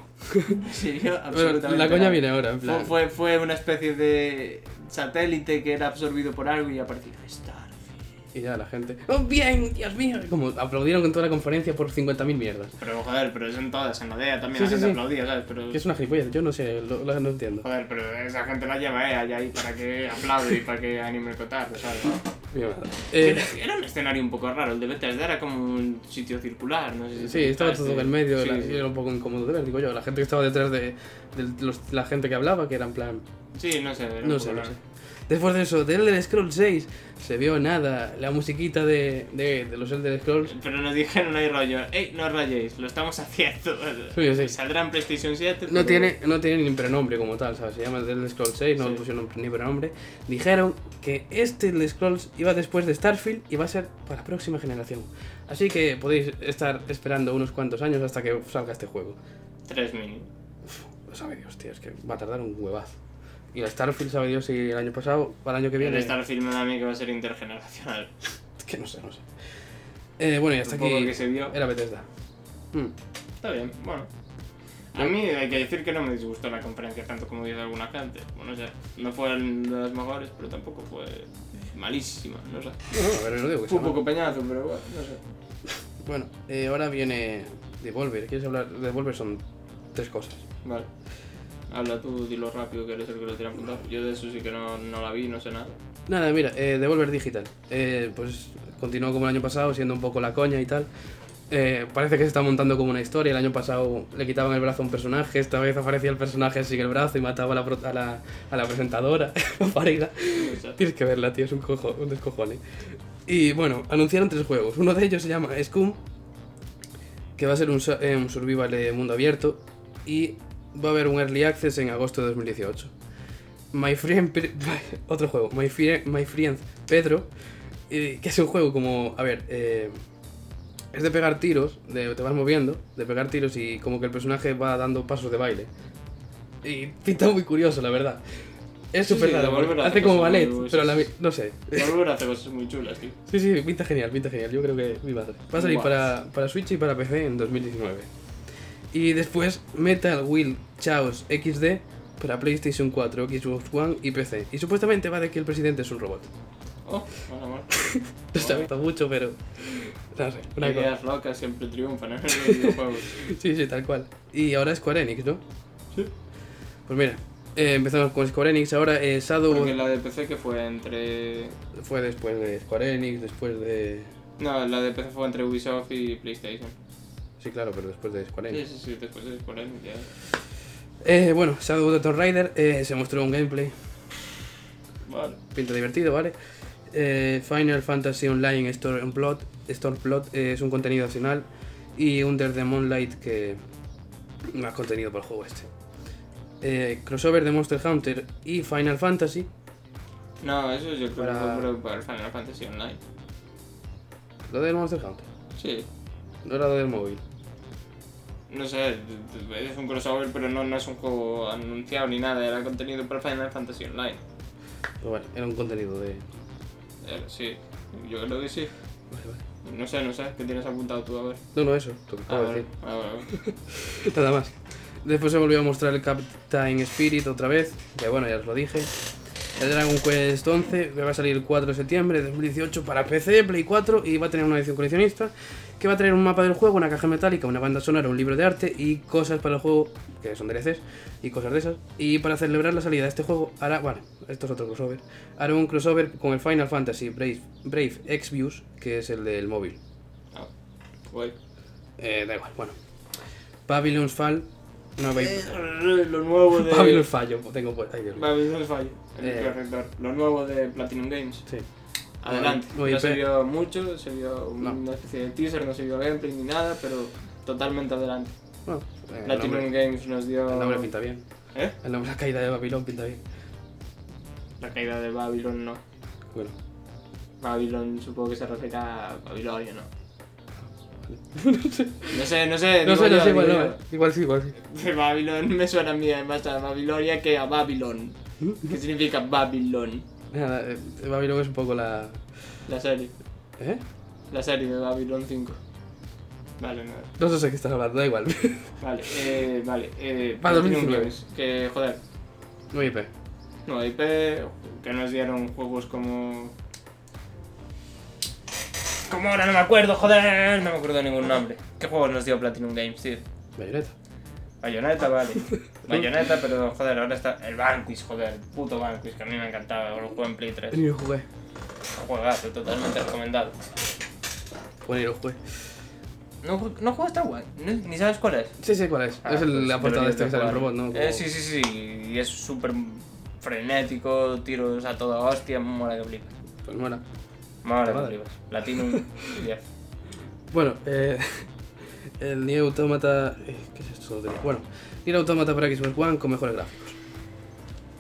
Speaker 2: no.
Speaker 3: No se vio
Speaker 2: Pero
Speaker 3: absolutamente
Speaker 2: la coña
Speaker 3: nada.
Speaker 2: viene ahora, en
Speaker 3: Fue,
Speaker 2: plan...
Speaker 3: fue, fue una especie de satélite que era absorbido por algo y apareció Starfield.
Speaker 2: Y ya la gente. ¡Oh, bien! ¡Dios mío! Como aplaudieron con toda la conferencia por 50.000 mierdas.
Speaker 3: Pero joder, pero es en todas, en la DEA también
Speaker 2: Sí,
Speaker 3: la
Speaker 2: sí,
Speaker 3: gente
Speaker 2: sí.
Speaker 3: aplaudía, ¿sabes? Pero,
Speaker 2: Que es una gilipollas, yo no sé, lo, lo- no entiendo.
Speaker 3: Joder, pero esa gente la lleva EA ya ahí para que aplaude y para que anime el cotarro, ¿sabes?
Speaker 2: Mira, nada. *laughs*
Speaker 3: Era,
Speaker 2: Eh,
Speaker 3: era un escenario un poco raro, el de Bethesda era como un sitio circular, no sé si...
Speaker 2: sí, estaba todo en el medio,
Speaker 3: Sí,
Speaker 2: la-
Speaker 3: sí.
Speaker 2: era un poco incómodo de ver, digo yo. La gente que estaba detrás de, de los- la gente que hablaba, que era en plan.
Speaker 3: Sí, no sé, era un
Speaker 2: No
Speaker 3: poco
Speaker 2: sé, no
Speaker 3: raro.
Speaker 2: sé. Después de eso, de Elder Scrolls 6, se vio nada. La musiquita de, de, de los Elder Scrolls.
Speaker 3: Pero nos dijeron ahí rollo, ey, no rayéis, lo estamos haciendo.
Speaker 2: Sí, sí.
Speaker 3: Saldrá en PlayStation 7.
Speaker 2: No
Speaker 3: pero-
Speaker 2: tiene, no tiene ni prenombre como tal, ¿sabes? Se llama The Elder Scrolls 6, no
Speaker 3: Sí.
Speaker 2: le pusieron ni prenombre. Dijeron que este Elder Scrolls iba después de Starfield y va a ser para la próxima generación. Así que podéis estar esperando unos cuantos años hasta que salga este juego.
Speaker 3: Tres mini.
Speaker 2: Lo sabe Dios, tío, es que va a tardar un huevazo. Y la Starfield, sabe Dios, si el año pasado, para el año que
Speaker 3: Viene
Speaker 2: viene...
Speaker 3: estar filmando a mí que va a ser intergeneracional.
Speaker 2: Es que no sé, no sé. Eh, bueno, y hasta
Speaker 3: Un poco
Speaker 2: aquí
Speaker 3: que se vio.
Speaker 2: era Bethesda. Hmm.
Speaker 3: Está bien, bueno. A mí hay que decir que no me disgustó la conferencia tanto como dice alguna gente. Bueno, o sea, no fueron de las mejores, pero tampoco fue malísima, no sé.
Speaker 2: No, no, a ver, no digo que
Speaker 3: Fue
Speaker 2: sea
Speaker 3: un
Speaker 2: malo.
Speaker 3: poco peñazo, pero bueno, no sé.
Speaker 2: Bueno, eh, ahora viene Devolver. ¿Quieres hablar? Devolver son tres cosas.
Speaker 3: Vale. Habla tú, dilo rápido, que eres el que lo tiene apuntado. Yo de eso sí que no, no la vi, no sé nada.
Speaker 2: Nada, mira, eh, Devolver Digital. Eh, pues continuó como el año pasado, siendo un poco la coña y tal. Eh, parece que se está montando como una historia. El año pasado le quitaban el brazo a un personaje, esta vez aparecía el personaje sin el brazo y mataba a la, pro- a la, a la presentadora. *laughs* No pareja.
Speaker 3: No sé.
Speaker 2: Tienes que verla, tío, es un, cojo, un descojone. Y bueno, anunciaron tres juegos. Uno de ellos se llama Scum, que va a ser un, su- eh, un survival de mundo abierto y va a haber un early access en agosto de 2018. My Friend. Pe- *laughs* Otro juego. My, Frie- My Friend Pedro. eh, que es un juego como. A ver. eh, es de pegar tiros. De, te vas moviendo. De pegar tiros y como que el personaje va dando pasos de baile. Y *laughs* pinta muy curioso, la verdad. Es
Speaker 5: Sí,
Speaker 2: súper
Speaker 5: sí,
Speaker 2: raro,
Speaker 5: de
Speaker 2: porque
Speaker 5: Wolverine
Speaker 2: Hace
Speaker 5: hace
Speaker 2: como
Speaker 5: cosas muy
Speaker 2: ballet.
Speaker 5: buenas.
Speaker 2: Pero a la vi- no sé.
Speaker 5: Volver hace cosas muy chulas, tío.
Speaker 2: Sí, sí, pinta genial, pinta genial. Yo creo que mi madre. Va a salir
Speaker 5: Guau.
Speaker 2: para, para Switch y para PC en 2019. Y después Metal Will Chaos XD para PlayStation 4, Xbox One y PC. Y supuestamente va de que el presidente es un robot. *laughs*
Speaker 5: Oh, bueno, bueno.
Speaker 2: No se gusta mucho, pero. No sé, una cosa.
Speaker 5: Ideas locas siempre triunfan en los videojuegos.
Speaker 2: *laughs* Sí, sí, tal cual. Y ahora Square Enix, ¿no?
Speaker 5: Sí.
Speaker 2: Pues mira, eh, empezamos con Square Enix. Ahora eh, Shadow
Speaker 5: Porque la de PC que fue entre.
Speaker 2: fue después de Square Enix, después de.
Speaker 5: No, la de PC fue entre Ubisoft y PlayStation.
Speaker 2: Sí, claro, pero después de Square Enix.
Speaker 5: Sí, sí, sí, después es por ahí. Ya.
Speaker 2: Eh, bueno, Shadow of the Tomb Raider eh, se mostró un gameplay
Speaker 5: Vale.
Speaker 2: pinta divertido, ¿vale? Eh, Final Fantasy Online Store Plot, Store Plot eh, es un contenido opcional y Under the Moonlight que más contenido para el juego este. Eh, crossover de Monster Hunter y Final Fantasy.
Speaker 5: No, eso yo creo
Speaker 2: Para-
Speaker 5: que fue por- para el Final Fantasy Online.
Speaker 2: Lo del Monster Hunter,
Speaker 5: Sí.
Speaker 2: no era lo del móvil.
Speaker 5: No sé, es un crossover, pero no, no es un juego anunciado ni nada, era contenido para Final Fantasy Online.
Speaker 2: Pero bueno, era un contenido de.
Speaker 5: Era- sí, yo creo que sí.
Speaker 2: Vale, vale. Ah,
Speaker 5: No sé, no sé, ¿qué tienes apuntado tú a ver?
Speaker 2: No, no, eso, lo que acabo de
Speaker 5: vale,
Speaker 2: decir.
Speaker 5: vale, Ah, vale.
Speaker 2: Nada más. Después se volvió a mostrar el Captain Spirit otra vez, que bueno, ya os lo dije. El Dragon Quest 11, que va a salir el 4 de septiembre de 2018 para PC, Play 4 y va a tener una edición coleccionista, que va a traer un mapa del juego, una caja metálica, una banda sonora, un libro de arte y cosas para el juego, que son DLCs y cosas de esas. Y para celebrar la salida de este juego, hará, bueno, esto es otro crossover, hará un crossover con el Final Fantasy Brave, Brave X-Views, que es el del móvil.
Speaker 5: Ah, guay.
Speaker 2: Eh, da igual, bueno. Pavilions Fall, no veis.
Speaker 5: Eh, Lo nuevo de.
Speaker 2: Pablo Fallo, tengo pues. Ay, Dios mío.
Speaker 5: Babylon Fall, el
Speaker 2: Eh.
Speaker 5: corrector. Lo nuevo de Platinum Games.
Speaker 2: Sí.
Speaker 5: Adelante.
Speaker 2: Oye,
Speaker 5: no se
Speaker 2: pe-
Speaker 5: vio mucho, se vio una
Speaker 2: No.
Speaker 5: especie de teaser, no se vio gameplay ni nada, pero totalmente adelante.
Speaker 2: Bueno, eh, el
Speaker 5: Platinum
Speaker 2: nombre,
Speaker 5: Games nos dio.
Speaker 2: el nombre pinta bien.
Speaker 5: ¿Eh?
Speaker 2: El nombre La Caída de Babilón pinta bien.
Speaker 5: La caída de Babylon no.
Speaker 2: Bueno,
Speaker 5: Babylon supongo que se refiere a Babilonia,
Speaker 2: *laughs*
Speaker 5: ¿no? No sé, no sé.
Speaker 2: no
Speaker 5: digo
Speaker 2: sé, no
Speaker 5: yo, digo
Speaker 2: sé, igual,
Speaker 5: yo.
Speaker 2: no, eh. igual sí, igual sí.
Speaker 5: Babylon me suena a mí eh, más a Babilonia que a Babylon. ¿Qué significa Babylon?
Speaker 2: Nada, eh, Babilón es un poco la.
Speaker 5: La serie.
Speaker 2: ¿Eh?
Speaker 5: La serie de Babylon 5. Vale, no.
Speaker 2: No sé de qué estás hablando, da igual. *laughs*
Speaker 5: Vale, eh, vale. Eh,
Speaker 2: Para
Speaker 5: Platinum
Speaker 2: 2019.
Speaker 5: Games, Que, joder,
Speaker 2: No IP.
Speaker 5: no, IP, que nos dieron juegos como...
Speaker 3: Como ahora no me acuerdo, joder, no me acuerdo ningún nombre. ¿Qué juegos nos dio Platinum Games, tío?
Speaker 2: Bayonetta. *laughs*
Speaker 3: Bayonetta, vale. Bayonetta, pero joder, ahora está el Vanquish, joder, el puto Vanquish, que a mí me encantaba, lo juego en Play 3.
Speaker 2: Ni lo jugué.
Speaker 3: Juegazo, totalmente recomendado.
Speaker 2: Bueno, ni lo jugué.
Speaker 3: No, ju- no juegas tan guay, ni ni sabes cuál es.
Speaker 2: Sí, sí, ¿cuál es?
Speaker 3: Ah,
Speaker 2: es el-
Speaker 3: pues
Speaker 2: la portada
Speaker 3: deberías
Speaker 2: esta que
Speaker 3: de
Speaker 2: sale el
Speaker 3: jugar.
Speaker 2: robot, ¿no?
Speaker 3: Eh, sí, sí, sí, y es súper frenético, tiros a toda hostia, mola que flipas.
Speaker 2: Pues mola.
Speaker 3: Mola que
Speaker 2: Madre.
Speaker 3: flipas.
Speaker 2: *laughs*
Speaker 3: Platinum 10.
Speaker 2: Bueno, eh, *laughs* el Nier Automata. eh, ¿Qué es esto? De- Bueno, Nier Automata para Xbox One con mejores gráficos.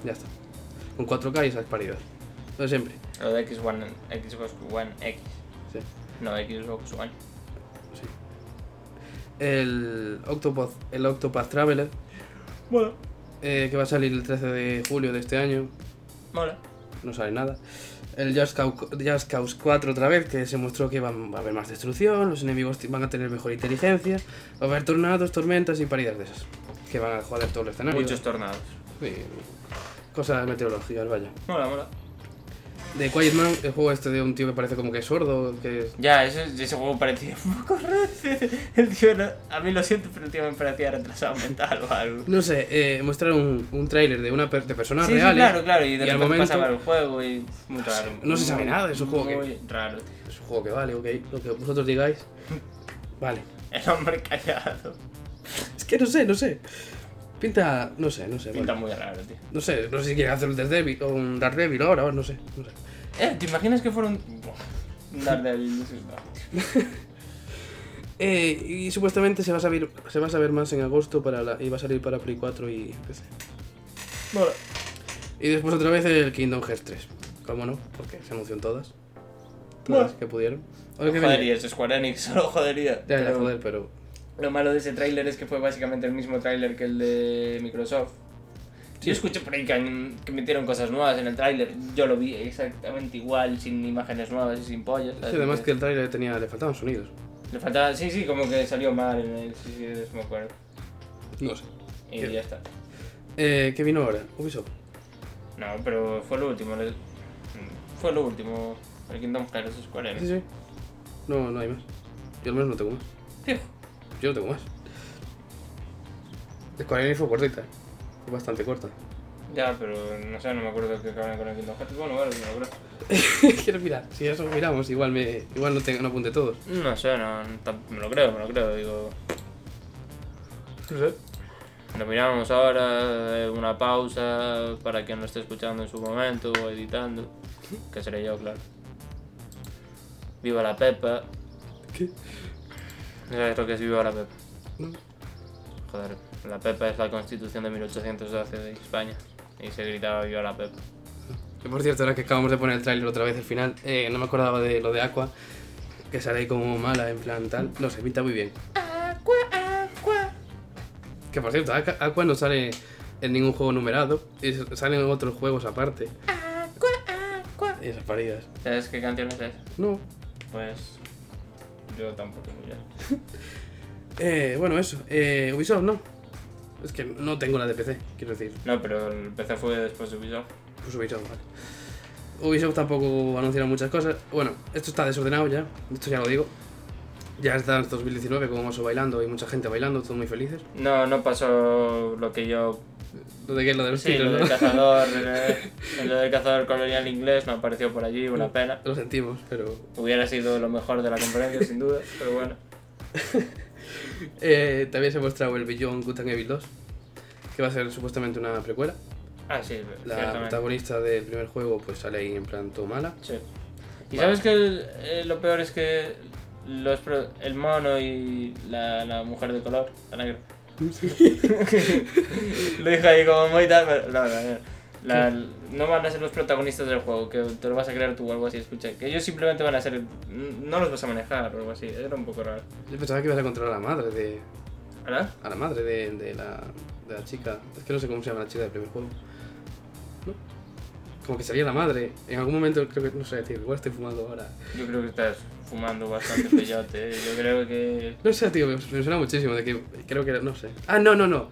Speaker 2: Ya está. Con 4K y esas paridad. Lo de siempre.
Speaker 3: Lo de X1, Xbox One X.
Speaker 2: Sí.
Speaker 3: No, Xbox One.
Speaker 2: sí. El Octopath, el Octopath Traveler,
Speaker 3: Mola.
Speaker 2: eh, que va a salir el 13 de julio de este año.
Speaker 3: Mola.
Speaker 2: No sale nada. El Just Cau- Just Cause 4 otra vez, que se mostró que van- va a haber más destrucción, los enemigos ti- van a tener mejor inteligencia, va a haber tornados, tormentas y paridas de esas. Que van a joder todo el escenario.
Speaker 3: Muchos tornados.
Speaker 2: Sí, cosas meteorológicas, vaya.
Speaker 3: Mola, mola.
Speaker 2: De Quiet Man, el juego este de un tío que parece como que es sordo, que es...
Speaker 3: Ya, ese, ese juego parecía *laughs* un poco raro. El tío, no- a mí lo siento, pero el tío me parecía retrasado mental o algo.
Speaker 2: No sé, eh, mostrar un, un tráiler de una per- de personas
Speaker 3: Sí, sí,
Speaker 2: reales.
Speaker 3: claro, claro, y de
Speaker 2: ¿eh? y al
Speaker 3: repente
Speaker 2: momento-
Speaker 3: pasaba el juego y muy raro.
Speaker 2: no se sabe
Speaker 3: Muy-
Speaker 2: nada de ese juego que-
Speaker 3: Muy raro. tío.
Speaker 2: Es un juego que vale, ok, lo que vosotros digáis. Vale.
Speaker 3: El hombre callado.
Speaker 2: Es que no sé, no sé. Pinta, no sé, no sé.
Speaker 3: Pinta
Speaker 2: vale.
Speaker 3: muy raro, tío.
Speaker 2: No sé, no sé si quieren hacer un Daredevil, o un Daredevil ahora, o no sé, no sé.
Speaker 3: Eh, ¿te imaginas que fuera un. Buah, un Daredevil? No sé, no.
Speaker 2: Eh, y supuestamente se va a saber, se va a saber más en agosto para la, y va a salir para Play 4 y PC.
Speaker 3: Mola.
Speaker 2: Y después otra vez el Kingdom Hearts 3. ¿Cómo no? Porque se anunció en todas. Todas las que pudieron. O lo que venía.
Speaker 3: Jodería, eso Square Enix, *laughs* solo jodería.
Speaker 2: Ya, ya,
Speaker 3: Pero
Speaker 2: joder, pero.
Speaker 3: Lo malo de ese tráiler es que fue básicamente el mismo tráiler que el de Microsoft. Yo escuché por ahí que, han- que metieron cosas nuevas en el tráiler. Yo lo vi exactamente igual, sin imágenes nuevas y sin pollas.
Speaker 2: Sí,
Speaker 3: así
Speaker 2: además que el trailer tenía, le faltaban sonidos.
Speaker 3: Le faltaba... Sí, sí, como que salió mal en el... Sí, sí, de eso me acuerdo.
Speaker 2: No sé.
Speaker 3: Y
Speaker 2: ¿Qué?
Speaker 3: ya está.
Speaker 2: Eh, ¿Qué vino ahora? Ubisoft.
Speaker 3: No, pero fue lo último. lo- Fue lo último. El Kingdom Hearts Square
Speaker 2: Sí,
Speaker 3: Enix.
Speaker 2: sí. No, no hay más. Yo al menos no tengo más.
Speaker 3: Fijo.
Speaker 2: Yo no tengo más. Square Enix fue cortita. eh. Fue bastante *laughs* corta.
Speaker 3: Ya, pero no sé, no me acuerdo que acabaron con el Kingdom Hearts. Bueno, vale, me lo acuerdo.
Speaker 2: Quiero mirar. Si eso miramos, igual me, igual no, tengo, no apunte todos.
Speaker 3: No sé, no, no tam- me lo creo, me lo creo, digo.
Speaker 2: No sé.
Speaker 3: Lo miramos ahora, eh, una pausa para quien lo esté escuchando en su momento o editando, que seré yo, claro. Viva la Pepa.
Speaker 2: ¿Qué?
Speaker 3: ¿No sabes lo que es Viva la Pepa?
Speaker 2: No.
Speaker 3: Joder, la Pepa es la constitución de 1812 de España y se gritaba Viva la Pepa.
Speaker 2: Que por cierto, ahora que acabamos de poner el tráiler otra vez al final, eh, no me acordaba de lo de Aqua, que sale ahí como mala, en plan tal. No se pinta muy bien. Aqua, Aqua. Que por cierto, Aqua, Aqua no sale en ningún juego numerado, y s- salen otros juegos aparte. Aqua, Aqua. Esas paridas.
Speaker 3: ¿Sabes qué canción es esa?
Speaker 2: No.
Speaker 3: Pues. Yo tampoco, ya.
Speaker 2: Eh, bueno, eso. Eh, Ubisoft no. Es que no tengo la de PC, quiero decir.
Speaker 3: No, pero el PC fue después de Ubisoft.
Speaker 2: Pues Ubisoft, vale. Ubisoft tampoco anunciaron muchas cosas. Bueno, esto está desordenado ya, esto ya lo digo. Ya está en 2019 como oso bailando, hay mucha gente bailando, todos muy felices.
Speaker 3: No, no pasó lo que yo
Speaker 2: Lo de que es lo de los
Speaker 3: Pues Sí,
Speaker 2: tiros, ¿no?
Speaker 3: lo del *laughs* cazador, eh, lo del cazador colonial inglés no apareció por allí, una pena.
Speaker 2: *laughs* Lo sentimos, pero...
Speaker 3: Hubiera sido lo mejor de la conferencia, sin duda, pero bueno.
Speaker 2: Eh, también se ha mostrado el Beyond Good and Evil 2, que va a ser supuestamente una precuela.
Speaker 3: Ah, sí,
Speaker 2: La
Speaker 3: ciertamente.
Speaker 2: protagonista del primer juego pues sale ahí en plan todo mala.
Speaker 3: Sí. Y
Speaker 2: Bueno.
Speaker 3: sabes que el- eh, lo peor es que los pro- el mono y la, la mujer de color, la negra. lo dije ahí como muy tal, pero no, no, no. La- no van a ser los protagonistas del juego, que te lo vas a crear tú o algo así, escucha. Que ellos simplemente van a ser. No los vas a manejar o algo así, era un poco raro.
Speaker 2: Yo pensaba que ibas a encontrar a la madre de...
Speaker 3: ¿Verdad?
Speaker 2: A la madre de, de la, de la chica. Es que no sé cómo se llama la chica del primer juego. ¿No? Como que salía la madre. En algún momento creo que. No sé, tío. Igual estoy fumando ahora.
Speaker 3: Yo creo que estás fumando bastante peyote. ¿eh? Yo creo que.
Speaker 2: No sé, tío. Me, me suena muchísimo. De que creo que era. No sé. Ah, no, no, no.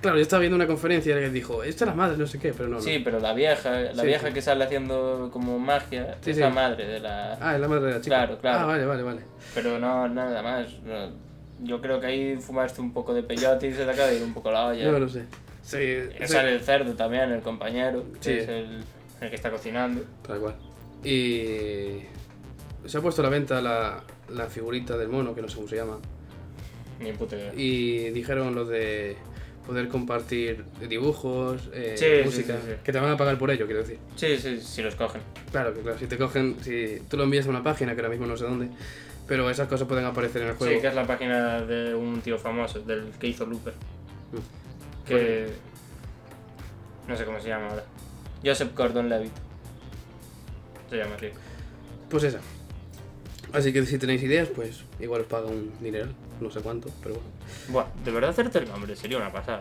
Speaker 2: Claro, yo estaba viendo una conferencia y alguien dijo: Esta es la madre, no sé qué, pero no. no.
Speaker 3: Sí, pero la vieja, la
Speaker 2: Sí,
Speaker 3: vieja
Speaker 2: sí.
Speaker 3: que sale haciendo como magia,
Speaker 2: Sí,
Speaker 3: es
Speaker 2: sí.
Speaker 3: la madre de la.
Speaker 2: Ah, es la madre de la chica.
Speaker 3: Claro, claro.
Speaker 2: Ah, vale, vale, vale.
Speaker 3: Pero no, nada más. no. Yo creo que ahí fumaste un poco de peyote y se te acaba de ir un poco la olla.
Speaker 2: No, no sé. Sí,
Speaker 3: Y
Speaker 2: sí,
Speaker 3: no sale el cerdo también, el compañero, que
Speaker 2: Sí.
Speaker 3: es el, el que está cocinando.
Speaker 2: Tal cual. Y. Se ha puesto a la venta la, la figurita del mono, que no sé cómo se llama.
Speaker 3: Ni puta idea.
Speaker 2: y dijeron lo de poder compartir dibujos, eh,
Speaker 3: Sí, sí,
Speaker 2: música,
Speaker 3: sí, sí.
Speaker 2: que te van a pagar por ello, quiero decir.
Speaker 3: Sí, sí, sí, los cogen.
Speaker 2: Claro, que claro, si te cogen, si tú lo envías a una página, que ahora mismo no sé dónde, pero esas cosas pueden aparecer en el juego.
Speaker 3: Sí, que es la página de un tío famoso, del que hizo Looper.
Speaker 2: Mm.
Speaker 3: Que. No sé cómo se llama ahora. Joseph Gordon Levitt. Se llama así.
Speaker 2: Pues esa. Así que si tenéis ideas, pues igual os paga un dineral, no sé cuánto, pero
Speaker 3: *laughs*
Speaker 2: bueno.
Speaker 3: Bueno, de verdad hacerte el nombre sería una pasada.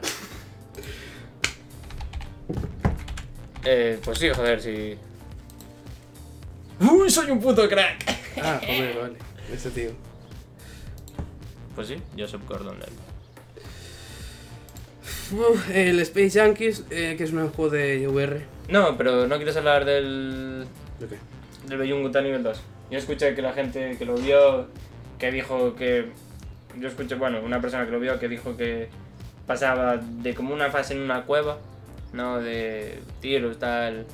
Speaker 3: Eh, pues sí, joder, si. ¡Uy, soy un puto crack!
Speaker 2: Ah, hombre, vale, ese tío.
Speaker 3: Pues sí, Joseph Gordon Levitt.
Speaker 2: Uf, el Space Yankees, eh, que es un juego de VR.
Speaker 3: No, pero no quieres hablar del.
Speaker 2: ¿De qué?
Speaker 3: del Bellunguta nivel 2. Yo escuché que la gente que lo vio, que dijo que... Yo escuché, bueno, una persona que lo vio que dijo que pasaba de como una fase en una cueva, ¿no? De tiros, tal...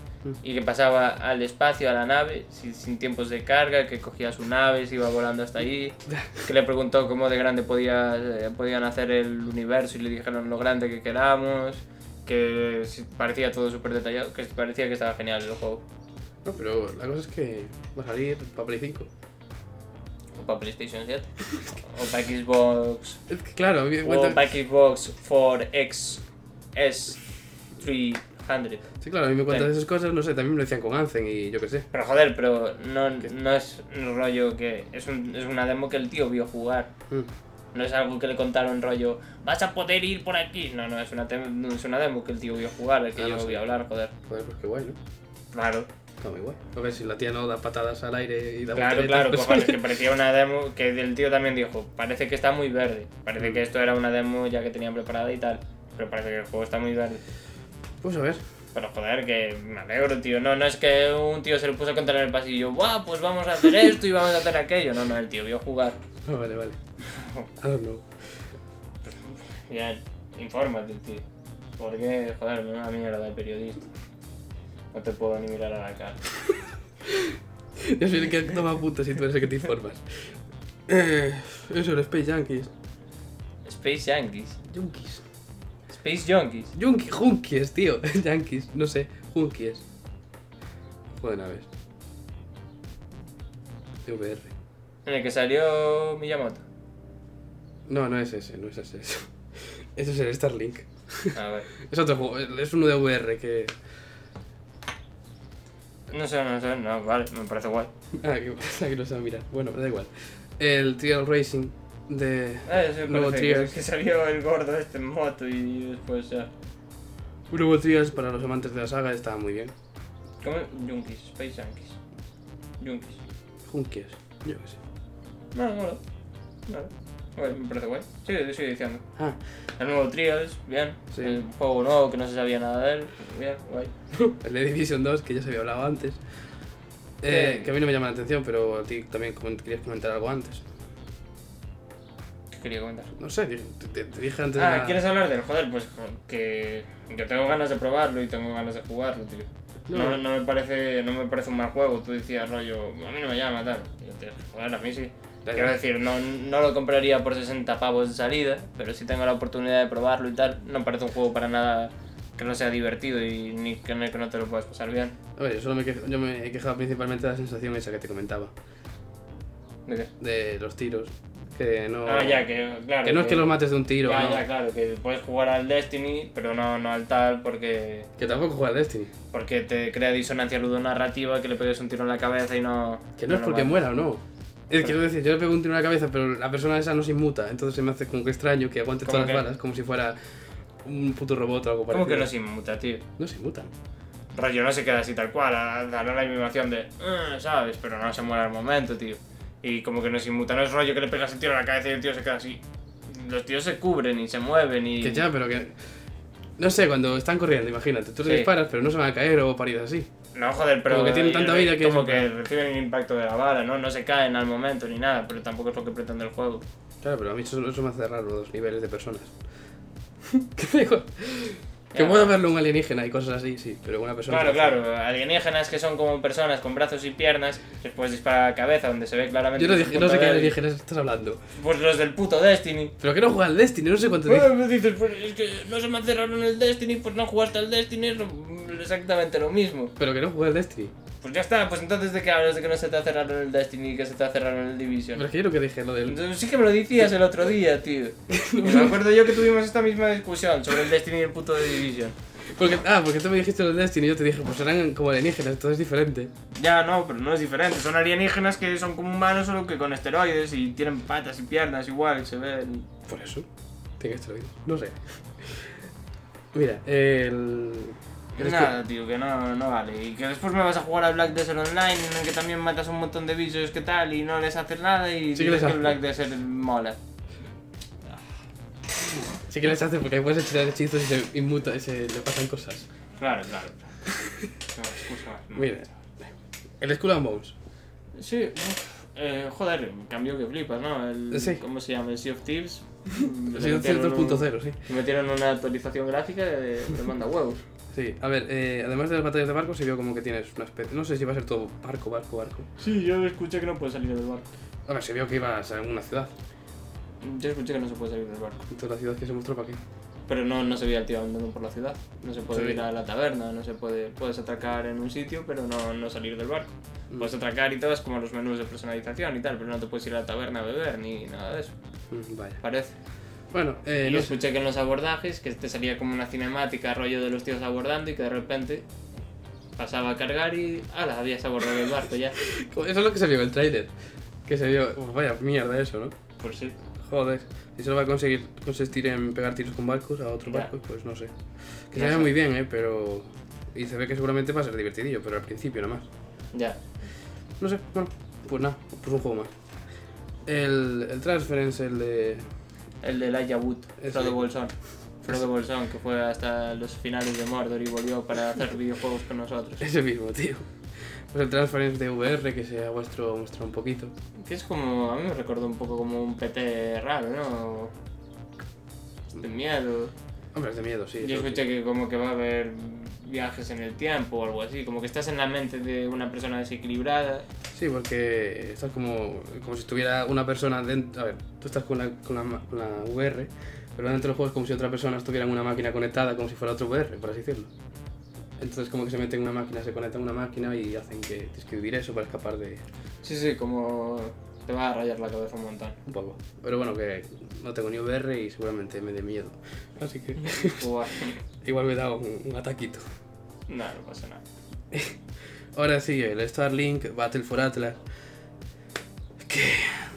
Speaker 3: Y que pasaba al espacio, a la nave, sin, sin tiempos de carga, que cogía su nave, se iba volando hasta allí. Que le preguntó cómo de grande podía, eh, podían hacer el universo y le dijeron lo grande que queramos. Que si- parecía todo súper detallado, que parecía que estaba genial el juego.
Speaker 2: No, pero la cosa es que va a salir para Play 5.
Speaker 3: O para PlayStation 7. *laughs* o para Xbox. Oh,
Speaker 2: Es que claro, a mí me
Speaker 3: O
Speaker 2: cuentan-
Speaker 3: para Xbox 4X S3 100.
Speaker 2: Sí, claro, a mí me cuentas esas cosas, no sé, también me lo decían con Anzen y yo qué sé.
Speaker 3: Pero joder, pero no, no es un rollo que. Es, un- es una demo que el tío vio jugar.
Speaker 2: Mm.
Speaker 3: No es algo que le contaron rollo, vas a poder ir por aquí. No, no, es una, tem- no es una demo que el tío vio jugar, el que
Speaker 2: Ah,
Speaker 3: yo
Speaker 2: no sé.
Speaker 3: vi hablar, joder.
Speaker 2: Joder, pues qué guay, ¿no?
Speaker 3: Claro,
Speaker 2: Está muy guay. A ver si la tía no da patadas al aire y da
Speaker 3: claro,
Speaker 2: volteretas,
Speaker 3: claro,
Speaker 2: pues-
Speaker 3: cojones, que parecía una demo que el tío también dijo, parece que está muy verde. Parece que esto era una demo ya que tenían preparada y tal, pero parece que el juego está muy verde.
Speaker 2: *laughs* Pues a ver.
Speaker 3: Pero joder, que me alegro, tío. No, no es que un tío se lo puso a contar en el pasillo, ¡buah! Pues vamos a hacer esto y vamos a hacer aquello. No, no, el tío vio jugar.
Speaker 2: Ah, vale,
Speaker 3: *laughs*
Speaker 2: vale. Ah, I don't know.
Speaker 3: Ya, infórmate, tío. Porque, joder, una mierda de periodista. No te puedo ni mirar a la cara.
Speaker 2: *laughs* Yo soy el que toma apuntes y tú eres el que te informas. Eh, eso, el Space Yankees.
Speaker 3: Space Yankees.
Speaker 2: Junkies.
Speaker 3: Space Junkies.
Speaker 2: Junkies, Junkies, tío. *laughs* Yankees, no sé. Junkies. Joder, a ver. VR.
Speaker 3: En el que salió Miyamoto.
Speaker 2: No, no es ese, no es ese. *laughs* Eso es el Starlink.
Speaker 3: A ver.
Speaker 2: Es otro juego, es uno de VR que. *laughs*
Speaker 3: No sé, no sé, no, vale, me parece guay.
Speaker 2: Ah, que, la que no se va a mirar. Bueno, da igual. El Trial Racing de.
Speaker 3: Eh, sí,
Speaker 2: Nuevo
Speaker 3: parece
Speaker 2: Trials.
Speaker 3: que, que salió el gordo este en moto y, y después eh, ya.
Speaker 2: Un nuevo Trials para los amantes de la saga está muy bien.
Speaker 3: ¿Cómo? Junkies, Space Junkies. Junkies.
Speaker 2: Junkies, yo qué sé.
Speaker 3: No, no, no. Vale. Guay, me parece guay. Sigue, sigue diciendo.
Speaker 2: Ah,
Speaker 3: El nuevo Trials, bien.
Speaker 2: Sí.
Speaker 3: El juego nuevo que no se sabía nada de él, bien, guay.
Speaker 2: el de Division 2, que ya se había hablado antes. Eh,
Speaker 3: Sí.
Speaker 2: que a mí no me llama la atención, pero a ti también comen- querías comentar algo antes.
Speaker 3: ¿Qué quería comentar?
Speaker 2: No sé, te, te- te dije antes. de
Speaker 3: Ah,
Speaker 2: la-
Speaker 3: ¿quieres hablar del joder? Pues que, que tengo ganas de probarlo y tengo ganas de jugarlo, tío. No.
Speaker 2: No.
Speaker 3: No, me parece, no me parece un mal juego, tú decías rollo, a mí no me llama tal. Y yo te dije, joder, a mí sí.
Speaker 2: Ya,
Speaker 3: Quiero
Speaker 2: ya.
Speaker 3: decir, no, no lo compraría por 60 pavos de salida, pero si tengo la oportunidad de probarlo y tal, no parece un juego para nada que no sea divertido y ni que, no- que no te lo puedas pasar bien.
Speaker 2: A ver, yo solo me, quejo- yo me he quejado principalmente de la sensación esa que te comentaba,
Speaker 3: ¿De qué?
Speaker 2: de los tiros. Que no.
Speaker 3: Ah, ya, que claro.
Speaker 2: que no es que los mates de un tiro,
Speaker 3: Ya,
Speaker 2: no.
Speaker 3: ya, claro, que puedes jugar al Destiny, pero no, no al tal porque,
Speaker 2: Que tampoco juega al Destiny.
Speaker 3: porque te crea disonancia ludonarrativa que le pegues un tiro en la cabeza y no...
Speaker 2: Que no es
Speaker 3: lo
Speaker 2: porque
Speaker 3: mates.
Speaker 2: muera o no. Es quiero decir, yo le pego un tiro en la cabeza, pero la persona esa no se inmuta, entonces se me hace como que extraño que aguante
Speaker 3: ¿Cómo
Speaker 2: todas
Speaker 3: que?
Speaker 2: las balas, como si fuera un puto robot o algo parecido.
Speaker 3: ¿Cómo que no se inmuta, tío?
Speaker 2: No se inmutan.
Speaker 3: Rollo no se queda así tal cual, a- dará la animación de... "Ah", ¿Sabes? Pero no se muera al momento, tío. Y como que no se inmuta, no es rollo que le pegas el tiro en la cabeza y el tío se queda así. Los tíos se cubren y se mueven y...
Speaker 2: Que ya, pero que... No sé, cuando están corriendo, imagínate, tú te
Speaker 3: Sí.
Speaker 2: disparas, pero no se van a caer o paridas así.
Speaker 3: No, joder, pero.
Speaker 2: Como que tienen tanta vida que
Speaker 3: Como
Speaker 2: eso,
Speaker 3: que
Speaker 2: claro.
Speaker 3: reciben el impacto de la bala, ¿no? No se caen al momento ni nada, pero tampoco es lo que pretende el juego.
Speaker 2: Claro, pero a mí eso, eso me hace raro los niveles de personas. *laughs* que da igual. Que
Speaker 3: Ya.
Speaker 2: pueda verlo un alienígena y cosas así, sí, pero una persona...
Speaker 3: Claro, claro, alienígenas que son como personas con brazos y piernas, después dispara la cabeza, donde se ve claramente.
Speaker 2: Yo no,
Speaker 3: su
Speaker 2: dije- no sé
Speaker 3: punto
Speaker 2: qué
Speaker 3: débil.
Speaker 2: alienígenas estás hablando.
Speaker 3: Pues los del puto Destiny.
Speaker 2: Pero que no juega al Destiny, no sé cuánto...
Speaker 3: Eh, me dices, pues es que no se me cerraron el Destiny, pues no jugaste al Destiny, es lo- exactamente lo mismo.
Speaker 2: Pero que no juega al Destiny.
Speaker 3: Pues ya está, pues entonces de qué hablas de que no se te ha cerrado el Destiny y que se te ha cerrado el Division.
Speaker 2: Pero es que yo lo que dije, lo del...
Speaker 3: Entonces, Sí que me lo decías el otro día, tío. Y me acuerdo yo que tuvimos esta misma discusión sobre el Destiny y el puto de Division.
Speaker 2: Porque, ah, porque tú me dijiste los Destiny y yo te dije, pues serán como alienígenas, todo es diferente.
Speaker 3: Ya, no, pero no es diferente. Son alienígenas que son como humanos, solo que con esteroides y tienen patas y piernas igual, se ven.
Speaker 2: Por eso. Tiene esteroides. No sé. Mira, el... el
Speaker 3: Nada, tío, que no, no vale. Y que después me vas a jugar al Black Desert Online, en el que también matas un montón de bichos que tal, y no les haces nada, y
Speaker 2: Sí que
Speaker 3: dices
Speaker 2: les
Speaker 3: que
Speaker 2: haces.
Speaker 3: el Black Desert mola.
Speaker 2: Sí que les hace porque puedes echar hechizos y se inmuta y se le pasan cosas.
Speaker 3: Claro, claro. No, excusa más.
Speaker 2: Mira, el Skull and Bones.
Speaker 3: Sí, uf, eh, joder, cambio que flipas, ¿no? El,
Speaker 2: Sí.
Speaker 3: ¿Cómo se llama? El Sea of Thieves.
Speaker 2: Ha
Speaker 3: Le
Speaker 2: sido
Speaker 3: metieron un-
Speaker 2: 2.0, sí.
Speaker 3: le Metieron una actualización gráfica de, de manda huevos.
Speaker 2: Sí, a ver, eh, además de las batallas de barco se vio como que tienes una especie... No sé si va a ser todo barco, barco, barco.
Speaker 3: Sí, yo escuché que no puede salir del barco.
Speaker 2: A ver, se vio que ibas a alguna ciudad.
Speaker 3: Yo escuché que no se puede salir del barco.
Speaker 2: Entonces la ciudad que se mostró para aquí.
Speaker 3: Pero no, no se veía el tío andando por la ciudad. No se puede
Speaker 2: Sí.
Speaker 3: ir a la taberna, no se puede. Puedes atracar en un sitio, pero no, no salir del barco. Puedes atracar y todo, es como los menús de personalización y tal, pero no te puedes ir a la taberna a beber ni nada de eso.
Speaker 2: Mm, Vaya.
Speaker 3: Parece.
Speaker 2: Bueno, eh,
Speaker 3: Y
Speaker 2: no sé.
Speaker 3: escuché que en los abordajes, que te salía como una cinemática rollo de los tíos abordando y que de repente pasaba a cargar y ¡ala! Habías abordado el barco ya.
Speaker 2: Eso es lo que se vio en el tráiler. Que se vio... Uf, vaya mierda eso, ¿no?
Speaker 3: Por si.
Speaker 2: Joder. Si solo va a conseguir consistir en pegar tiros con barcos a otro
Speaker 3: Ya.
Speaker 2: barco, pues no sé. Que
Speaker 3: Ya
Speaker 2: se ve
Speaker 3: sé.
Speaker 2: muy bien, ¿eh? Pero... Y se ve que seguramente va a ser divertidillo, pero al principio nada más.
Speaker 3: Ya.
Speaker 2: No sé, bueno, pues nada, pues un juego más. El, el Transference, el de... *laughs*
Speaker 3: El de Laia Wood,
Speaker 2: Ese.
Speaker 3: Frodo Bolsón. Frodo Bolsón, que fue hasta los finales de Mordor y volvió para *laughs* hacer videojuegos con nosotros.
Speaker 2: Ese mismo, tío. Pues el Transference de VR, que se ha vuestro mostrado un poquito.
Speaker 3: Que es como. A mí me recordó un poco como un PT raro, ¿no? De miedo.
Speaker 2: Hombre, es de miedo, sí. eso
Speaker 3: Yo escuché
Speaker 2: sí.
Speaker 3: que como que va a haber viajes en el tiempo o algo así, como que estás en la mente de una persona desequilibrada.
Speaker 2: Sí, porque estás como, como si estuviera una persona dentro... A ver, tú estás con la, con la, ma- con la VR, pero dentro del juego es como si otra persona estuviera en una máquina conectada, como si fuera otro VR, por así decirlo. Entonces como que se meten en una máquina, se conectan a una máquina y hacen que tienes que vivir eso para escapar de
Speaker 3: Sí, sí, como te va a rayar la cabeza un montón.
Speaker 2: un poco. Pero bueno, que no tengo ni VR y seguramente me dé miedo. Así que *laughs*
Speaker 3: *laughs* Buah,
Speaker 2: igual me da un, un ataquito.
Speaker 3: no, no pasa nada.
Speaker 2: Ahora sigue el Starlink Battle for Atlas, que,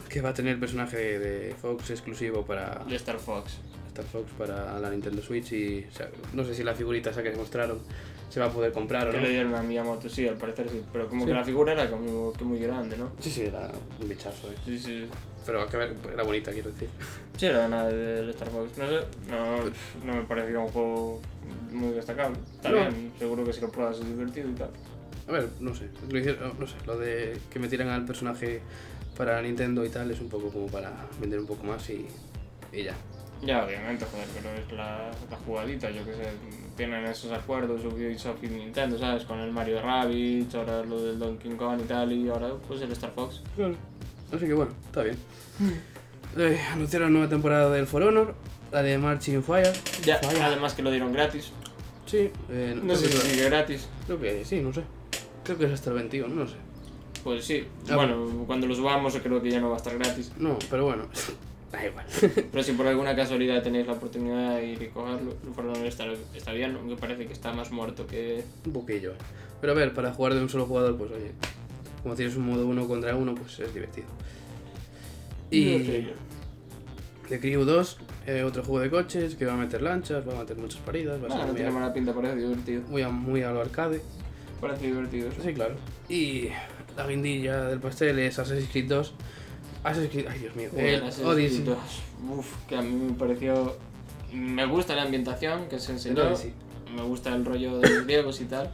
Speaker 2: que va a tener personaje de Fox exclusivo para...
Speaker 3: El Star Fox.
Speaker 2: Star Fox para la Nintendo Switch y o sea, no sé si la figurita esa que mostraron se va a poder comprar o
Speaker 3: Que
Speaker 2: no.
Speaker 3: le dieron a Miyamoto, sí, al parecer sí, pero como
Speaker 2: Sí.
Speaker 3: que la figura era como que muy grande, ¿no?
Speaker 2: Sí, sí, era un bichazo, eh.
Speaker 3: Sí, sí.
Speaker 2: pero a que ver, era bonita, quiero decir.
Speaker 3: Sí, era nada del Star Fox. No sé, no, no me parecía un juego muy destacable. Está
Speaker 2: No.
Speaker 3: bien, seguro que si lo pruebas es divertido y tal.
Speaker 2: A ver, no sé, lo hicieron- no sé, lo de que me tiran al personaje para Nintendo y tal es un poco como para vender un poco más y, y ya.
Speaker 3: Ya, obviamente, joder, pero es la, la jugadita, yo que sé, tienen esos acuerdos Ubisoft y Nintendo, ¿sabes? Con el Mario Rabbit, ahora lo del Donkey Kong y tal, y ahora pues el Star Fox.
Speaker 2: Así que bueno, está bien. Eh, anunciaron nueva temporada del For Honor, la de Marching Fire.
Speaker 3: Ya,
Speaker 2: Vaya.
Speaker 3: además que lo dieron gratis.
Speaker 2: Sí, eh,
Speaker 3: No
Speaker 2: creo
Speaker 3: sé
Speaker 2: que-
Speaker 3: si sigue gratis.
Speaker 2: creo que sí, no sé. Creo que es hasta el 21, no sé.
Speaker 3: Pues sí,
Speaker 2: Ah,
Speaker 3: bueno, cuando los subamos creo que ya no va a estar
Speaker 2: *laughs*
Speaker 3: gratis.
Speaker 2: No, pero bueno, da igual. *laughs*
Speaker 3: Pero si por alguna casualidad tenéis la oportunidad de ir y cogerlo, el Fortnite está, está bien, aunque parece que está más muerto que...
Speaker 2: Un poquillo. eh. Pero a ver, para jugar de un solo jugador, pues oye, como tienes un modo uno contra uno, pues es divertido.
Speaker 3: No sé
Speaker 2: Y
Speaker 3: yo.
Speaker 2: The Crew 2, eh, otro juego de coches que va a meter lanchas, va a meter muchas paridas, va a
Speaker 3: Nada,
Speaker 2: ser
Speaker 3: Ah, no
Speaker 2: muy,
Speaker 3: tiene
Speaker 2: a-
Speaker 3: mala pinta, parece divertido.
Speaker 2: muy, a- muy a lo arcade.
Speaker 3: Parece divertido. eso.
Speaker 2: Sí, claro. Y la guindilla del pastel es Assassin's Creed 2. Assassin's Creed, ay Dios mío,
Speaker 3: Bueno,
Speaker 2: el
Speaker 3: Assassin's
Speaker 2: Odyssey.
Speaker 3: Creed 2, Uf, que a mí me pareció. Me gusta la ambientación que se enseñó.
Speaker 2: Odyssey.
Speaker 3: Me gusta el rollo de los griegos y tal.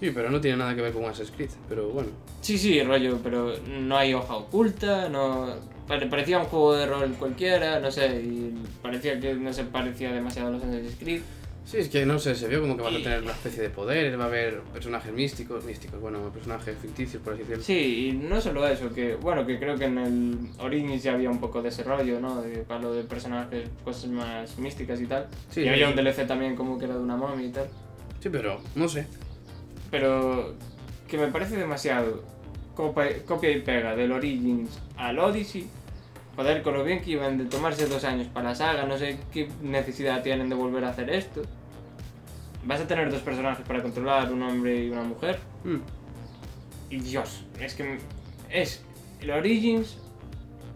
Speaker 2: Sí, pero no tiene nada que ver con Assassin's Creed, pero bueno.
Speaker 3: Sí, sí, rollo, pero no hay hoja oculta, no. pare- Parecía un juego de rol cualquiera, no sé, y parecía que no se parecía demasiado a los Assassin's Creed.
Speaker 2: Sí, es que no sé, se vio como que van a
Speaker 3: Y-
Speaker 2: tener una especie de poderes, va a haber personajes místicos, místicos, bueno, personajes ficticios, por así decirlo.
Speaker 3: Sí, y no solo eso, que bueno, que creo que en el Origins ya había un poco de ese rollo, ¿no? De, para lo de personajes, cosas más místicas y tal.
Speaker 2: Sí,
Speaker 3: y había
Speaker 2: sí.
Speaker 3: un DLC también como que era de una momia y tal.
Speaker 2: Sí, pero no sé.
Speaker 3: pero que me parece demasiado copa- copia y pega del Origins al Odyssey. Joder, con lo bien que iban de tomarse dos años para la saga, no sé qué necesidad tienen de volver a hacer esto. Vas a tener dos personajes para controlar, un hombre y una mujer.
Speaker 2: Mm.
Speaker 3: Y Dios, es que m- es el Origins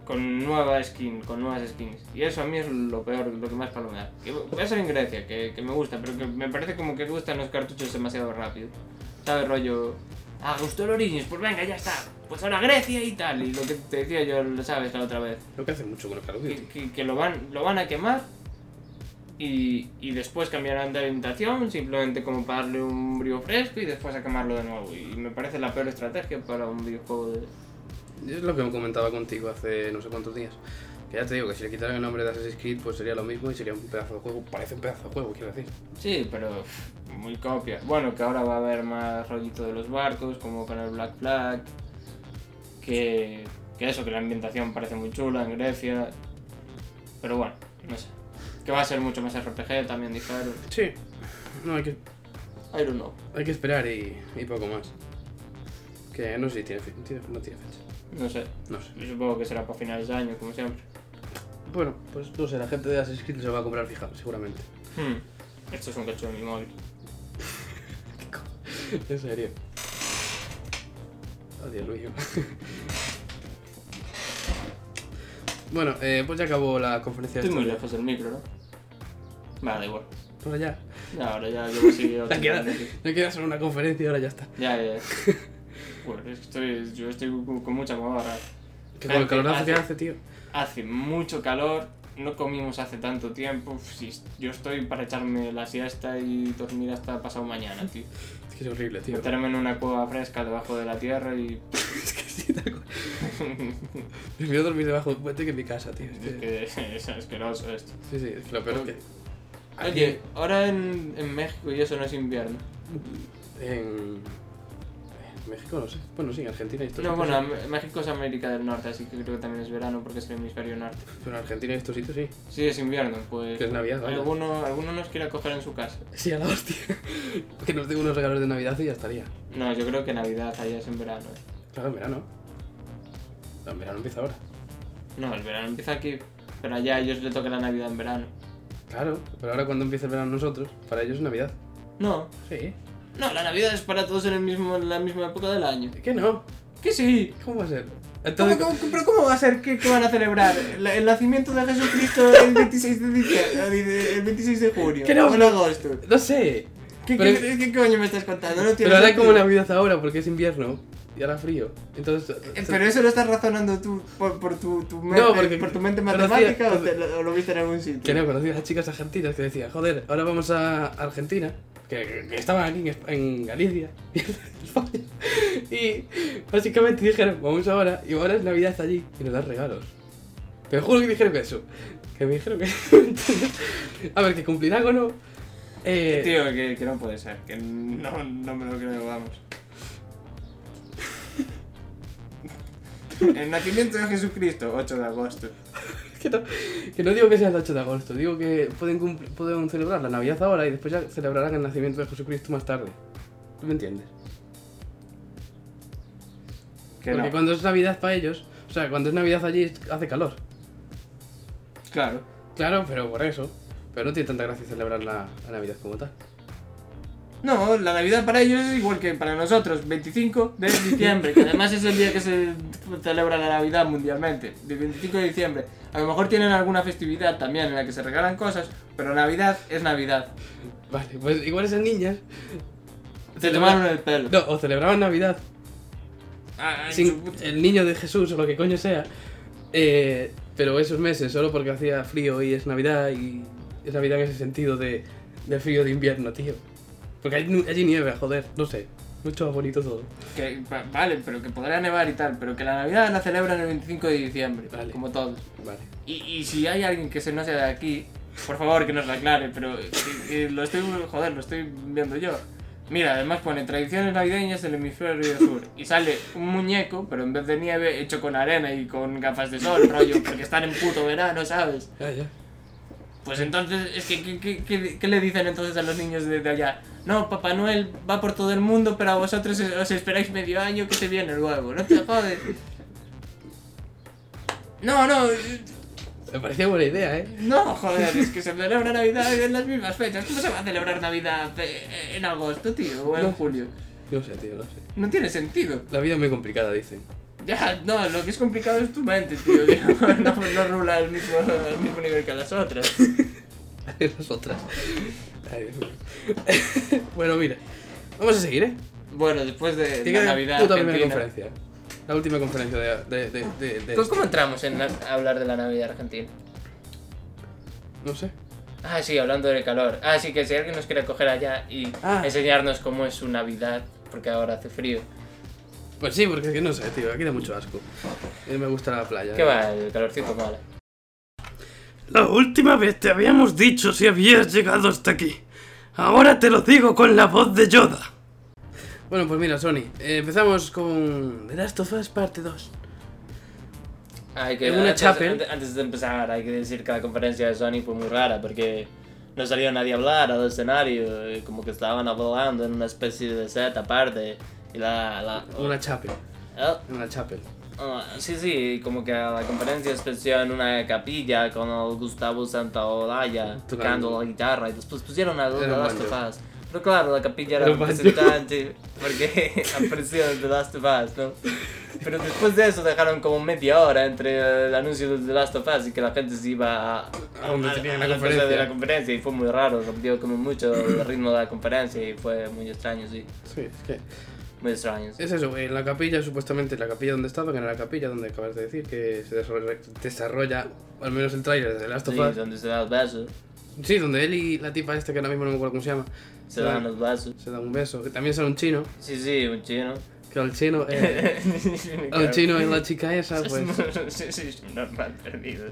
Speaker 3: con nueva skin, con nuevas skins. Y eso a mí es lo peor, lo que más palo me da. Que voy a ser en Grecia, que, que me gusta, pero que me parece como que gustan los cartuchos demasiado rápido. ¿Sabes, rollo? Ah, gustó el Origins, pues venga, ya está. Pues ahora Grecia y tal. Y lo que te decía yo, lo sabes, la otra vez.
Speaker 2: Lo que hace mucho con los Call of
Speaker 3: Que,
Speaker 2: Duty.
Speaker 3: que- que lo, van, lo van a quemar y, y después cambiarán de alimentación simplemente como para darle un brío fresco y después a quemarlo de nuevo. Y me parece la peor estrategia para un videojuego de...
Speaker 2: Es lo que comentaba contigo hace no sé cuántos días. Que ya te digo que si le quitaran el nombre de Assassin's Creed, pues sería lo mismo y sería un pedazo de juego. Parece un pedazo de juego, quiero decir.
Speaker 3: Sí, pero pff, muy copia. Bueno, que ahora va a haber más rollito de los barcos, como con el Black Flag. Que, que eso, que la ambientación parece muy chula en Grecia. Pero bueno, no sé. Que va a ser mucho más RPG también, dijeron.
Speaker 2: Sí. No, hay que,
Speaker 3: I don't know.
Speaker 2: hay que esperar y, y poco más. Que no sé si tiene, fe- tiene- no tiene fecha.
Speaker 3: No sé.
Speaker 2: No sé.
Speaker 3: Yo supongo que será para finales de año, como siempre.
Speaker 2: Bueno, pues no sé, la gente de Assassin's Creed se lo va a comprar fija, seguramente.
Speaker 6: Hmm. Esto es un cacho de mi móvil.
Speaker 2: En serio. Adiós, Luis. bueno, eh, pues ya acabó la conferencia.
Speaker 3: Estoy
Speaker 2: esta
Speaker 3: muy
Speaker 2: de-
Speaker 3: lejos del micro, ¿no? Vale, da igual.
Speaker 2: Por allá.
Speaker 3: Ya, ahora ya llevo así
Speaker 2: Ya
Speaker 3: otro
Speaker 2: queda, *laughs*
Speaker 3: minuto.
Speaker 2: ya queda solo una conferencia y ahora ya está.
Speaker 3: Ya, ya, ya. Bueno, es que estoy, yo estoy con con mucha comodora.
Speaker 2: Que con el
Speaker 3: Gente,
Speaker 2: calorazo que
Speaker 3: hace-
Speaker 2: hace, tío.
Speaker 3: Hace mucho calor, no comimos hace tanto tiempo. Uf, sí, yo estoy para echarme la siesta y dormir hasta pasado mañana, tío.
Speaker 2: Es que es horrible, tío.
Speaker 3: Meterme en una cueva fresca debajo de la tierra y.
Speaker 2: *laughs*
Speaker 3: *laughs*
Speaker 2: es que sí, tal cual. Prefiero dormir debajo de un puente que en mi casa, tío. Es
Speaker 3: Es
Speaker 2: que-
Speaker 3: que es asqueroso esto.
Speaker 2: Sí, sí, es que lo peor es que.
Speaker 3: Oye, ahora en, en México y eso no es invierno.
Speaker 2: En. en México, no sé. Bueno, sí, en Argentina y estos
Speaker 3: No,
Speaker 2: sitios.
Speaker 3: bueno, Am- México es América del Norte, así que creo que también es verano porque es el hemisferio norte.
Speaker 2: Pero en Argentina y estos sitios sí.
Speaker 3: Sí, es invierno, pues.
Speaker 2: Que es Navidad, vaya.
Speaker 3: alguno, alguno nos quiera coger en su casa.
Speaker 2: Sí, a la hostia. *laughs* que nos den unos regalos de Navidad y ya estaría.
Speaker 3: No, yo creo que Navidad allá es en verano. ¿eh?
Speaker 2: Claro, en verano. No, en verano empieza ahora.
Speaker 3: No, el verano empieza aquí, pero allá a ellos le toca la Navidad en verano.
Speaker 2: Claro, pero ahora cuando empieza el verano nosotros, para ellos es Navidad.
Speaker 3: No,
Speaker 2: Sí.
Speaker 3: no, la Navidad es para todos en, el mismo, en la misma época del año.
Speaker 2: ¿Qué no?
Speaker 3: Que sí.
Speaker 2: ¿Cómo va a ser?
Speaker 3: ¿Cómo,
Speaker 2: Entonces,
Speaker 3: cómo- pero cómo va a ser que, que van a celebrar La- el nacimiento de Jesucristo el 26 de, dicie- el 26 de junio?
Speaker 2: Que no.
Speaker 3: o en agosto.
Speaker 2: no sé.
Speaker 3: ¿Qué,
Speaker 2: Pero-
Speaker 3: qué- qué coño me estás contando? No tiene
Speaker 2: Pero ahora es como
Speaker 3: sentido.
Speaker 2: Navidad ahora porque es invierno y ahora frío. Entonces.
Speaker 3: Eh, Pero eso lo estás razonando tú por, por tu, tu mente,
Speaker 2: porque
Speaker 3: por tu mente
Speaker 2: conocía-
Speaker 3: matemática o, te- lo, o lo viste en algún sitio.
Speaker 2: Que no, conocí a las chicas argentinas que decían, joder, ahora vamos a Argentina, que, que- que estaban aquí en, Esp- en Galicia, *laughs* y en España. Y básicamente dijeron, vamos ahora, y ahora es Navidad allí, y nos dan regalos. Pero juro que dijeron que eso. Que me dijeron que... *laughs* a ver, que cumplirá o no. Eh,
Speaker 3: Tío, que, que no puede ser, que no, no me lo creo, *laughs* vamos. El nacimiento de Jesucristo, 8 de agosto.
Speaker 2: *laughs* que, no, que no digo que sea el 8 de agosto, digo que pueden, cumpl- pueden celebrar la Navidad ahora y después ya celebrarán el nacimiento de Jesucristo más tarde. ¿Tú me entiendes?
Speaker 3: Que
Speaker 2: Porque
Speaker 3: no.
Speaker 2: cuando es Navidad para ellos, o sea, cuando es Navidad allí hace calor.
Speaker 3: Claro.
Speaker 2: Claro, pero por eso. Pero no tiene tanta gracia celebrar la, la Navidad como tal.
Speaker 3: No, la Navidad para ellos es igual que para nosotros, 25 de diciembre, que además es el día que se celebra la Navidad mundialmente, de 25 de diciembre. A lo mejor tienen alguna festividad también en la que se regalan cosas, pero Navidad es Navidad.
Speaker 2: Vale, pues igual esas niñas.
Speaker 3: Te tomaron el pelo.
Speaker 2: No, o celebraban Navidad
Speaker 3: Ah, en su
Speaker 2: sin
Speaker 3: puta-
Speaker 2: el niño de Jesús o lo que coño sea. eh, pero esos meses, solo porque hacía frío y es Navidad y es Navidad en ese sentido de, de frío de invierno, tío. Porque hay nu- allí nieve, joder, no sé. Mucho bonito todo.
Speaker 3: que- va- vale, pero que podrá nevar y tal, pero que la Navidad la celebran el 25 de diciembre,
Speaker 2: Vale.
Speaker 3: como todos.
Speaker 2: Vale.
Speaker 3: Y, y si hay alguien que se no sea de aquí, por favor que nos lo aclare, pero eh, eh, lo estoy, joder, lo estoy viendo yo. Mira, además pone tradiciones navideñas del hemisferio sur y sale un muñeco, pero en vez de nieve hecho con arena y con gafas de sol, rollo, porque están en puto verano, ¿sabes?
Speaker 2: Ya, ya.
Speaker 3: Pues entonces, es que, ¿qué, qué- qué- qué le dicen entonces a los niños de, de allá? No, Papá Noel va por todo el mundo, pero a vosotros os- os esperáis medio año que se viene luego, no te jodes. No, no, eh,
Speaker 2: Me parecía buena idea, ¿eh?
Speaker 3: no, joder, es que se celebra Navidad en las mismas fechas. ¿Cómo se va a celebrar Navidad eh, en agosto, tío? O en
Speaker 2: No.
Speaker 3: julio.
Speaker 2: No sé, tío, no sé.
Speaker 3: No tiene sentido.
Speaker 2: La vida es muy complicada, dicen.
Speaker 3: Ya, no, lo que es complicado es tu mente, tío. que *laughs* No, no rula al mismo, al mismo nivel que las otras.
Speaker 2: *laughs* las otras. Ay, Dios mío. *laughs* bueno, mira, vamos a seguir, ¿eh?
Speaker 3: Bueno, después de,
Speaker 2: Que
Speaker 3: la
Speaker 2: queda
Speaker 3: Navidad
Speaker 2: puta primera
Speaker 3: argentina...
Speaker 2: conferencia. La última conferencia de... de, de, de- de-
Speaker 6: ¿Cómo, cómo entramos en la- hablar de la Navidad argentina?
Speaker 2: No sé.
Speaker 6: Ah, sí, hablando del calor. Ah, sí, que si alguien nos quiere coger allá y
Speaker 2: Ah.
Speaker 6: enseñarnos cómo es su Navidad, porque ahora hace frío.
Speaker 2: Pues sí, porque es que no sé, tío. Aquí da mucho asco. Eh, me gusta la playa.
Speaker 6: ¿Qué va? El calorcito mola.
Speaker 7: La última vez te habíamos dicho si habías llegado hasta aquí. Ahora te lo digo con la voz de Yoda.
Speaker 2: Bueno, pues mira, Sony. eh, empezamos con The Last of Us parte 2.
Speaker 6: Hay que,
Speaker 2: En una
Speaker 6: antes,
Speaker 2: chapel.
Speaker 6: ante- antes de empezar, hay que decir que la conferencia de Sony fue muy rara porque no salió nadie a hablar al escenario, y como que estaban hablando en una especie de set aparte. Y la. la
Speaker 2: Una chapel.
Speaker 6: Oh,
Speaker 2: Una chapel.
Speaker 3: Ah, sí, sí, como que a la conferencia especial en una capilla con el Gustavo Santaolalla tocando la guitarra y después pusieron a los de
Speaker 2: Era un
Speaker 3: Last of
Speaker 2: banjo.
Speaker 3: Us. Pero claro, la capilla era
Speaker 2: Era un banjo.
Speaker 3: representante porque *laughs* apareció en The Last of Us, ¿no? Pero después de eso dejaron como media hora entre el anuncio de The Last of Us y que la gente se iba a, a,
Speaker 2: donde
Speaker 3: a-
Speaker 2: tenían
Speaker 3: a
Speaker 2: la
Speaker 3: la cosa
Speaker 2: conferencia.
Speaker 3: de la conferencia y fue muy raro, rompió como mucho el ritmo de la conferencia y fue muy extraño, sí,
Speaker 2: Sí, es que.
Speaker 3: muy extraño. sí.
Speaker 2: Es eso, en la capilla, supuestamente, en la capilla donde estaba, que no era la capilla donde acabas de decir, que se desarrolla, desarrolla, al menos el tráiler de Last of
Speaker 3: Sí,
Speaker 2: Us.
Speaker 3: donde se da el beso,
Speaker 2: Sí, donde él y la tipa esta, que ahora mismo no me acuerdo cómo se llama,
Speaker 3: se dan los besos.
Speaker 2: se dan un beso, que también son un chino,
Speaker 3: Sí, sí,
Speaker 2: *laughs*
Speaker 3: un chino.
Speaker 2: que al chino,
Speaker 3: *laughs*
Speaker 2: eh, al
Speaker 3: Un
Speaker 2: chino y
Speaker 3: *laughs*
Speaker 2: la chica esa, pues,
Speaker 3: Sí, sí, es normal, perdido.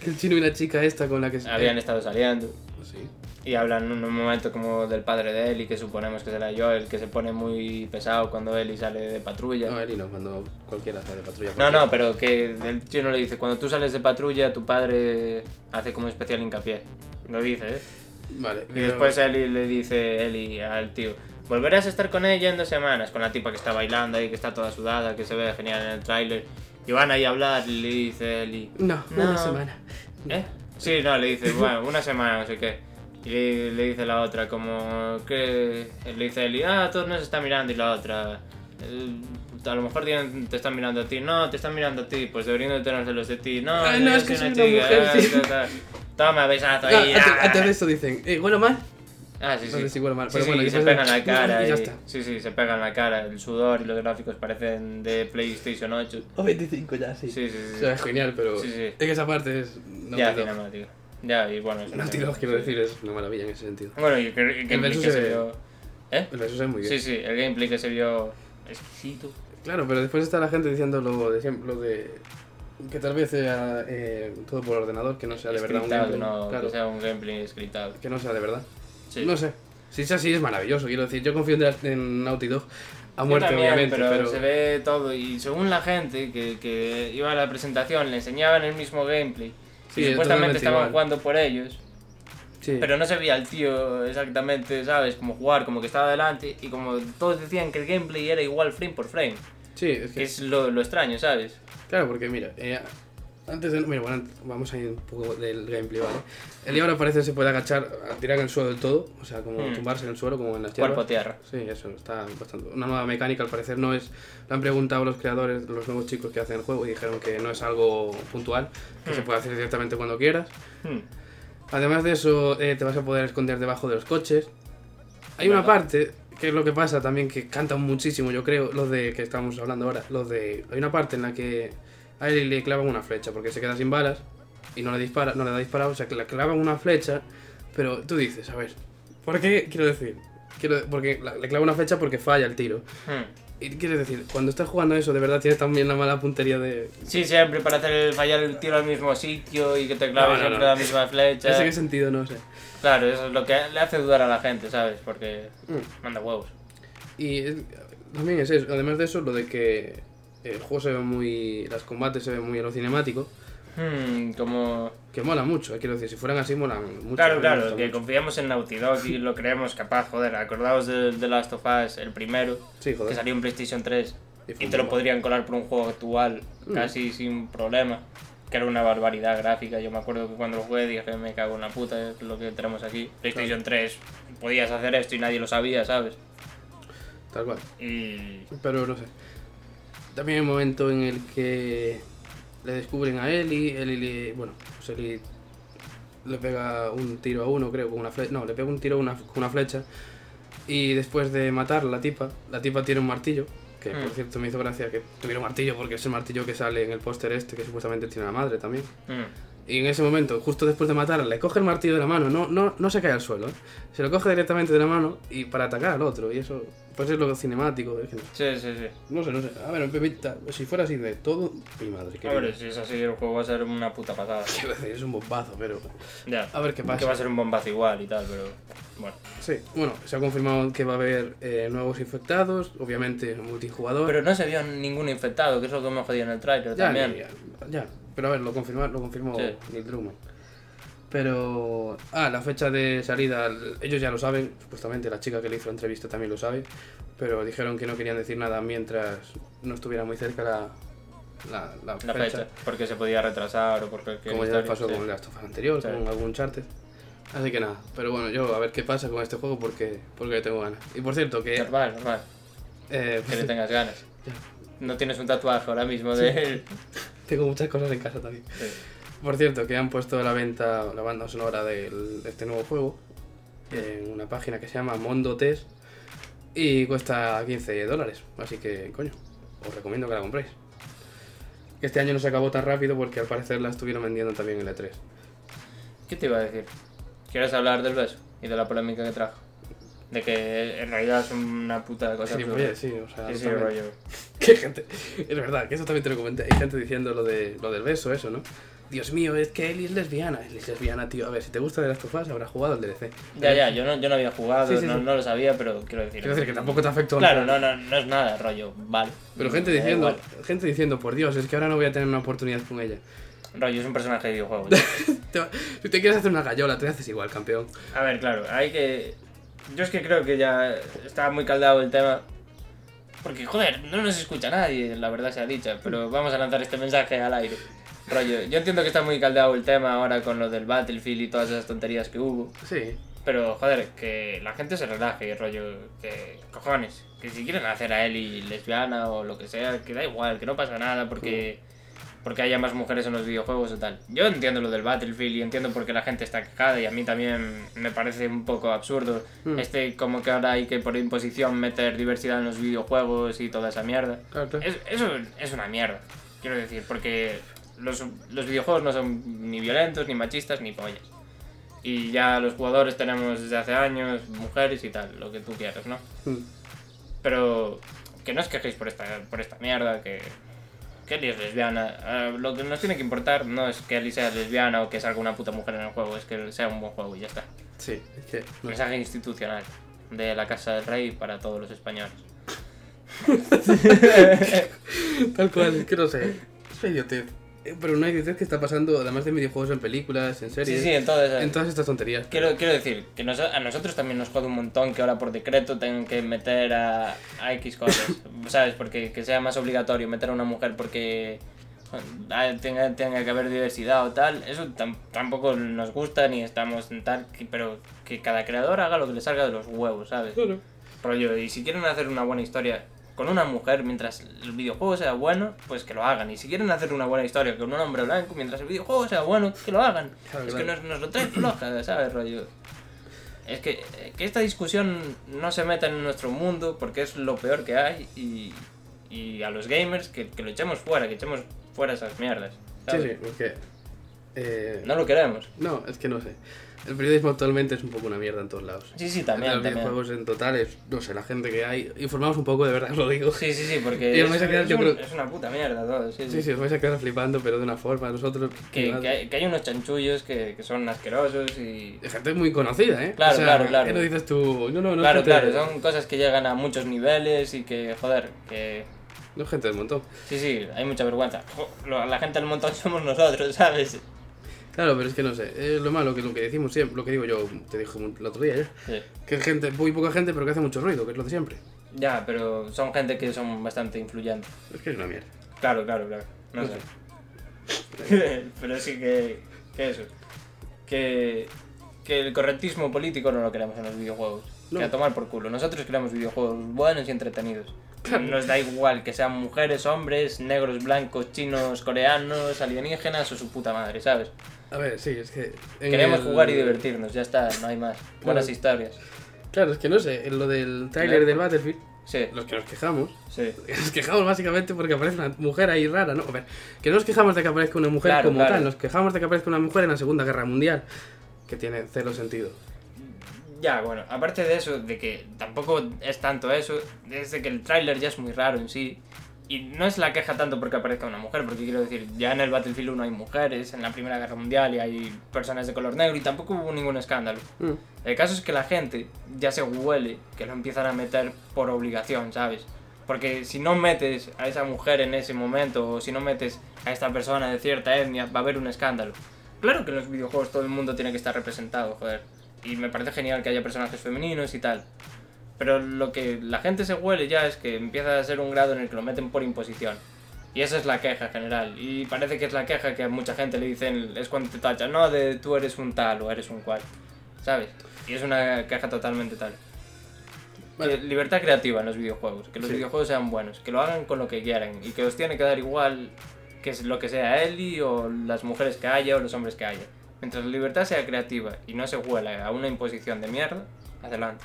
Speaker 2: que el chino y la chica esta con la que se...
Speaker 3: Habían estado saliendo
Speaker 2: Sí.
Speaker 3: y hablan en un momento como del padre de Eli, que suponemos que será Joel, que se pone muy pesado cuando Eli sale de
Speaker 2: No,
Speaker 3: patrulla.
Speaker 2: él y no, cuando cualquiera sale de patrulla.
Speaker 3: No,
Speaker 2: cualquiera.
Speaker 3: no, pero que el chino le dice, cuando tú sales de patrulla, tu padre hace como especial hincapié. Lo dice, ¿eh?
Speaker 2: Vale.
Speaker 3: Y después eh, Eli le dice Eli al tío, volverás a estar con ella en dos semanas, con la tipa que está bailando ahí, que está toda sudada, que se ve genial en el tráiler. Y van ahí a hablar y le dice Eli,
Speaker 2: No, una
Speaker 3: No.
Speaker 2: semana.
Speaker 3: ¿eh? Sí, no, le dice, bueno, una semana, no sé qué. Y le, le dice la otra, como que... Le dice Eli, ah, todos nos están mirando y la otra... "Eh, A lo mejor tienen- te están mirando a ti, no, te están mirando a ti, pues deberían de tenerse los de ti, no,
Speaker 2: Ay, Ah, no,
Speaker 3: yo
Speaker 2: es que soy una
Speaker 3: chica,
Speaker 2: mujer,
Speaker 3: eh,
Speaker 2: sí".
Speaker 3: ta, ta". Toma, besazo
Speaker 2: Ah,
Speaker 3: ahí.
Speaker 2: antes,
Speaker 3: ah".
Speaker 2: antes de eso dicen, eh, bueno, mal.
Speaker 3: Ah, sí, sí.
Speaker 2: Entonces igual mal,
Speaker 3: Sí,
Speaker 2: pero
Speaker 3: sí,
Speaker 2: bueno,
Speaker 3: y se
Speaker 2: después
Speaker 3: pega en
Speaker 2: de-
Speaker 3: la
Speaker 2: *laughs*
Speaker 3: cara.
Speaker 2: y ya
Speaker 3: y-
Speaker 2: está.
Speaker 3: Sí, sí, se pega en la cara. El sudor y los gráficos parecen de PlayStation 8.
Speaker 2: O 25 ya,
Speaker 3: Sí, sí, sí.
Speaker 2: O
Speaker 3: sí.
Speaker 2: sea, es genial, pero
Speaker 3: Sí, sí.
Speaker 2: es que esa parte es... No
Speaker 3: ya, cinemática. Ya, y bueno. es un tema.
Speaker 2: quiero decir, es una maravilla en ese sentido.
Speaker 3: Bueno, y el, el gameplay
Speaker 2: versus
Speaker 3: que se
Speaker 2: se-
Speaker 3: vio. ¿Eh?
Speaker 2: Pero eso es muy bien.
Speaker 3: Sí, sí, el gameplay que se vio. Exquisito.
Speaker 2: Claro, pero después está la gente diciendo lo de siempre, lo de que tal vez sea eh, todo por ordenador, que no sea de verdad un
Speaker 3: Scriptado,
Speaker 2: gameplay,
Speaker 3: no,
Speaker 2: claro,
Speaker 3: que sea un gameplay scriptado.
Speaker 2: que no sea de verdad.
Speaker 3: Sí.
Speaker 2: No sé. Si es así es maravilloso, quiero decir, yo confío en, en Naughty Dog a
Speaker 3: Yo
Speaker 2: muerte
Speaker 3: también,
Speaker 2: obviamente, pero,
Speaker 3: pero, se ve todo y según la gente que, que iba a la presentación le enseñaban el mismo gameplay
Speaker 2: Sí,
Speaker 3: y
Speaker 2: es
Speaker 3: supuestamente
Speaker 2: totalmente
Speaker 3: estaban
Speaker 2: igual.
Speaker 3: jugando por ellos
Speaker 2: sí.
Speaker 3: Pero no se veía el tío exactamente, ¿sabes? Como jugar, como que estaba delante y como todos decían que el gameplay era igual frame por frame.
Speaker 2: sí, es
Speaker 3: Que
Speaker 2: que
Speaker 3: es lo, lo extraño, ¿sabes?
Speaker 2: Claro, porque mira, eh, antes de. Mira, bueno, antes- vamos a ir un poco del gameplay, ¿vale? El libro parece que se puede agachar, a tirar en el suelo del todo, o sea, como
Speaker 3: Hmm.
Speaker 2: tumbarse en el suelo, como en las
Speaker 3: Cuerpo
Speaker 2: hierbas.
Speaker 3: a tierra.
Speaker 2: Sí, eso, está bastante. Una nueva mecánica, al parecer no es. Lo han preguntado los creadores, los nuevos chicos que hacen el juego, y dijeron que no es algo puntual, que se puede hacer directamente cuando quieras.
Speaker 3: Hmm.
Speaker 2: Además de eso, eh, te vas a poder esconder debajo de los coches. Hay una
Speaker 3: Verdad.
Speaker 2: parte, que es lo que pasa también, que cantan muchísimo, yo creo, los de que estamos hablando ahora. Los de. Hay una parte en la que a él le clavan una flecha porque se queda sin balas y no le dispara, no le da disparado, o sea que le clavan una flecha, pero tú dices, a ver, ¿por qué quiero decir? Quiero, porque la- le clavan una flecha porque falla el tiro.
Speaker 3: Hmm.
Speaker 2: Y quiero decir, cuando estás jugando eso, de verdad tienes también la mala puntería de.
Speaker 3: Sí, siempre para hacer el, fallar el tiro al mismo sitio y que te
Speaker 2: No,
Speaker 3: claves
Speaker 2: no,
Speaker 3: siempre
Speaker 2: no.
Speaker 3: la misma flecha.
Speaker 2: ¿Ese qué sentido? No sé.
Speaker 3: Claro, eso es lo que le hace dudar a la gente, ¿sabes? Porque
Speaker 2: Hmm.
Speaker 3: manda huevos.
Speaker 2: Y es- también es eso, además de eso, lo de que el juego se ve muy. Los combates se ven muy a lo cinemático,
Speaker 3: Hmm, como...
Speaker 2: que mola mucho, eh, quiero decir, si fueran así, molan mucho. eh,
Speaker 3: Claro,
Speaker 2: me
Speaker 3: claro,
Speaker 2: gusta
Speaker 3: que
Speaker 2: mucho.
Speaker 3: confiamos en Naughty Dog y lo creemos capaz, joder. Acordaos de, de Last of Us, el primero,
Speaker 2: Sí,
Speaker 3: que
Speaker 2: joder.
Speaker 3: salió en PlayStation 3
Speaker 2: Y fue
Speaker 3: y te lo
Speaker 2: muy
Speaker 3: podrían colar por un juego actual
Speaker 2: Mm.
Speaker 3: casi sin problema. Que era una barbaridad gráfica. Yo me acuerdo que cuando lo jugué dije, me cago en la puta, es lo que tenemos aquí. PlayStation 3, podías hacer esto y nadie lo sabía, ¿sabes?
Speaker 2: Tal cual.
Speaker 3: Y.
Speaker 2: Pero no sé. También hay un momento en el que le descubren a Eli, Eli le, bueno, pues Eli le pega un tiro a uno, creo, con una flecha, no, le pega un tiro a una, con una flecha y después de matar a la tipa, la tipa tiene un martillo, que por
Speaker 3: Mm.
Speaker 2: cierto me hizo gracia que tuviera un martillo porque es el martillo que sale en el póster este que supuestamente tiene la madre también.
Speaker 3: mm,
Speaker 2: Y en ese momento, justo después de matarla, le coge el martillo de la mano, no, no, no se cae al suelo, ¿eh? se lo coge directamente de la mano y para atacar al otro y eso pues es lo cinemático, es que no sé.
Speaker 3: Sí, sí, sí.
Speaker 2: No sé, no sé. A ver, en Pepita, si fuera así de todo, mi madre, querida. *laughs*
Speaker 3: Hombre, si es así, el juego va a ser una puta pasada.
Speaker 2: Quiero decir, es un bombazo, pero.
Speaker 3: Ya.
Speaker 2: A ver qué
Speaker 3: Que va a
Speaker 2: pasa.
Speaker 3: ser un bombazo igual y tal, pero. Bueno.
Speaker 2: Sí, bueno, se ha confirmado que va a haber eh, nuevos infectados, obviamente multijugador.
Speaker 3: Pero no se vio ningún infectado, que es lo que me jodido en el trailer
Speaker 2: ya,
Speaker 3: también.
Speaker 2: ya, ya. Pero a ver, lo confirmó, lo confirmó
Speaker 3: Sí.
Speaker 2: Neil Druckmann. Pero. Ah, la fecha de salida, l- ellos ya lo saben, supuestamente la chica que le hizo la entrevista también lo sabe, pero dijeron que no querían decir nada mientras no estuviera muy cerca la, la, la
Speaker 3: La fecha, porque se podía retrasar o porque...
Speaker 2: como ya
Speaker 3: historia,
Speaker 2: pasó
Speaker 3: sí.
Speaker 2: con el Last of Us anterior,
Speaker 3: Sí.
Speaker 2: con algún Uncharted. Así que nada, pero bueno, yo a ver qué pasa con este juego porque, porque le tengo ganas. Y por cierto, que.
Speaker 3: Normal, normal,
Speaker 2: eh,
Speaker 3: *laughs*
Speaker 2: *laughs*
Speaker 3: que le tengas ganas.
Speaker 2: Ya.
Speaker 3: No tienes un tatuaje ahora mismo de...
Speaker 2: tengo muchas cosas en casa también.
Speaker 3: Sí.
Speaker 2: Por cierto, que han puesto a la venta la banda sonora del- de este nuevo juego en una página que se llama Mondo Test y cuesta 15 dólares. Así que, coño, os recomiendo que la compréis. Este año no se acabó tan rápido porque al parecer la estuvieron vendiendo también en E la E3.
Speaker 3: ¿Qué te iba a decir? ¿Quieres hablar del beso y de la polémica que trajo? De que en realidad es una puta cosa. absurda.
Speaker 2: Gilipollez, sí, o sea,
Speaker 3: Sí, sí,
Speaker 2: totalmente.
Speaker 3: rollo.
Speaker 2: *laughs* Que gente, es verdad, que eso también te lo comenté. Hay gente diciendo lo, de, lo del beso, eso, ¿no? Dios mío, es que Ellie es lesbiana. Ellie es lesbiana, tío. A ver, si te gusta de las tofas, habrás jugado el DLC.
Speaker 3: Ya, ya, yo no, yo no había jugado,
Speaker 2: Sí, sí,
Speaker 3: no,
Speaker 2: sí.
Speaker 3: no lo sabía, pero quiero decir.
Speaker 2: Quiero decir que tampoco te afectó.
Speaker 3: Claro, no, no, no es nada, rollo, vale.
Speaker 2: Pero gente
Speaker 3: Me da
Speaker 2: diciendo,
Speaker 3: igual.
Speaker 2: gente diciendo, por Dios, es que ahora no voy a tener una oportunidad con ella.
Speaker 3: Rollo, es un personaje de videojuego. ya.
Speaker 2: Te va- si te quieres hacer una gallola, te haces igual, campeón.
Speaker 3: A ver, claro, hay que. Yo es que creo que ya está muy caldado el tema. Porque, joder, no nos escucha nadie, la verdad sea dicha, pero vamos a lanzar este mensaje al aire. Rollo, yo entiendo que está muy caldeado el tema ahora con lo del Battlefield y todas esas tonterías que hubo.
Speaker 2: Sí,
Speaker 3: Pero, joder, que la gente se relaje, rollo, que cojones, que si quieren hacer a Ellie lesbiana o lo que sea, que da igual, que no pasa nada porque, porque haya más mujeres en los videojuegos o tal. Yo entiendo lo del Battlefield y entiendo por qué la gente está quejada y a mí también me parece un poco absurdo
Speaker 2: Mm.
Speaker 3: este como que ahora hay que por imposición meter diversidad en los videojuegos y toda esa mierda.
Speaker 2: claro, claro.
Speaker 3: Es- eso es una mierda, quiero decir, porque los, los videojuegos no son ni violentos, ni machistas, ni pollas. Y ya los jugadores tenemos desde hace años mujeres y tal, lo que tú quieras, ¿no?
Speaker 2: Mm.
Speaker 3: Pero que no os quejéis por esta, por esta mierda, que, que Ellie es lesbiana. Ah, lo que nos tiene que importar no es que Ellie sea lesbiana o que salga una puta mujer en el juego, es que sea un buen juego y ya está.
Speaker 2: Sí, es que. no.
Speaker 3: Mensaje institucional de la Casa del Rey para todos los españoles. *laughs*
Speaker 2: Tal cual, es que no sé. Es una idiotez. Eh, Pero una idiotez que está pasando, además de en videojuegos, en películas, en
Speaker 3: Sí,
Speaker 2: series.
Speaker 3: sí, eh. entonces...
Speaker 2: En todas estas tonterías.
Speaker 3: Quiero, quiero decir, que nos- a nosotros también nos jode un montón que ahora por decreto tengan que meter a, a X cosas, ¿sabes? Porque que sea más obligatorio meter a una mujer porque ah, tenga, tenga que haber diversidad o tal, eso tam- tampoco nos gusta ni estamos en tal, que- pero que cada creador haga lo que le salga de los huevos, ¿sabes?
Speaker 2: Claro.
Speaker 3: Rollo, y si quieren hacer una buena historia con una mujer mientras el videojuego sea bueno, pues que lo hagan. Y si quieren hacer una buena historia con un hombre blanco mientras el videojuego sea bueno, que lo hagan.
Speaker 2: Claro,
Speaker 3: es que
Speaker 2: claro.
Speaker 3: nos, nos lo trae
Speaker 2: *coughs*
Speaker 3: floja, ¿sabes, rollo? Es que, que esta discusión no se meta en nuestro mundo porque es lo peor que hay y, y a los gamers que, que lo echemos fuera, que echemos fuera esas mierdas.
Speaker 2: Sí,
Speaker 3: ¿sabes?
Speaker 2: sí, es que. eh,
Speaker 3: No lo queremos.
Speaker 2: No, es que no sé. El periodismo actualmente es un poco una mierda en todos lados.
Speaker 3: Sí, sí, también.
Speaker 2: los
Speaker 3: también.
Speaker 2: videojuegos en total es, no sé, la gente que hay. Informaos un poco, de verdad *laughs* os lo digo.
Speaker 3: Sí, sí, sí, porque
Speaker 2: Y
Speaker 3: es,
Speaker 2: os vais a quedar,
Speaker 3: es
Speaker 2: yo
Speaker 3: un-
Speaker 2: creo-
Speaker 3: es una puta mierda todo. sí,
Speaker 2: Sí,
Speaker 3: sí.
Speaker 2: sí, os vais a quedar flipando, pero de una forma. Nosotros.
Speaker 3: que,
Speaker 2: privados.
Speaker 3: que hay, que hay unos chanchullos que, que son asquerosos y...
Speaker 2: Gente muy conocida, ¿eh?
Speaker 3: Claro,
Speaker 2: O sea,
Speaker 3: claro, claro.
Speaker 2: ¿qué no dices tú? No, no, no.
Speaker 3: claro,
Speaker 2: gente,
Speaker 3: claro, son cosas que llegan a muchos niveles y que, joder, que...
Speaker 2: No es gente del montón.
Speaker 3: Sí, sí, hay mucha vergüenza. Jo, lo- La gente del montón *laughs* somos nosotros, ¿sabes?
Speaker 2: Claro, pero es que no sé. Es lo malo que lo que decimos siempre, lo que digo yo, te dije un- el otro día ya.
Speaker 3: Sí.
Speaker 2: Que es gente, muy poca gente, pero que hace mucho ruido, que es lo de siempre.
Speaker 3: Ya, pero son gente que son bastante influyentes.
Speaker 2: Es que es una mierda.
Speaker 3: Claro, claro, claro. No sé. *laughs* pero sí que... que eso. Que... Que el correctismo político no lo queremos en los videojuegos.
Speaker 2: No.
Speaker 3: Que a tomar por culo. Nosotros queremos videojuegos buenos y entretenidos. Nos da igual que sean mujeres, hombres, negros, blancos, chinos, coreanos, alienígenas o su puta madre, ¿sabes?
Speaker 2: A ver, sí, es que. en
Speaker 3: Queremos
Speaker 2: el-
Speaker 3: jugar y divertirnos, ya está, no hay más. Buenas
Speaker 2: Claro.
Speaker 3: historias.
Speaker 2: Claro, es que no sé, en lo del tráiler del Battlefield, eh,
Speaker 3: Sí,
Speaker 2: los que nos quejamos, *laughs*
Speaker 3: sí.
Speaker 2: Nos quejamos básicamente porque aparece una mujer ahí rara, ¿no? A ver, que no nos quejamos de que aparezca una mujer
Speaker 3: Claro,
Speaker 2: como
Speaker 3: claro.
Speaker 2: tal, nos quejamos de que aparezca una mujer en la Segunda Guerra Mundial, que tiene cero sentido.
Speaker 3: Ya, bueno, aparte de eso, de que tampoco es tanto eso, es de que el tráiler ya es muy raro en sí. Y no es la queja tanto porque aparezca una mujer, porque quiero decir, ya en el Battlefield 1 hay mujeres, en la Primera Guerra Mundial y hay personas de color negro y tampoco hubo ningún escándalo.
Speaker 2: Mm,
Speaker 3: El caso es que la gente ya se huele que lo empiezan a meter por obligación, ¿sabes? Porque si no metes a esa mujer en ese momento o si no metes a esta persona de cierta etnia, va a haber un escándalo. Claro que en los videojuegos todo el mundo tiene que estar representado, joder. Y me parece genial que haya personajes femeninos y tal. Pero lo que la gente se huele ya es que empieza a ser un grado en el que lo meten por imposición. Y esa es la queja general. Y parece que es la queja que a mucha gente le dicen, es cuando te tachan, no, de tú eres un tal o eres un cual. ¿Sabes? Y es una queja totalmente tal.
Speaker 2: Vale.
Speaker 3: Que Libertad creativa en los videojuegos, que los
Speaker 2: Sí.
Speaker 3: videojuegos sean buenos, que lo hagan con lo que quieran y que os tiene que dar igual que es lo que sea Eli o las mujeres que haya o los hombres que haya. Mientras la libertad sea creativa y no se huela a una imposición de mierda, adelante.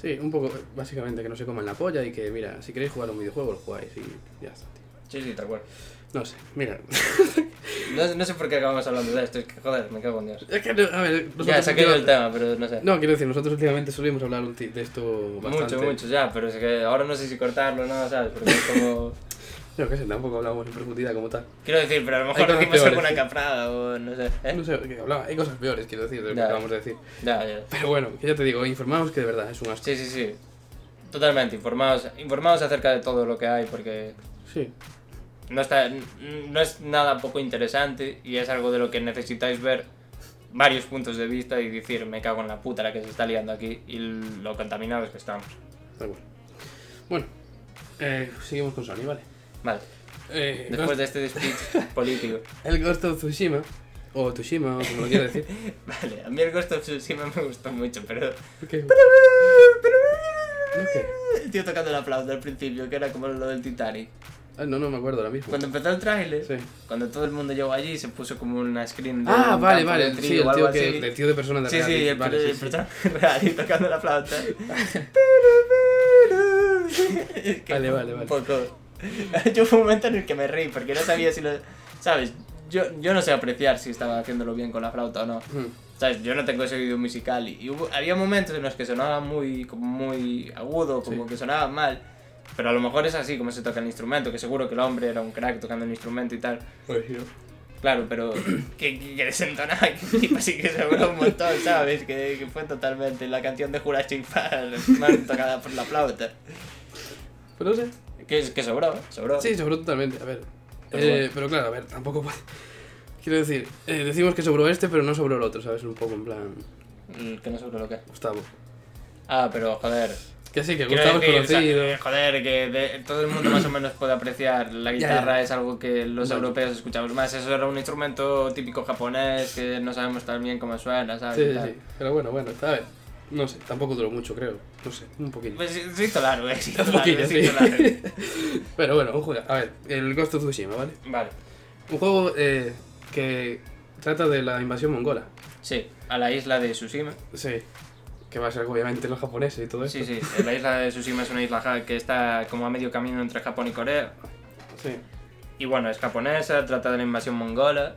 Speaker 2: Sí, un poco, básicamente, que no se coman la polla y que, mira, si queréis jugar a un videojuego, lo jugáis y ya está, tío.
Speaker 3: Sí, sí, tal cual.
Speaker 2: No sé, mira. *laughs*
Speaker 3: No, no sé por qué acabamos hablando de esto, es que joder, me cago en Dios.
Speaker 2: es que, no, a ver, nosotros
Speaker 3: Ya, saqué yo el
Speaker 2: últimamente-
Speaker 3: tema, pero no sé.
Speaker 2: No, quiero decir, nosotros últimamente solíamos hablar un ti- de esto bastante.
Speaker 3: mucho, mucho, ya, pero es que ahora no sé si cortarlo o no, ¿sabes? Porque es
Speaker 2: *laughs*
Speaker 3: como...
Speaker 2: No, que sé, tampoco hablamos en profundidad como tal.
Speaker 3: Quiero decir, pero a lo
Speaker 2: Hay
Speaker 3: mejor
Speaker 2: cosas
Speaker 3: decimos
Speaker 2: peores,
Speaker 3: alguna
Speaker 2: sí.
Speaker 3: caprada o no sé. ¿eh?
Speaker 2: No sé, que hablaba, hay cosas peores, quiero decir, de lo que
Speaker 3: Ya.
Speaker 2: acabamos de decir.
Speaker 3: Ya, ya.
Speaker 2: Pero bueno, que ya te digo, informaos que de verdad es un asco.
Speaker 3: Sí, sí, sí. Totalmente, informados, informados acerca de todo lo que hay, porque
Speaker 2: Sí.
Speaker 3: no, está, no es nada poco interesante y es algo de lo que necesitáis ver varios puntos de vista y decir, me cago en la puta la que se está liando aquí y lo contaminados que estamos.
Speaker 2: Da igual. Bueno, eh, seguimos con Sony, ¿vale?
Speaker 3: Vale,
Speaker 2: Eh,
Speaker 3: después de este speech
Speaker 2: *laughs*
Speaker 3: político.
Speaker 2: El Ghost of Tsushima, o Tsushima, o como lo quieras decir.
Speaker 3: Vale, a mí el Ghost of Tsushima me gustó mucho, pero...
Speaker 2: *laughs* Ok.
Speaker 3: El tío tocando la flauta al principio, que era como lo del Titanic.
Speaker 2: Ah, no, no me acuerdo ahora mismo.
Speaker 3: Cuando empezó el tráiler,
Speaker 2: Sí.
Speaker 3: cuando todo el mundo llegó allí, se puso como una screen de
Speaker 2: Ah,
Speaker 3: un
Speaker 2: vale,
Speaker 3: campo
Speaker 2: vale.
Speaker 3: de
Speaker 2: Sí,
Speaker 3: trigo
Speaker 2: el
Speaker 3: o
Speaker 2: tío,
Speaker 3: algo
Speaker 2: que,
Speaker 3: así.
Speaker 2: el tío de persona de
Speaker 3: Sí,
Speaker 2: real.
Speaker 3: sí, el,
Speaker 2: vale,
Speaker 3: per-
Speaker 2: sí,
Speaker 3: el
Speaker 2: sí.
Speaker 3: *laughs* personaje real y tocando
Speaker 2: *laughs*
Speaker 3: la flauta. *laughs* Es que
Speaker 2: Vale,
Speaker 3: fue
Speaker 2: vale, vale.
Speaker 3: Un poco. *laughs* Yo fue un momento en el que me reí porque no sabía si lo. ¿Sabes? Yo, yo no sé apreciar si estaba haciéndolo bien con la flauta o no.
Speaker 2: Hmm.
Speaker 3: ¿Sabes? Yo no tengo ese oído musical y, y hubo- había momentos en los que sonaba muy, como muy agudo, como
Speaker 2: Sí.
Speaker 3: que sonaba mal. Pero a lo mejor es así como se toca el instrumento, que seguro que el hombre era un crack tocando el instrumento y tal.
Speaker 2: Pues yo.
Speaker 3: Claro, pero que, que, que desentonaba, que flipa, sí que seguro un montón, ¿sabes? Que, que fue totalmente la canción de Jurassic Park más tocada por la flauta.
Speaker 2: Pero no sé.
Speaker 3: Que, es- que sobró, sobró.
Speaker 2: Sí, sobró totalmente. A ver.
Speaker 3: Pero
Speaker 2: eh,
Speaker 3: bueno.
Speaker 2: Pero claro, a ver, tampoco puede. Quiero decir, eh, decimos que sobró este, pero no sobró el otro, ¿sabes? Un poco en plan.
Speaker 3: Mm, Que no sobró lo que.
Speaker 2: Gustavo.
Speaker 3: Ah, pero joder.
Speaker 2: Que sí, que
Speaker 3: Quiero
Speaker 2: Gustavo
Speaker 3: decir,
Speaker 2: es
Speaker 3: o sea,
Speaker 2: conocido.
Speaker 3: eh, joder, que de- todo el mundo más o menos puede apreciar. La
Speaker 2: Ya,
Speaker 3: guitarra
Speaker 2: ya.
Speaker 3: es algo que los
Speaker 2: No.
Speaker 3: europeos escuchamos más. Eso era un instrumento típico japonés que no sabemos tan bien cómo suena, ¿sabes?
Speaker 2: Sí,
Speaker 3: Y
Speaker 2: sí,
Speaker 3: tal.
Speaker 2: sí. Pero bueno, bueno, está bien. No sé, tampoco duró mucho, creo. No sé, un poquito.
Speaker 3: Pues sí, sí, hizo largo, eh, sí,
Speaker 2: *laughs*
Speaker 3: hizo
Speaker 2: Un
Speaker 3: largo,
Speaker 2: poquillo,
Speaker 3: sí,
Speaker 2: *laughs* sí.
Speaker 3: hizo largo.
Speaker 2: Pero bueno, un juego. A ver, el Ghost of Tsushima, ¿vale?
Speaker 3: Vale.
Speaker 2: Un juego eh, que trata de la invasión mongola.
Speaker 3: Sí, a la isla de Tsushima.
Speaker 2: Sí. Que va a ser obviamente los japoneses y todo eso.
Speaker 3: Sí, sí, la isla de Tsushima es una isla ja- que está como a medio camino entre Japón y Corea.
Speaker 2: Sí.
Speaker 3: Y bueno, es japonesa, trata de la invasión mongola.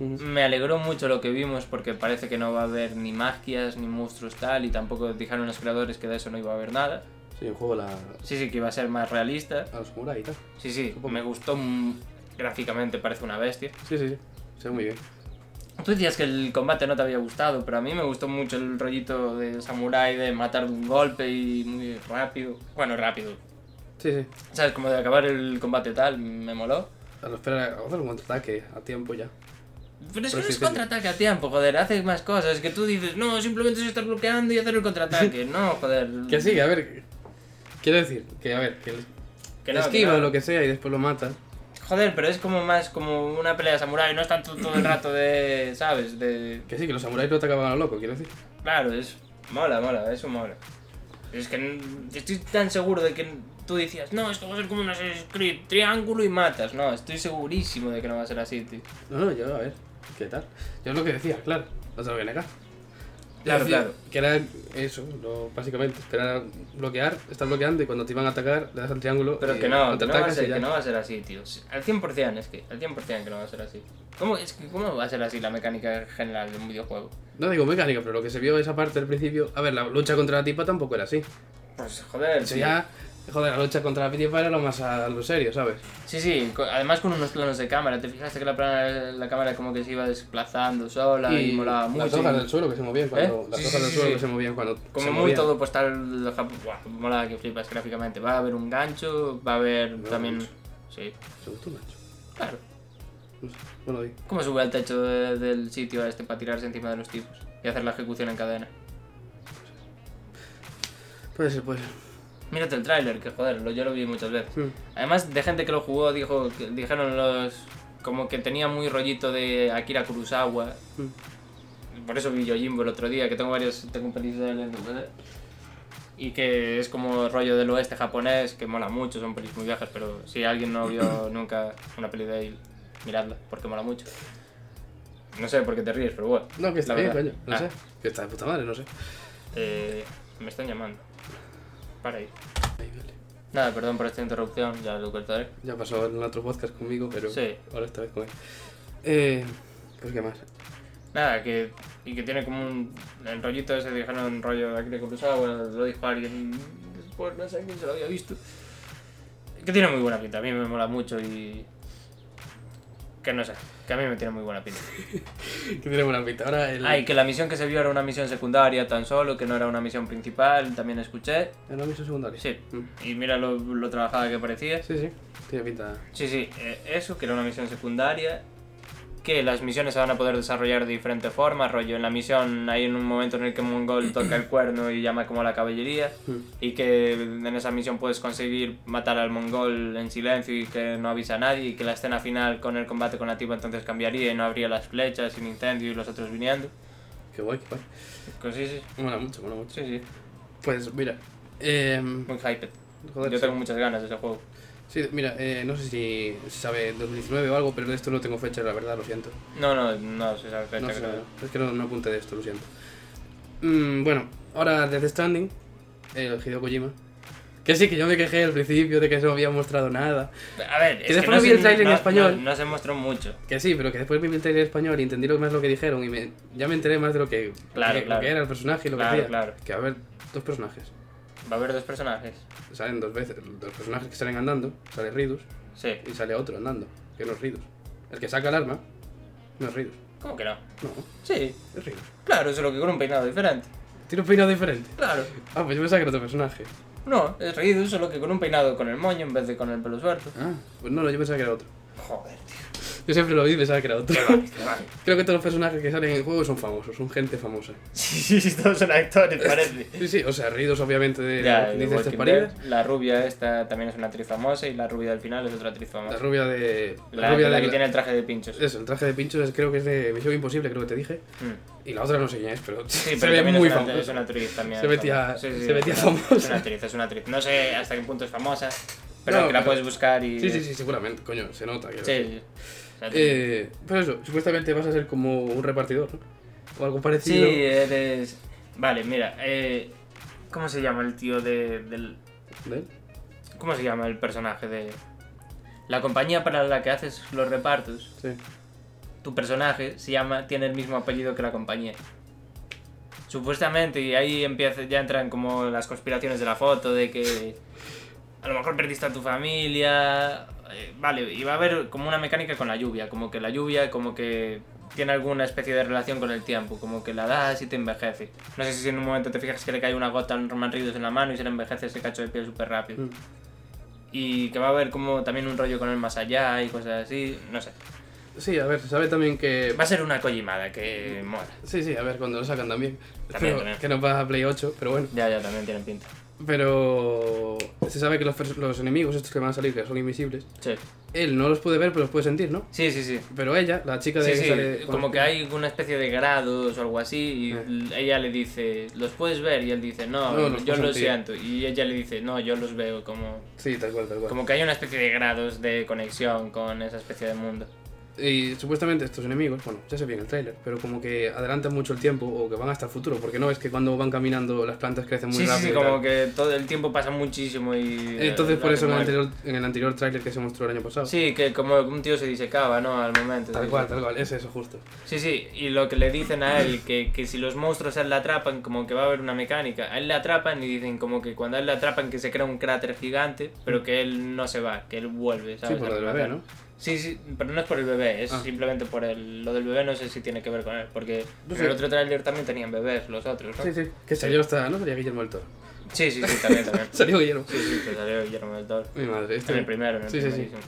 Speaker 2: Ujú.
Speaker 3: Me alegró mucho lo que vimos porque parece que no va a haber ni magias, ni monstruos tal, y tampoco dijeron los creadores que de eso no iba a haber nada.
Speaker 2: Sí, un juego a la,
Speaker 3: Sí, sí, que iba a ser más realista.
Speaker 2: a los samuráis y tal.
Speaker 3: Sí, sí,
Speaker 2: Supongo.
Speaker 3: me gustó mm, gráficamente, parece una bestia.
Speaker 2: Sí, sí, sí. Se ve muy bien.
Speaker 3: Tú decías que el combate no te había gustado, pero a mí me gustó mucho el rollito de samurái, de matar de un golpe y muy rápido. Bueno, rápido,
Speaker 2: Sí, sí.
Speaker 3: ¿Sabes? Como de acabar el combate tal, me moló.
Speaker 2: A lo esperar a otro contraataque a tiempo ya.
Speaker 3: Pero es
Speaker 2: Pero
Speaker 3: que no
Speaker 2: sí,
Speaker 3: es
Speaker 2: sí, sí.
Speaker 3: contraataque a tiempo, joder, haces más cosas. Que tú dices, no, simplemente se está bloqueando y hacer el contraataque. No, joder.
Speaker 2: Que sí, a ver. Quiero decir, que a ver, que, el-
Speaker 3: Que no,
Speaker 2: esquiva
Speaker 3: que
Speaker 2: o
Speaker 3: no.
Speaker 2: lo que sea y después lo mata.
Speaker 3: Joder, pero es como más como una pelea de samurái, no es tanto todo el rato de, ¿sabes? De...
Speaker 2: Que sí, que los samuráis no atacaban a lo loco, quiero decir.
Speaker 3: Claro, es... Mola, mola, eso mola. Pero es que n- estoy tan seguro de que tú decías, no, esto va a ser como un Assassin's Creed, triángulo y matas. No, estoy segurísimo de que no va a ser así, tío.
Speaker 2: No, no, yo, a ver, ¿qué tal? Yo es lo que decía, claro, no se lo voy a negar.
Speaker 3: Claro,
Speaker 2: Decía
Speaker 3: claro.
Speaker 2: Que era eso, lo- básicamente, esperar a bloquear, estar bloqueando y cuando te iban a atacar le das al triángulo.
Speaker 3: Pero
Speaker 2: y
Speaker 3: que no, que no, va a
Speaker 2: contraatacas y
Speaker 3: ser,
Speaker 2: ya.
Speaker 3: que no va a ser así, tío. Al 100% es que, al 100% que no va a ser así. ¿Cómo, es que, ¿Cómo va a ser así la mecánica general de un videojuego?
Speaker 2: No digo mecánica, pero lo que se vio esa parte al principio. A ver, la lucha contra la tipa tampoco era así.
Speaker 3: Pues joder,
Speaker 2: Eso
Speaker 3: sí.
Speaker 2: ya, joder, la lucha contra la tipa era lo más a lo serio, ¿sabes?
Speaker 3: Sí, sí, co- además con unos planos de cámara. ¿Te fijaste que la, plana- la cámara como que se iba desplazando sola y, molaba
Speaker 2: las
Speaker 3: mucho?
Speaker 2: hojas
Speaker 3: y-
Speaker 2: del suelo que se movían cuando.
Speaker 3: ¿Eh?
Speaker 2: Las
Speaker 3: Sí,
Speaker 2: hojas
Speaker 3: sí,
Speaker 2: del
Speaker 3: sí,
Speaker 2: suelo
Speaker 3: sí.
Speaker 2: que se movían cuando.
Speaker 3: Como
Speaker 2: se
Speaker 3: muy
Speaker 2: movían.
Speaker 3: todo postal. jap- Buah, molaba que flipas gráficamente. Va a haber un gancho, va a haber
Speaker 2: No,
Speaker 3: también.
Speaker 2: mucho.
Speaker 3: Sí,
Speaker 2: Se gustó macho.
Speaker 3: claro.
Speaker 2: No sé, no lo vi.
Speaker 3: ¿Cómo sube al techo de- del sitio este para tirarse encima de los tipos y hacer la ejecución en cadena?
Speaker 2: Puede ser, puede ser.
Speaker 3: Mírate el tráiler, que joder, lo- yo lo vi muchas veces.
Speaker 2: Mm.
Speaker 3: Además, de gente que lo jugó, dijo, que- dijeron los. como que tenía muy rollito de Akira Kurosawa.
Speaker 2: Mm.
Speaker 3: Por eso vi Yojimbo el otro día, que tengo varios. tengo un pedazo de él en- Y que es como rollo del oeste japonés, que mola mucho, son pelis muy viejas, pero si alguien no
Speaker 2: *clears throat*
Speaker 3: vio nunca una peli de él, miradla, porque mola mucho. No sé por qué te ríes, pero bueno.
Speaker 2: No, que está
Speaker 3: la
Speaker 2: bien,
Speaker 3: verdad.
Speaker 2: coño. No
Speaker 3: Ah,
Speaker 2: sé. Que está de puta madre, no sé.
Speaker 3: eh, me están llamando. Para ahí.
Speaker 2: Ahí, vale.
Speaker 3: Nada, perdón por esta interrupción, ya lo cortaré.
Speaker 2: Ya pasó en otro podcast conmigo, pero
Speaker 3: Sí.
Speaker 2: ahora esta vez con él. Eh, pues qué más. *laughs*
Speaker 3: Nada, que, y que tiene como un. El rollito ese, dijeron rollo de Akira Kurosawa, bueno, lo dijo alguien después, no sé quién se lo había visto. Que tiene muy buena pinta, a mí me mola mucho y. Que no sé, que a mí me tiene muy buena pinta.
Speaker 2: Que tiene buena pinta. Ahora el...
Speaker 3: Ay, que la misión que se vio era una misión secundaria tan solo, que no era una misión principal, también escuché.
Speaker 2: ¿El no hizo secundario?
Speaker 3: Sí,
Speaker 2: Mm.
Speaker 3: y mira lo, lo trabajada que parecía.
Speaker 2: Sí, sí. Tiene pinta.
Speaker 3: Sí, sí, eh, eso, que era una misión secundaria, que las misiones se van a poder desarrollar de diferentes formas, rollo, en la misión hay un momento en el que
Speaker 2: *clears throat*
Speaker 3: Mongol toca el cuerno y llama como a la caballería,
Speaker 2: Mm.
Speaker 3: y que en esa misión puedes conseguir matar al Mongol en silencio y que no avisa a nadie, y que la escena final con el combate con la tipa entonces cambiaría y no habría las flechas, sin incendio y los otros viniendo.
Speaker 2: Qué guay, qué guay.
Speaker 3: Pues sí, sí,
Speaker 2: Mola mucho, mola mucho.
Speaker 3: sí, sí,
Speaker 2: Pues mira. Eh,
Speaker 3: muy hyped.
Speaker 2: joder,
Speaker 3: Yo
Speaker 2: sí.
Speaker 3: tengo muchas ganas de ese juego.
Speaker 2: Sí, mira, eh, no sé si se sabe 2019 o algo, pero de esto no tengo fecha, la verdad, lo siento.
Speaker 3: No, no, no se sabe fecha
Speaker 2: No
Speaker 3: que
Speaker 2: sé,
Speaker 3: sale.
Speaker 2: es que no, no apunté de esto, lo siento. Mm, bueno, ahora Death Stranding, el Hideo Kojima. Que sí, que yo me quejé al principio de que no había mostrado nada.
Speaker 3: A ver, es
Speaker 2: después
Speaker 3: no
Speaker 2: vi
Speaker 3: se-
Speaker 2: el tráiler en
Speaker 3: no-
Speaker 2: español.
Speaker 3: no- no se mostró mucho.
Speaker 2: Que sí, pero que después vi el trailer español y entendí lo- más lo que dijeron y me, ya me enteré más de lo que,
Speaker 3: Claro,
Speaker 2: lo que- lo
Speaker 3: claro.
Speaker 2: que era el personaje y lo
Speaker 3: Claro,
Speaker 2: que hacía.
Speaker 3: claro.
Speaker 2: Que a ver, dos personajes.
Speaker 3: Va a haber dos personajes.
Speaker 2: Salen dos veces, dos personajes que salen andando, sale Ridus
Speaker 3: Sí.
Speaker 2: y sale otro andando, que no es Ridus. El que saca el arma no es Ridus,
Speaker 3: ¿Cómo que no?
Speaker 2: no,
Speaker 3: Sí,
Speaker 2: es Ridus.
Speaker 3: claro, solo que con un peinado diferente.
Speaker 2: Tiene un peinado diferente.
Speaker 3: Claro.
Speaker 2: Ah, pues yo pensaba que era otro personaje.
Speaker 3: No, es reído, solo que con un peinado con el moño en vez de con el pelo suelto.
Speaker 2: Ah, pues no, no, yo pensaba que era otro.
Speaker 3: Joder, tío.
Speaker 2: Yo siempre lo vi y pensaba que era otro.
Speaker 3: qué mal.
Speaker 2: *laughs* Creo que todos los personajes que salen en el juego son famosos, son gente famosa.
Speaker 3: Sí, sí, todos son actores, parece.
Speaker 2: Sí, sí, o sea, Ridus obviamente de
Speaker 3: *laughs* Ya,
Speaker 2: de
Speaker 3: de
Speaker 2: Dice Estas
Speaker 3: Walking Dead,
Speaker 2: Paridas,
Speaker 3: la rubia esta también es una actriz famosa y la rubia del final es otra actriz
Speaker 2: la
Speaker 3: famosa.
Speaker 2: rubia de...
Speaker 3: La,
Speaker 2: rubia
Speaker 3: la
Speaker 2: de
Speaker 3: que tiene el traje de pinchos.
Speaker 2: Eso, el traje de pinchos es- creo que es de Misión Imposible, creo que te dije.
Speaker 3: Mm.
Speaker 2: Y la otra no sé quién es, pero *laughs*
Speaker 3: Sí,
Speaker 2: se
Speaker 3: pero
Speaker 2: ve
Speaker 3: también
Speaker 2: muy
Speaker 3: es, una, es
Speaker 2: famosa.
Speaker 3: una actriz también.
Speaker 2: Se metía-
Speaker 3: famosa.
Speaker 2: se metía
Speaker 3: es una-
Speaker 2: famosa.
Speaker 3: Es una actriz, es una actriz. No sé hasta qué punto es famosa, pero
Speaker 2: No,
Speaker 3: que la
Speaker 2: pero-
Speaker 3: puedes buscar y...
Speaker 2: Sí, sí, sí, seguramente, coño, se nota. quiero
Speaker 3: Sí,
Speaker 2: decir.
Speaker 3: sí. O sea,
Speaker 2: Eh, pues eso, supuestamente vas a ser como un repartidor, ¿no? O algo
Speaker 3: Sí,
Speaker 2: parecido.
Speaker 3: eres. Vale, mira, eh, ¿cómo se llama el tío de, del.
Speaker 2: ¿De él?
Speaker 3: ¿Cómo se llama el personaje de.? La compañía para la que haces los repartos,
Speaker 2: Sí.
Speaker 3: tu personaje se llama, tiene el mismo apellido que la compañía. Supuestamente, y ahí empieza, ya entran como las conspiraciones de la foto, de que a lo mejor perdiste a tu familia. eh, Vale, y va a haber como una mecánica con la lluvia, como que la lluvia como que tiene alguna especie de relación con el tiempo, como que la das y te envejece. No sé si en un momento te fijas que le cae una gota al Norman Reedus en la mano y se le envejece ese cacho de piel súper rápido.
Speaker 2: Mm.
Speaker 3: Y que va a haber como también un rollo con el más allá y cosas así, no sé.
Speaker 2: Sí, a ver, se sabe también que...
Speaker 3: Va a ser una collimada que mola.
Speaker 2: Sí, sí, a ver, cuando lo sacan también.
Speaker 3: También,
Speaker 2: Pero-
Speaker 3: también.
Speaker 2: Que nos va a Play 8, pero bueno.
Speaker 3: Ya, ya, también tienen pinta.
Speaker 2: Pero se sabe que los, pers- los enemigos estos que van a salir, que son invisibles,
Speaker 3: Sí,
Speaker 2: él no los puede ver, pero los puede sentir, ¿no?
Speaker 3: sí, sí. sí.
Speaker 2: Pero ella, la chica de
Speaker 3: Sí,
Speaker 2: que
Speaker 3: sí,
Speaker 2: sale con este.
Speaker 3: como
Speaker 2: los-
Speaker 3: que hay una especie de grados o algo así y l- ella le dice, ¿los puedes ver? Y él dice, no,
Speaker 2: Eh. No, los
Speaker 3: yo
Speaker 2: puedo
Speaker 3: lo
Speaker 2: sentir".
Speaker 3: siento. Y ella le dice, no, yo los veo como...
Speaker 2: Sí, tal cual, tal cual.
Speaker 3: Como que hay una especie de grados de conexión con esa especie de mundo.
Speaker 2: Y supuestamente estos enemigos, bueno, ya se ve en el tráiler, pero como que adelantan mucho el tiempo o que van hasta el futuro, porque no es que cuando van caminando las plantas crecen muy
Speaker 3: sí, sí,
Speaker 2: rápido.
Speaker 3: sí,
Speaker 2: y
Speaker 3: como
Speaker 2: tal.
Speaker 3: que todo el tiempo pasa muchísimo y... eh,
Speaker 2: Entonces por
Speaker 3: la
Speaker 2: eso en el,
Speaker 3: muerte.
Speaker 2: anterior, en el anterior tráiler que se mostró el año pasado.
Speaker 3: Sí, que como un tío se disecaba, ¿no? Al momento.
Speaker 2: Tal
Speaker 3: sí,
Speaker 2: cual,
Speaker 3: sí.
Speaker 2: tal cual, es eso justo.
Speaker 3: Sí, sí, y lo que le dicen a él, que, que si los monstruos a él le atrapan, como que va a haber una mecánica. A él le atrapan y dicen como que cuando a él le atrapan que se crea un cráter gigante, pero que él no se va, que él vuelve,
Speaker 2: Mm. Sí,
Speaker 3: ¿sabes?
Speaker 2: por
Speaker 3: A
Speaker 2: lo del bebé,
Speaker 3: renacer.
Speaker 2: ¿no?
Speaker 3: Sí, sí, pero no es por el bebé, es
Speaker 2: Ah.
Speaker 3: simplemente por el... Lo del bebé no sé si tiene que ver con él, porque
Speaker 2: No
Speaker 3: en
Speaker 2: sé.
Speaker 3: el otro tráiler también tenían bebés los otros, ¿no?
Speaker 2: Sí, sí. Que salió hasta... ¿No sería Guillermo del Toro?
Speaker 3: sí, sí, sí, también, también.
Speaker 2: *laughs* Salió Guillermo.
Speaker 3: Sí, sí, que salió Guillermo del Toro.
Speaker 2: Mi madre, este...
Speaker 3: En el primero, en el
Speaker 2: Sí, sí, sí.
Speaker 3: primerísimo.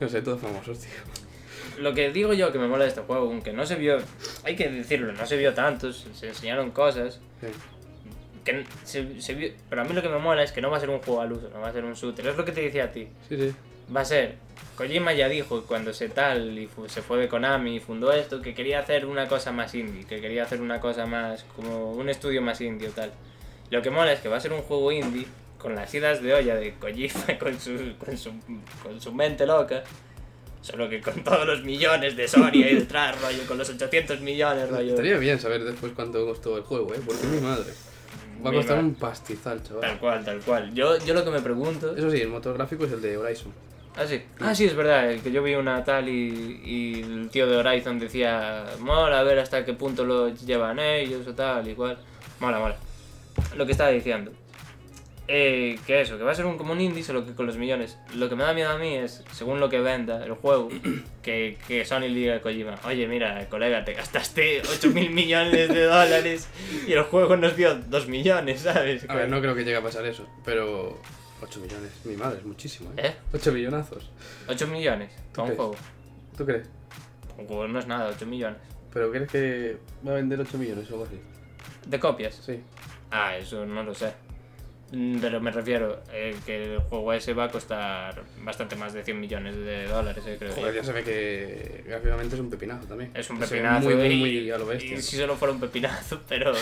Speaker 2: No sé, todos famosos, tío.
Speaker 3: Lo que digo yo que me mola de este juego, aunque no se vio, hay que decirlo, no se vio tanto, se se enseñaron cosas,
Speaker 2: Sí.
Speaker 3: que se- se vio- pero a mí lo que me mola es que no va a ser un juego al uso, no va a ser un shooter. Es lo que te decía a ti.
Speaker 2: Sí, sí.
Speaker 3: Va a ser. Kojima ya dijo cuando se tal y fu- se fue de Konami y fundó esto que quería hacer una cosa más indie, que quería hacer una cosa más como un estudio más indie o tal. Lo que mola es que va a ser un juego indie con las idas de olla de Kojima *laughs* con su, con su, con su mente loca. Solo que con todos los millones de Sony ahí detrás, rollo, con los 800 millones, rollo.
Speaker 2: Estaría bien saber después cuánto costó el juego, ¿eh? Porque mi madre. Va a
Speaker 3: Mi
Speaker 2: costar
Speaker 3: madre.
Speaker 2: un pastizal,
Speaker 3: Tal
Speaker 2: chaval.
Speaker 3: cual, tal cual. Yo, yo lo que me pregunto.
Speaker 2: Eso sí, el motor gráfico es el de Horizon.
Speaker 3: Ah, sí. Ah, sí, es verdad, el que yo vi una tal y, y el tío de Horizon decía, mola, a ver hasta qué punto lo llevan ellos o tal, igual. Mola, mola. Lo que estaba diciendo. Eh, que eso, que va a ser un, como un indie, solo que con los millones. Lo que me da miedo a mí es, según lo que venda el
Speaker 2: *clears throat*
Speaker 3: juego, que, que Sony le diga a Kojima, oye, mira, colega, te gastaste 8 mil millones de dólares y el juego nos dio 2 millones, ¿sabes?
Speaker 2: A ver, no creo que llegue a pasar eso, pero. 8 millones, mi madre, es muchísimo, ¿eh?
Speaker 3: ¿Eh?
Speaker 2: 8 millonazos.
Speaker 3: 8 millones para
Speaker 2: ¿Tú
Speaker 3: un juego.
Speaker 2: crees? ¿Tú crees?
Speaker 3: Un juego no es nada, 8 millones.
Speaker 2: ¿Pero crees que va a vender 8 millones o algo así?
Speaker 3: ¿De copias?
Speaker 2: Sí.
Speaker 3: Ah, eso no lo sé. Mm, Pero me refiero eh, que el juego ese va a costar bastante más de 100 millones de dólares, eh, creo.
Speaker 2: Joder,
Speaker 3: yo.
Speaker 2: ya se ve que gráficamente es un pepinazo también.
Speaker 3: Es un
Speaker 2: Se ve
Speaker 3: pepinazo.
Speaker 2: Muy, muy,
Speaker 3: y-
Speaker 2: muy a lo bestia.
Speaker 3: y si solo fuera un pepinazo, *laughs* pero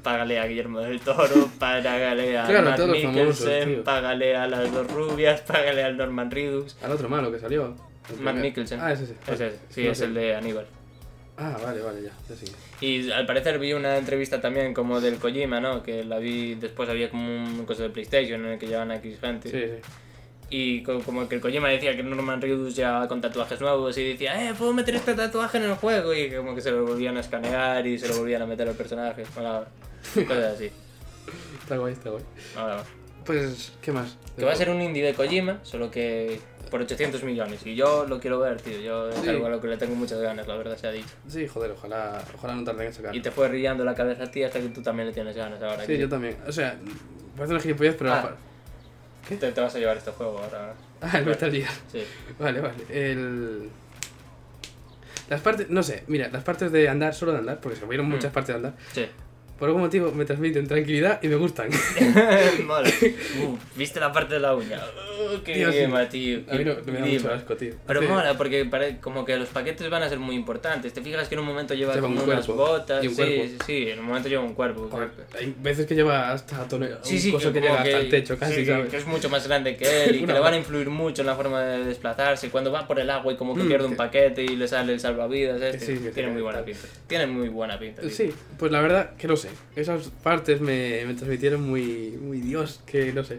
Speaker 3: págale a Guillermo
Speaker 2: *laughs*
Speaker 3: del Toro, págale a
Speaker 2: Claro,
Speaker 3: Matt
Speaker 2: todos los famosos,
Speaker 3: Mikkelsen,
Speaker 2: tío.
Speaker 3: págale a las dos rubias, págale al Norman Reedus.
Speaker 2: Al otro malo que salió. El
Speaker 3: Matt
Speaker 2: primer-
Speaker 3: Mikkelsen.
Speaker 2: Ah, ese sí.
Speaker 3: Es ese, sí, es el de Aníbal.
Speaker 2: Ah, vale, vale, ya. ya sigue.
Speaker 3: Y al parecer vi una entrevista también como del Kojima, ¿no? Que la vi después había como un cosa de PlayStation en el que llevaban a X gente.
Speaker 2: Sí, sí.
Speaker 3: Y co- como que el Kojima decía que Norman Reedus ya con tatuajes nuevos y decía, eh, puedo meter este tatuaje en el juego. Y como que se lo volvían a escanear y se lo volvían a meter al personaje. Mola. Cosas así.
Speaker 2: Está guay, está guay.
Speaker 3: Mola.
Speaker 2: Pues, ¿qué más?
Speaker 3: Que va a ser un indie de Kojima, solo que por 800 millones. Y yo lo quiero ver, tío. Yo es
Speaker 2: Sí.
Speaker 3: algo a lo que le tengo muchas ganas, la verdad se ha dicho.
Speaker 2: Sí, joder, ojalá, ojalá no tarden en sacar.
Speaker 3: Y te fue rillando la cabeza a ti hasta que tú también le tienes ganas ahora.
Speaker 2: Sí,
Speaker 3: que
Speaker 2: yo también. O sea, parece una gilipollez, pero...
Speaker 3: Ah. te, te vas a llevar este juego ahora.
Speaker 2: *laughs* Ah, el Metal Gear.
Speaker 3: Sí.
Speaker 2: Vale, vale. El... Las partes, no sé, mira, las partes de andar, solo de andar, porque se vieron muchas
Speaker 3: Mm.
Speaker 2: partes de andar, *laughs*
Speaker 3: Sí. *laughs*
Speaker 2: por algún motivo me transmiten tranquilidad y me gustan.
Speaker 3: Mola. Uh, ¿Viste la parte de la uña? Uh, qué
Speaker 2: Tío, sí.
Speaker 3: grima, tío.
Speaker 2: A mí no, no me da mucho
Speaker 3: grima.
Speaker 2: asco, tío.
Speaker 3: Pero
Speaker 2: Sí.
Speaker 3: mola, porque pare- como que los paquetes van a ser muy importantes. Te fijas que en un momento lleva,
Speaker 2: Lleva un
Speaker 3: como unas
Speaker 2: cuerpo.
Speaker 3: botas.
Speaker 2: Y un
Speaker 3: sí,
Speaker 2: cuerpo.
Speaker 3: sí, sí, en un momento lleva un cuerpo.
Speaker 2: Joder, hay veces que lleva hasta tone...
Speaker 3: Sí,
Speaker 2: un
Speaker 3: sí,
Speaker 2: coso que,
Speaker 3: como
Speaker 2: llega hasta el techo casi,
Speaker 3: sí, que-
Speaker 2: ¿sabes?
Speaker 3: que es mucho más grande
Speaker 2: *laughs*
Speaker 3: que él y que
Speaker 2: Una
Speaker 3: le van
Speaker 2: bo-
Speaker 3: a influir mucho en la forma de desplazarse. Cuando va por el agua y como que
Speaker 2: Mm,
Speaker 3: pierde un
Speaker 2: que-
Speaker 3: paquete y le sale el salvavidas, este.
Speaker 2: sí, que se
Speaker 3: tiene
Speaker 2: cae
Speaker 3: muy
Speaker 2: y
Speaker 3: buena
Speaker 2: tal.
Speaker 3: pinta. Tiene muy buena pinta. tío.
Speaker 2: Sí, pues la verdad que no sé. Esas partes me, me transmitieron muy, muy Dios, que
Speaker 3: *laughs*
Speaker 2: no sé.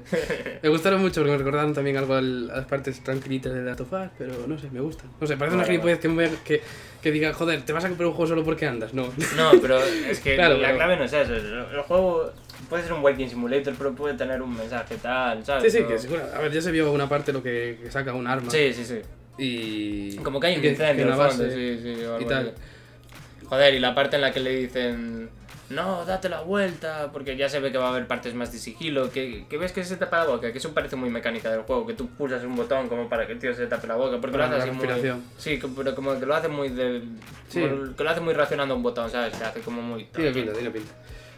Speaker 2: Me gustaron mucho porque me recordaron también algo al- a las partes tranquilitas del Datofaz, pero no sé, me gustan. No sé, parece una
Speaker 3: Vale,
Speaker 2: gilipollez que, me- que, que diga, joder, te vas a comprar un juego solo porque andas.
Speaker 3: *laughs*
Speaker 2: No,
Speaker 3: No, pero es
Speaker 2: *laughs*
Speaker 3: que
Speaker 2: Claro,
Speaker 3: la
Speaker 2: pero-
Speaker 3: clave no es eso. El el juego puede ser un walking simulator, pero puede tener un mensaje tal,
Speaker 2: Sí,
Speaker 3: ¿sabes?
Speaker 2: sí,
Speaker 3: O-
Speaker 2: que seguro. A ver, ya se vio una parte lo que, que saca un arma.
Speaker 3: Sí, sí, sí.
Speaker 2: Y.
Speaker 3: Como que hay un
Speaker 2: que- que
Speaker 3: incendio en
Speaker 2: una
Speaker 3: el
Speaker 2: base
Speaker 3: fondo, sí, sí, o
Speaker 2: y
Speaker 3: algo
Speaker 2: tal.
Speaker 3: así. Joder, y la parte en la que le dicen, no, date la vuelta, porque ya se ve que va a haber partes más de sigilo, que, que ves que se tapa la boca, que eso parece muy mecánica del juego, que tú pulsas un botón como para que el tío se tape la boca, porque
Speaker 2: Para
Speaker 3: lo hace
Speaker 2: la
Speaker 3: así muy...
Speaker 2: respiración.
Speaker 3: Sí, co- pero como que lo hace muy de...
Speaker 2: Sí.
Speaker 3: como que lo hace muy reaccionando a un botón, ¿sabes? Se hace como muy...
Speaker 2: Tiene pinta, tiene pinta.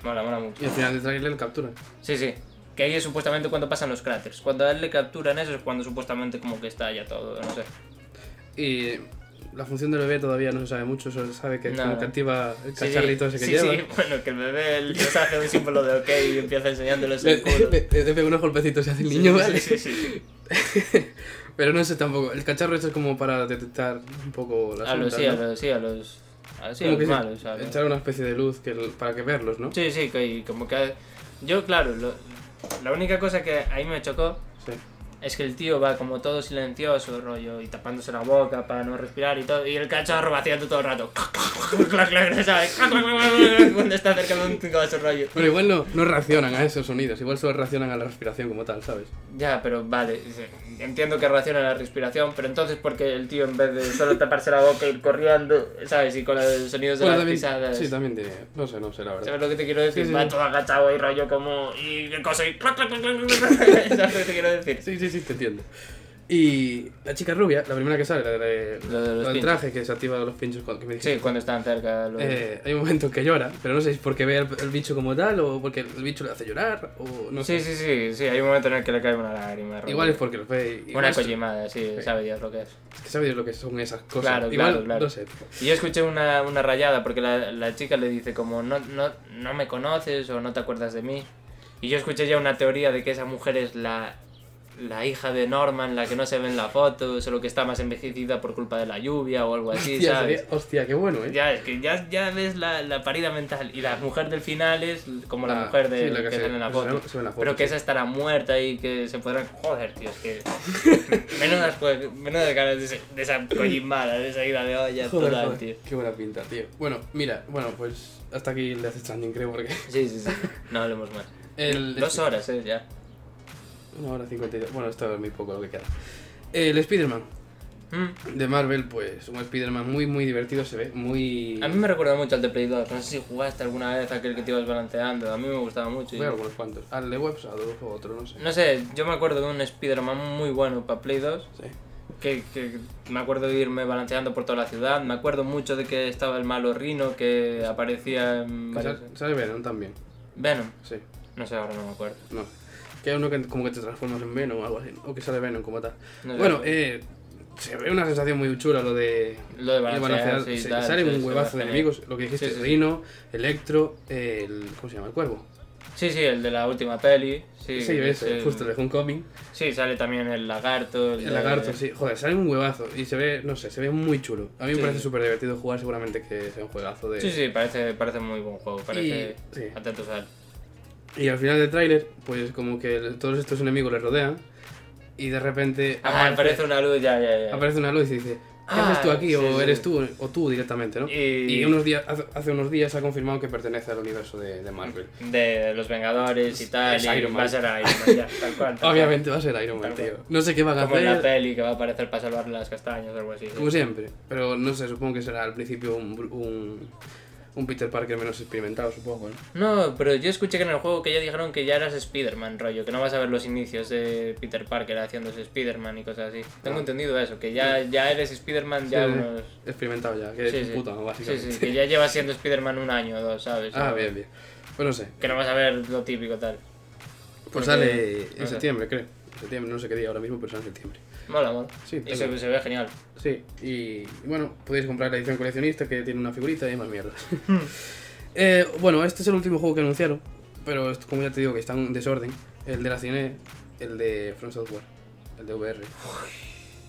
Speaker 3: Mola, mola mucho.
Speaker 2: Y al final del trailer lo capturan.
Speaker 3: Sí, sí. Que ahí es supuestamente cuando pasan los cráteres. Cuando a él le capturan eso es cuando supuestamente como que está ya todo, no sé.
Speaker 2: Y. La función del bebé todavía no se sabe mucho, solo se sabe que es como
Speaker 3: Nada.
Speaker 2: que activa el
Speaker 3: Sí, sí.
Speaker 2: cacharrito ese que
Speaker 3: sí,
Speaker 2: lleva.
Speaker 3: sí, *laughs* bueno, que el bebé el mensaje un símbolo de ok y empieza enseñándoles el
Speaker 2: Le,
Speaker 3: culo.
Speaker 2: *laughs* le- le- le pega unos golpecitos y hace el niño,
Speaker 3: sí,
Speaker 2: ¿vale?
Speaker 3: sí, sí, sí.
Speaker 2: Pero no sé tampoco. El cacharro esto es como para detectar un poco las
Speaker 3: A los
Speaker 2: ondas,
Speaker 3: Ah, sí, a
Speaker 2: ¿no?
Speaker 3: los sí, a los, a los, sí, a
Speaker 2: Como
Speaker 3: los
Speaker 2: que se-
Speaker 3: malos. a los-
Speaker 2: Echar una especie de luz que, para que verlos, ¿no?
Speaker 3: Sí, sí, que hay- como que... Yo, claro, lo- la única cosa que ahí me chocó
Speaker 2: Sí.
Speaker 3: es que el tío va como todo silencioso, rollo, y tapándose la boca para no respirar y todo, y el cacharro vaciando todo el rato. *laughs* Clac, clac, ¿sabes? Cuando está cerca de un coso, rollo.
Speaker 2: Bueno, igual no, no reaccionan a esos sonidos, igual solo reaccionan a la respiración como tal, ¿sabes?
Speaker 3: Ya, pero vale, dice, entiendo que reacciona a la respiración, pero entonces porque el tío en vez de solo taparse la boca e ir corriendo, ¿sabes? Y con los sonidos de
Speaker 2: Bueno,
Speaker 3: las
Speaker 2: también-
Speaker 3: pisadas.
Speaker 2: Sí, también tiene. No sé, no sé, la verdad.
Speaker 3: ¿Sabes lo que te quiero decir?
Speaker 2: Sí, sí,
Speaker 3: Va
Speaker 2: sí.
Speaker 3: todo agachado ahí,
Speaker 2: *laughs*
Speaker 3: rollo como. Y qué cosa, y. clac, clac, clac, clac, clac, clac. ¿Sabes lo que te quiero decir?
Speaker 2: Sí, sí, sí, te entiendo. Y la chica rubia, la primera que sale, la, de,
Speaker 3: La de los
Speaker 2: la del
Speaker 3: pinchos.
Speaker 2: traje que se activa los pinchos cuando que me dijiste.
Speaker 3: Sí, cuando están cerca. Los...
Speaker 2: Eh, hay un momento que llora, pero no sé si es porque ve al, al bicho como tal o porque el bicho le hace llorar o no
Speaker 3: sí,
Speaker 2: sé.
Speaker 3: sí, sí, sí, hay un momento en el que le cae una lágrima. rollo.
Speaker 2: Igual es porque los ve. y-
Speaker 3: Una
Speaker 2: igual es-
Speaker 3: collimada, sí,
Speaker 2: Sí.
Speaker 3: sabe Dios lo que es.
Speaker 2: es que sabe Dios lo que son esas cosas.
Speaker 3: Claro,
Speaker 2: Igual,
Speaker 3: claro, claro.
Speaker 2: No sé.
Speaker 3: Y yo escuché una, una rayada porque la, la chica le dice como no, no, no me conoces o no te acuerdas de mí. Y yo escuché ya una teoría de que esa mujer es la, la hija de Norman, la que no se ve en la foto, solo que está más envejecida por culpa de la lluvia o algo así,
Speaker 2: Hostia,
Speaker 3: ¿sabes?
Speaker 2: sería- hostia, qué bueno, eh.
Speaker 3: Ya, es que ya, ya ves la, la parida mental. Y la mujer del final es como la,
Speaker 2: Ah,
Speaker 3: mujer
Speaker 2: sí,
Speaker 3: de,
Speaker 2: la
Speaker 3: que,
Speaker 2: que se-
Speaker 3: sale en la
Speaker 2: se
Speaker 3: foto.
Speaker 2: ve- se ve en la foto,
Speaker 3: Pero
Speaker 2: sí.
Speaker 3: que esa estará muerta y que se podrán. Joder, tío, es
Speaker 2: *laughs*
Speaker 3: que. menudas, jue- menudas ganas de, ese- de esa collimada, de esa ida de olla
Speaker 2: Joder,
Speaker 3: total,
Speaker 2: joder,
Speaker 3: tío.
Speaker 2: Qué buena pinta, tío. Bueno, mira, bueno, pues hasta aquí el Death Stranding, creo, porque. *laughs*
Speaker 3: Sí, sí, sí. No hablemos más.
Speaker 2: El
Speaker 3: Dos horas, eh, ya.
Speaker 2: Una hora cincuenta y dos. Bueno, esto es muy poco lo que queda. El Spider-Man
Speaker 3: Mm.
Speaker 2: de Marvel, pues un Spider-Man muy, muy divertido se ve. Muy.
Speaker 3: A mí me recuerda mucho al de Play 2. No sé si jugaste alguna vez aquel que te ibas balanceando. A mí me gustaba mucho. y-
Speaker 2: Veo algunos cuantos. Al de Webs, al de otro, no sé.
Speaker 3: No sé, yo me acuerdo de un Spider-Man muy bueno para Play 2.
Speaker 2: Sí.
Speaker 3: que, que me acuerdo de irme balanceando por toda la ciudad, me acuerdo mucho de que estaba el malo Rino que aparecía en...
Speaker 2: Que
Speaker 3: varios-
Speaker 2: sal- Sale Venom también.
Speaker 3: Venom,
Speaker 2: Sí,
Speaker 3: no sé, ahora no me acuerdo.
Speaker 2: no. Que hay uno que como que te transformas en Venom o algo así. O que sale Venom como tal.
Speaker 3: No sé.
Speaker 2: bueno, eh, se ve una sensación muy chula lo de.
Speaker 3: Lo de
Speaker 2: de
Speaker 3: balancear,
Speaker 2: balancear.
Speaker 3: sí,
Speaker 2: Se-
Speaker 3: tal,
Speaker 2: salen
Speaker 3: sí,
Speaker 2: un
Speaker 3: se
Speaker 2: huevazo de
Speaker 3: bajan, eh.
Speaker 2: enemigos. Lo que dijiste,
Speaker 3: Sí, sí, sí.
Speaker 2: Rino, Electro, el. ¿Cómo se llama? El cuervo.
Speaker 3: Sí, sí, el de la última peli. Sí,
Speaker 2: Sí, ves,
Speaker 3: el-
Speaker 2: justo el de Homecoming.
Speaker 3: Sí, sale también el lagarto.
Speaker 2: El
Speaker 3: de-
Speaker 2: lagarto, sí. Joder, sale un huevazo y se ve, no sé, se ve muy chulo. A mí me
Speaker 3: Sí.
Speaker 2: parece súper divertido jugar, seguramente que sea un juegazo de...
Speaker 3: Sí, sí, parece, parece muy buen juego, parece
Speaker 2: sí.
Speaker 3: atentos al...
Speaker 2: Y al final del tráiler, pues como que el- todos estos enemigos le rodean y de repente
Speaker 3: Ah, aparece una luz, ya, ya, ya.
Speaker 2: aparece una luz y dice, ¿qué
Speaker 3: Ah,
Speaker 2: haces tú aquí?
Speaker 3: sí,
Speaker 2: o
Speaker 3: sí.
Speaker 2: eres tú, o tú directamente, ¿no?
Speaker 3: Y-
Speaker 2: unos días, hace, hace unos días ha confirmado que pertenece al universo de, de Marvel.
Speaker 3: De los Vengadores y tal,
Speaker 2: Es
Speaker 3: y
Speaker 2: Iron
Speaker 3: va a
Speaker 2: Man.
Speaker 3: ser Iron Man, ya, tal cual. tal cual.
Speaker 2: Obviamente va a ser Iron Man,
Speaker 3: Tal
Speaker 2: tío. No sé qué van a
Speaker 3: Como en la
Speaker 2: hacer,
Speaker 3: peli que va a aparecer para salvarle las castañas o algo así. sí.
Speaker 2: como siempre. Pero no sé, supongo que será al principio un, bru- un, un Peter Parker menos experimentado, supongo, ¿no?
Speaker 3: No, pero yo escuché que en el juego que ya dijeron que ya eras Spider-Man, rollo, que no vas a ver los inicios de Peter Parker haciéndose Spider-Man y cosas así. Tengo
Speaker 2: Ah.
Speaker 3: entendido eso, que ya, ya eres Spider-Man ya
Speaker 2: Sí, sí.
Speaker 3: unos...
Speaker 2: Experimentado ya, que
Speaker 3: Sí,
Speaker 2: es
Speaker 3: sí.
Speaker 2: un puto,
Speaker 3: Sí,
Speaker 2: básicamente.
Speaker 3: sí, que ya llevas siendo Spider-Man un año o dos, ¿sabes?
Speaker 2: Ah, bien, bien. Pues no sé.
Speaker 3: Que no vas a ver lo típico tal.
Speaker 2: Pues
Speaker 3: Porque-
Speaker 2: sale en
Speaker 3: no sé.
Speaker 2: septiembre, creo. En septiembre, no sé qué día ahora mismo, pero sale en septiembre.
Speaker 3: Mola, mola.
Speaker 2: Sí,
Speaker 3: y
Speaker 2: tengo.
Speaker 3: se, se ve genial.
Speaker 2: Sí, y y bueno, podéis comprar la edición coleccionista que tiene una figurita y más mierda.
Speaker 3: Hmm.
Speaker 2: *laughs* Eh, bueno, este es el último juego que anunciaron, pero esto, como ya te digo que está en desorden. El de la cine, el de From Software, el de VR.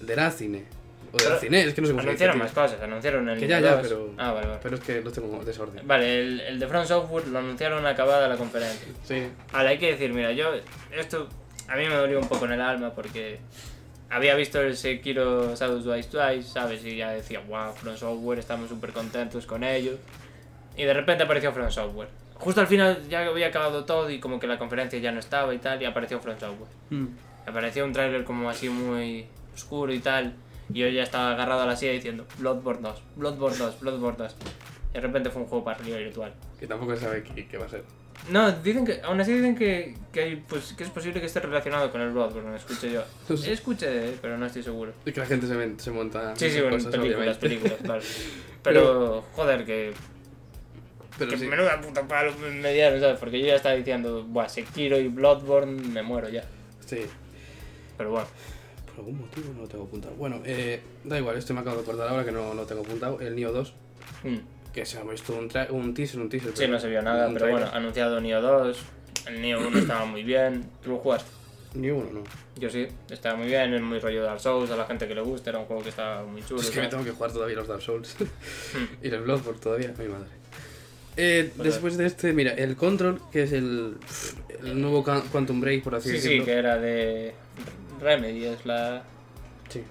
Speaker 2: El de la cine. O de la
Speaker 3: Pero-
Speaker 2: cine, es que no sé cómo se dice,
Speaker 3: Anunciaron
Speaker 2: tío.
Speaker 3: más cosas, anunciaron el
Speaker 2: Que ya,
Speaker 3: Nintendo
Speaker 2: ya,
Speaker 3: 2.
Speaker 2: pero-
Speaker 3: Ah, vale, vale.
Speaker 2: Pero es que los tengo en desorden.
Speaker 3: Vale, el, el de Front Software lo anunciaron acabada la conferencia.
Speaker 2: Sí,
Speaker 3: Ahora, hay que decir, mira, yo esto a mí me dolió un poco en el alma porque había visto el Sekiro Shadows Die Twice, ¿sabes? Y ya decía, wow, From Software, estamos súper contentos con ellos. Y de repente apareció From Software. Justo al final ya había acabado todo y como que la conferencia ya no estaba y tal, y apareció From Software. Apareció un tráiler como así muy oscuro y tal. Y yo ya estaba agarrado a la silla diciendo, Bloodborne 2, Bloodborne 2, Bloodborne 2. Y de repente fue un juego para realidad virtual.
Speaker 2: que tampoco se sabe qué, qué va a ser.
Speaker 3: No, dicen que, aún así dicen que, que, hay, pues, que es posible que esté relacionado con el Bloodborne, escuché yo.
Speaker 2: No sé.
Speaker 3: Escuché, eh, pero no estoy seguro.
Speaker 2: Y que la gente se, men- se monta.
Speaker 3: Sí, sí,
Speaker 2: muchas
Speaker 3: bueno,
Speaker 2: cosas,
Speaker 3: películas,
Speaker 2: obviamente.
Speaker 3: películas,
Speaker 2: *laughs*
Speaker 3: claro. Pero, joder, que,
Speaker 2: Pero
Speaker 3: que
Speaker 2: sí.
Speaker 3: menuda puta palo me- me dieron, ¿sabes? Porque yo ya estaba diciendo, buah, Sekiro y Bloodborne, me muero ya.
Speaker 2: Sí.
Speaker 3: Pero bueno,
Speaker 2: Por algún motivo no lo tengo apuntado. Bueno, eh, da igual, esto me acabo de acordar ahora que no lo tengo apuntado. El Neo 2,
Speaker 3: mm.
Speaker 2: que se ha visto un, tra- un teaser, un teaser.
Speaker 3: sí, no se vio nada,
Speaker 2: un
Speaker 3: pero
Speaker 2: Mm, trailer.
Speaker 3: bueno, anunciado Neo 2, el Neo 1 estaba muy bien, tú lo jugaste.
Speaker 2: Ni uno, no.
Speaker 3: Yo sí, estaba muy bien, es muy rollo Dark Souls, a la gente que le gusta, era un juego que estaba muy chulo.
Speaker 2: es que me
Speaker 3: tal.
Speaker 2: tengo que jugar todavía los Dark Souls. *laughs* y los Bloodborne todavía, mi madre. Eh,
Speaker 3: Hmm. Vale.
Speaker 2: después de este, mira, el Control, que es el, el nuevo Ca- Quantum Break, por así
Speaker 3: Sí, sí,
Speaker 2: decirlo.
Speaker 3: que era de Remedy, es la...
Speaker 2: Sí,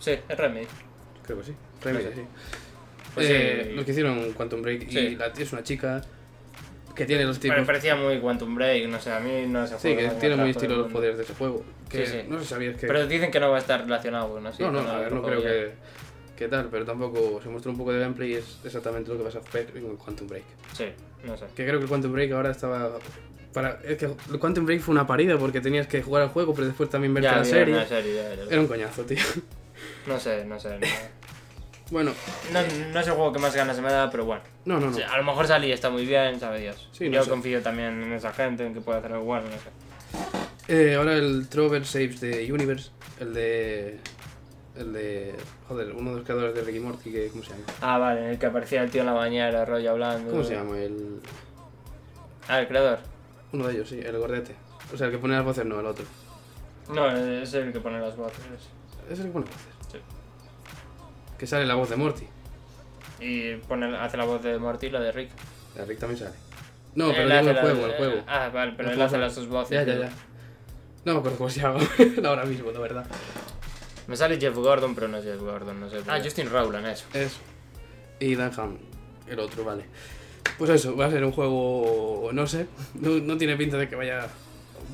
Speaker 3: Sí, es Remedy.
Speaker 2: creo que sí. Remedy,
Speaker 3: No sé.
Speaker 2: sí.
Speaker 3: Pues
Speaker 2: Eh,
Speaker 3: sí.
Speaker 2: Los que hicieron Quantum Break y
Speaker 3: Sí.
Speaker 2: la, es una chica que tiene los tipos.
Speaker 3: Me parecía muy Quantum Break, no sé, a mí no se
Speaker 2: Sí, que tiene muy estilo los
Speaker 3: los
Speaker 2: poderes de ese juego. Que
Speaker 3: Sí, sí.
Speaker 2: no sé si sabías que.
Speaker 3: Pero dicen que no va a estar relacionado con así.
Speaker 2: no, no,
Speaker 3: con
Speaker 2: a
Speaker 3: algo,
Speaker 2: ver, no
Speaker 3: con
Speaker 2: creo
Speaker 3: ya.
Speaker 2: que, que tal, pero tampoco se muestra un poco de gameplay y es exactamente lo que vas a ver en el Quantum Break.
Speaker 3: Sí, no sé.
Speaker 2: Que creo que el Quantum Break ahora estaba Para, es que el Quantum Break fue una parida porque tenías que jugar al juego, pero después también verte
Speaker 3: Ya,
Speaker 2: la
Speaker 3: vi
Speaker 2: serie.
Speaker 3: una serie, ya, ya.
Speaker 2: Era un coñazo, tío. *laughs*
Speaker 3: No sé, no sé.
Speaker 2: Bueno,
Speaker 3: No, no, no es el juego que más ganas me da, pero bueno.
Speaker 2: no, no,
Speaker 3: O
Speaker 2: no.
Speaker 3: sea, a lo mejor salí, está muy bien, sabe Dios.
Speaker 2: Sí, no
Speaker 3: Yo
Speaker 2: sé.
Speaker 3: confío también en esa gente, en que puede hacer algo bueno, no sé.
Speaker 2: Eh, ahora el Trover Saves the Universe, el de. El de. Joder, uno de los creadores de Ricky Morty, que, ¿cómo se llama?
Speaker 3: Ah, vale, en el que aparecía el tío en la bañera, rollo hablando.
Speaker 2: ¿Cómo se llama? El,
Speaker 3: Ah, el creador.
Speaker 2: uno de ellos, sí, el gordete. O sea, el que pone las voces, no, el otro.
Speaker 3: No, es el que pone las voces.
Speaker 2: Es el que pone voces.
Speaker 3: Sí.
Speaker 2: Que sale la voz de Morty.
Speaker 3: Y pone, hace la voz de Morty y la de Rick.
Speaker 2: La Rick también sale. No,
Speaker 3: Él
Speaker 2: pero digo el
Speaker 3: hace Eh, la-
Speaker 2: juego, el juego.
Speaker 3: Ah, vale, pero
Speaker 2: El
Speaker 3: él
Speaker 2: juego
Speaker 3: hace
Speaker 2: sale.
Speaker 3: las dos voces.
Speaker 2: ya, ya,
Speaker 3: tío.
Speaker 2: ya. No me acuerdo cómo se llama *laughs* ahora mismo, de verdad.
Speaker 3: Me sale Jeff Gordon, pero no es Jeff Gordon, no sé. Ah, Justin Rowland, eso.
Speaker 2: Eso. Y Dan Ham, el otro, vale. Pues eso, va a ser un juego, no sé, no, no tiene pinta de que vaya...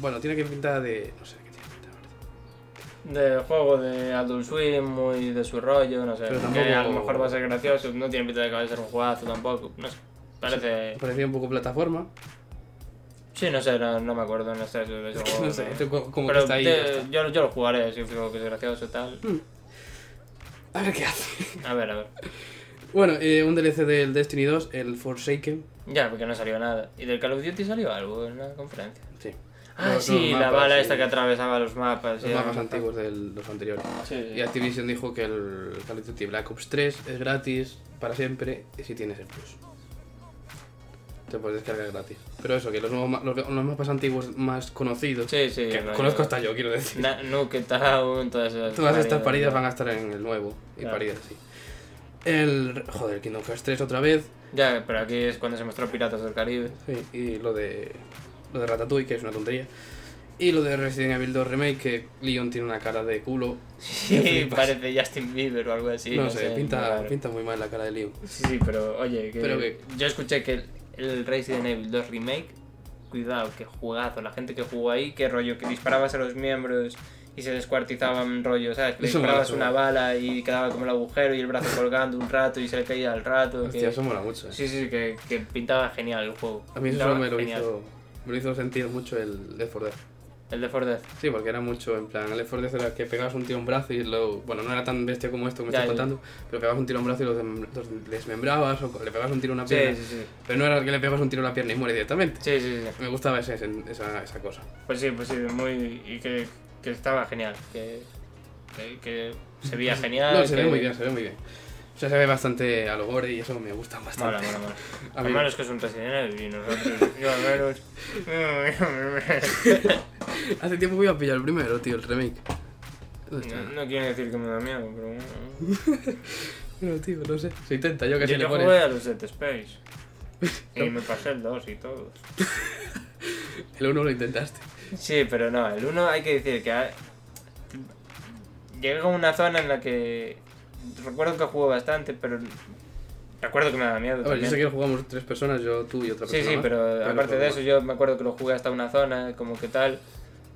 Speaker 2: Bueno, tiene que pinta de... No sé qué tiene pinta, la verdad.
Speaker 3: De juego de Adult Swim, muy de su rollo, no sé.
Speaker 2: Pero
Speaker 3: Que a lo
Speaker 2: tampoco-
Speaker 3: mejor va a ser gracioso, no tiene pinta de que vaya a ser un juegazo tampoco, no sé. Parece...
Speaker 2: Me parecía un poco plataforma.
Speaker 3: Sí, no sé, no, no me acuerdo, no sé. De ese
Speaker 2: *laughs*
Speaker 3: juego,
Speaker 2: no sé, este co- como
Speaker 3: Pero
Speaker 2: que está ahí... y ya
Speaker 3: te-
Speaker 2: está. Mm.
Speaker 3: Yo, yo lo jugaré, si creo que es gracioso y tal.
Speaker 2: A ver qué hace. *laughs*
Speaker 3: A ver, a ver.
Speaker 2: Bueno, eh, un DLC del Destiny 2, el Forsaken.
Speaker 3: Ya, porque no salió nada. ¿Y del Call of Duty salió algo en la conferencia?
Speaker 2: Sí.
Speaker 3: Ah,
Speaker 2: Los-
Speaker 3: sí,
Speaker 2: los
Speaker 3: la
Speaker 2: mapas,
Speaker 3: bala
Speaker 2: sí.
Speaker 3: esta que atravesaba los mapas.
Speaker 2: Los
Speaker 3: y-
Speaker 2: mapas antiguos de los anteriores.
Speaker 3: Sí, sí.
Speaker 2: Y Activision dijo que el Call of Duty Black Ops 3 es gratis para siempre y si tienes el Plus. Te puedes descargar gratis. Pero eso, que los, nuevos ma- los, los mapas antiguos más conocidos,
Speaker 3: Sí, sí.
Speaker 2: que
Speaker 3: rollo-
Speaker 2: conozco hasta yo, quiero decir.
Speaker 3: Na- Nuke Town, todas esas.
Speaker 2: Todas estas paridas van a estar en el nuevo y
Speaker 3: Claro.
Speaker 2: paridas así. El. Joder, Kingdom Hearts 3 otra vez.
Speaker 3: Ya, pero aquí es cuando se mostró Piratas del
Speaker 2: *laughs*
Speaker 3: Caribe.
Speaker 2: Sí, y lo de. Lo de Ratatouille, que es una tontería. Y lo de Resident Evil 2 Remake, que Leon tiene una cara de culo.
Speaker 3: Sí,
Speaker 2: flipas.
Speaker 3: parece Justin Bieber o algo así.
Speaker 2: no, sé, pinta,
Speaker 3: raro.
Speaker 2: pinta muy mal la cara de Leon.
Speaker 3: Sí, sí, pero oye, que
Speaker 2: Pero que-
Speaker 3: yo escuché que el, el Resident Evil 2 Remake, cuidado, que jugazo, la gente que jugó ahí, qué rollo, que disparabas a los miembros y se descuartizaban rollo, ¿sabes? Que le
Speaker 2: Eso mola,
Speaker 3: disparabas
Speaker 2: eso
Speaker 3: una bala y quedaba como el agujero y el brazo colgando un rato y se le caía al rato. que-
Speaker 2: Hostia, eso mola mucho. eh.
Speaker 3: Sí, sí, que, que pintaba genial el juego.
Speaker 2: A mí eso
Speaker 3: Pintaba
Speaker 2: me lo
Speaker 3: genial.
Speaker 2: hizo, me lo hizo sentir mucho el Left 4 Dead.
Speaker 3: El de Fordez.
Speaker 2: Sí, porque era mucho, en plan, el Left 4 Dead era que pegabas un tiro a un brazo y lo... Bueno, no era tan bestia como esto que me
Speaker 3: Ya,
Speaker 2: estás
Speaker 3: ya.
Speaker 2: contando, pero pegabas un tiro a un brazo y lo desmem- los desmembrabas o le pegabas un tiro a una
Speaker 3: Sí,
Speaker 2: pierna.
Speaker 3: sí, sí.
Speaker 2: Pero no era que le pegabas un tiro a la pierna y muere directamente.
Speaker 3: Sí, sí, sí.
Speaker 2: Me gustaba ese- ese- esa, esa cosa.
Speaker 3: Pues sí, pues sí, muy. Y que, que estaba genial. Que, que, que se veía genial.
Speaker 2: *laughs* No, se ve
Speaker 3: que-
Speaker 2: muy bien, se ve muy bien. O sea, se ve bastante a lo gore y eso me gusta bastante.
Speaker 3: Mola, mola, mola.
Speaker 2: *laughs* A
Speaker 3: A
Speaker 2: mí-
Speaker 3: mí es que es un Resident Evil y nosotros. *laughs* Yo al
Speaker 2: *laughs*
Speaker 3: menos.
Speaker 2: Hace tiempo que iba a pillar el primero, tío, el remake. ¿Dónde está?
Speaker 3: No, no quiero decir que me da miedo, pero bueno.
Speaker 2: No, tío, no sé. Se intenta, yo casi
Speaker 3: Yo,
Speaker 2: le
Speaker 3: yo
Speaker 2: pone.
Speaker 3: jugué a los
Speaker 2: *laughs*
Speaker 3: Dead Space. Y me pasé el 2 y todo.
Speaker 2: El uno lo intentaste.
Speaker 3: Sí, pero no, el 1 hay que decir que. ha- Llegué a una zona en la que. Recuerdo que jugué bastante, pero. Recuerdo que me daba miedo.
Speaker 2: A ver, yo
Speaker 3: también.
Speaker 2: sé que lo jugamos tres personas, yo, tú y otra
Speaker 3: Sí,
Speaker 2: persona.
Speaker 3: sí,
Speaker 2: más,
Speaker 3: pero aparte de
Speaker 2: bueno.
Speaker 3: eso, yo me acuerdo que lo jugué hasta una zona, como que tal.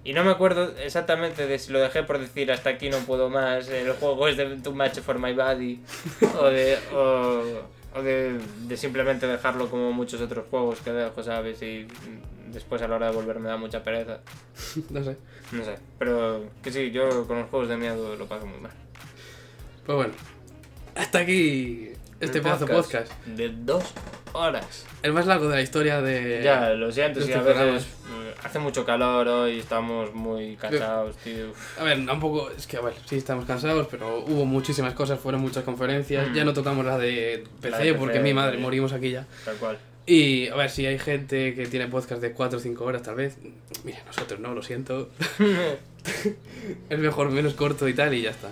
Speaker 3: Y no me acuerdo exactamente de si lo dejé por decir hasta aquí no puedo más, el juego es de Too Much for My Body,
Speaker 2: *laughs*
Speaker 3: o de. O, o de, de simplemente dejarlo como muchos otros juegos que dejo, ¿sabes? Y después a la hora de volver me da mucha pereza.
Speaker 2: *laughs* No sé.
Speaker 3: No sé, pero que sí, yo con los juegos de miedo lo paso muy mal.
Speaker 2: Pues bueno, hasta aquí este
Speaker 3: Un
Speaker 2: pedazo podcast.
Speaker 3: De dos horas.
Speaker 2: El más largo de la historia de.
Speaker 3: Ya, lo siento,
Speaker 2: de
Speaker 3: si
Speaker 2: este
Speaker 3: a veces eh, hace mucho calor hoy, estamos muy cansados, tío.
Speaker 2: A ver, tampoco. Es que, a ver, sí estamos cansados, pero hubo muchísimas cosas, fueron muchas conferencias.
Speaker 3: Mm.
Speaker 2: Ya no tocamos la de PC,
Speaker 3: La de
Speaker 2: porque
Speaker 3: PC,
Speaker 2: mi madre,
Speaker 3: sí.
Speaker 2: morimos aquí ya.
Speaker 3: Tal cual.
Speaker 2: Y a ver, si hay gente que tiene podcast de 4 o 5 horas, tal vez. Mira, nosotros no, lo
Speaker 3: *laughs*
Speaker 2: siento. *laughs* es mejor, menos corto y tal, y ya está.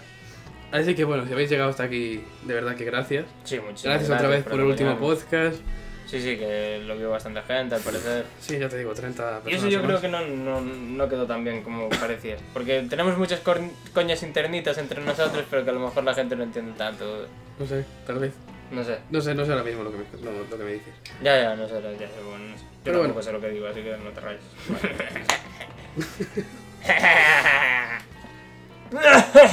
Speaker 2: Así que bueno, si habéis llegado hasta aquí, de verdad que gracias.
Speaker 3: Sí, muchísimas
Speaker 2: Gracias, otra vez por el último
Speaker 3: apoyo.
Speaker 2: podcast.
Speaker 3: Sí, sí, que lo vio bastante gente al parecer.
Speaker 2: Sí, ya te digo, 30 personas.
Speaker 3: Y eso yo
Speaker 2: o
Speaker 3: creo
Speaker 2: más.
Speaker 3: que no, no, no quedó tan bien como parecía. Porque tenemos muchas cor- coñas internitas entre nosotros, pero que a lo mejor la gente no entiende tanto.
Speaker 2: No sé, tal vez.
Speaker 3: No sé.
Speaker 2: No sé, no sé ahora mismo lo que me, no, lo que me dices.
Speaker 3: Ya, ya, no sé, ya sé. Bueno, no sé. Yo
Speaker 2: Pero
Speaker 3: tampoco
Speaker 2: bueno.
Speaker 3: sé lo que digo, así que no te rayes. Ya está. *laughs*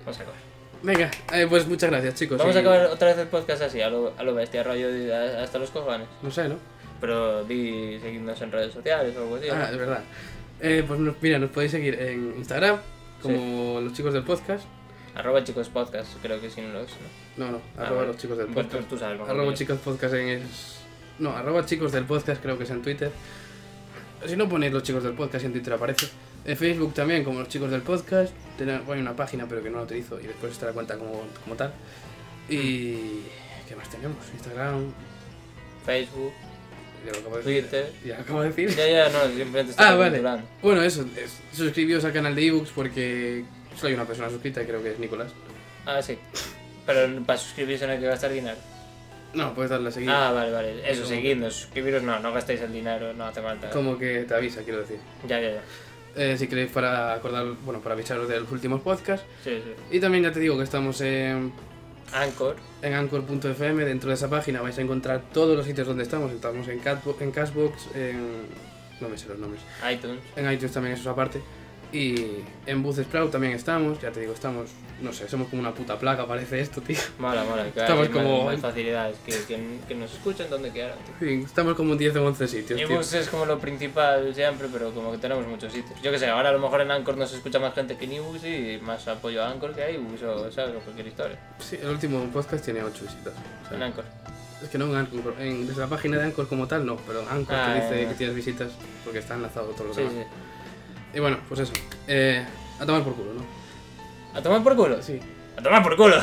Speaker 3: Vamos a acabar.
Speaker 2: Venga, eh, pues muchas gracias, chicos.
Speaker 3: Vamos
Speaker 2: y-
Speaker 3: a acabar otra vez el podcast así, a lo, a lo bestia, rollo de- a- hasta los cojones.
Speaker 2: No sé, ¿no?
Speaker 3: pero di seguidnos en redes sociales o algo así.
Speaker 2: Ah, es verdad. Eh, pues nos- mira, nos podéis seguir en Instagram, como los chicos del podcast.
Speaker 3: Arroba chicos podcast, creo que sin los. ¿no?
Speaker 2: No, no,
Speaker 3: Ah,
Speaker 2: arroba
Speaker 3: vale.
Speaker 2: los chicos del
Speaker 3: Pues tú,
Speaker 2: podcast.
Speaker 3: tú sabes, mejor
Speaker 2: Arroba
Speaker 3: que yo.
Speaker 2: chicos podcast en es- No, arroba chicos del podcast creo que es en Twitter. Si no ponéis los chicos del podcast en Twitter aparece. En Facebook también como los chicos del podcast. Tene- bueno, hay una página pero que no la utilizo y después está la cuenta como, como tal. Y...
Speaker 3: Mm.
Speaker 2: ¿Qué más tenemos? Instagram.
Speaker 3: Facebook.
Speaker 2: Ya lo acabo de decir.
Speaker 3: Twitter.
Speaker 2: Ya lo acabo de decir.
Speaker 3: Ya, ya, no,
Speaker 2: *laughs*
Speaker 3: simplemente
Speaker 2: Ah,
Speaker 3: estaba
Speaker 2: vale.
Speaker 3: culturando.
Speaker 2: Bueno, eso. es- suscribíos al canal de ebooks porque solo hay una persona suscrita y creo que es Nicolás.
Speaker 3: Ah, sí. Pero para suscribirse no hay que gastar dinero.
Speaker 2: No, puedes darle a seguir.
Speaker 3: Ah, vale, vale. Eso,
Speaker 2: Como-
Speaker 3: seguidnos. Suscribiros no, no gastáis el dinero, no hace falta.
Speaker 2: Como que te avisa, quiero decir.
Speaker 3: Ya, ya, ya.
Speaker 2: Eh, si queréis para acordar, bueno, para avisaros de los últimos podcasts.
Speaker 3: Sí, sí.
Speaker 2: Y también ya te digo que estamos en,
Speaker 3: Anchor.
Speaker 2: en Anchor.fm, dentro de esa página vais a encontrar todos los sitios donde estamos. Estamos en, Catbo- en Cashbox, en... no me sé los nombres.
Speaker 3: iTunes.
Speaker 2: En iTunes también eso es aparte. Y en Buzzsprout también estamos, ya te digo, estamos, no sé, somos como una puta plaga, parece esto, tío. *laughs*
Speaker 3: Mola, mola. Que
Speaker 2: Estamos
Speaker 3: hay más-
Speaker 2: como-
Speaker 3: más facilidades. Que, que, que nos escuchen donde quieran. tío.
Speaker 2: En fin, Estamos como en 10 o 11 sitios, tío.
Speaker 3: Ebooks es como lo principal siempre, pero como que tenemos muchos sitios. Yo que sé, ahora a lo mejor en Anchor nos escucha más gente que en Ebooks y más apoyo a Anchor que a Ebooks o, ¿sabes? o cualquier historia.
Speaker 2: Sí, el último podcast tiene 8 visitas. O sea,
Speaker 3: En Anchor.
Speaker 2: Es que no en Anchor, en, desde la página de Anchor como tal, no, pero Anchor
Speaker 3: Ah,
Speaker 2: te
Speaker 3: ya,
Speaker 2: dice
Speaker 3: ya.
Speaker 2: que tienes visitas porque está enlazado todo lo
Speaker 3: Sí,
Speaker 2: demás.
Speaker 3: sí.
Speaker 2: Y bueno, pues eso. Eh, a tomar por culo, ¿no?
Speaker 3: A tomar por culo.
Speaker 2: Sí.
Speaker 3: A tomar por culo.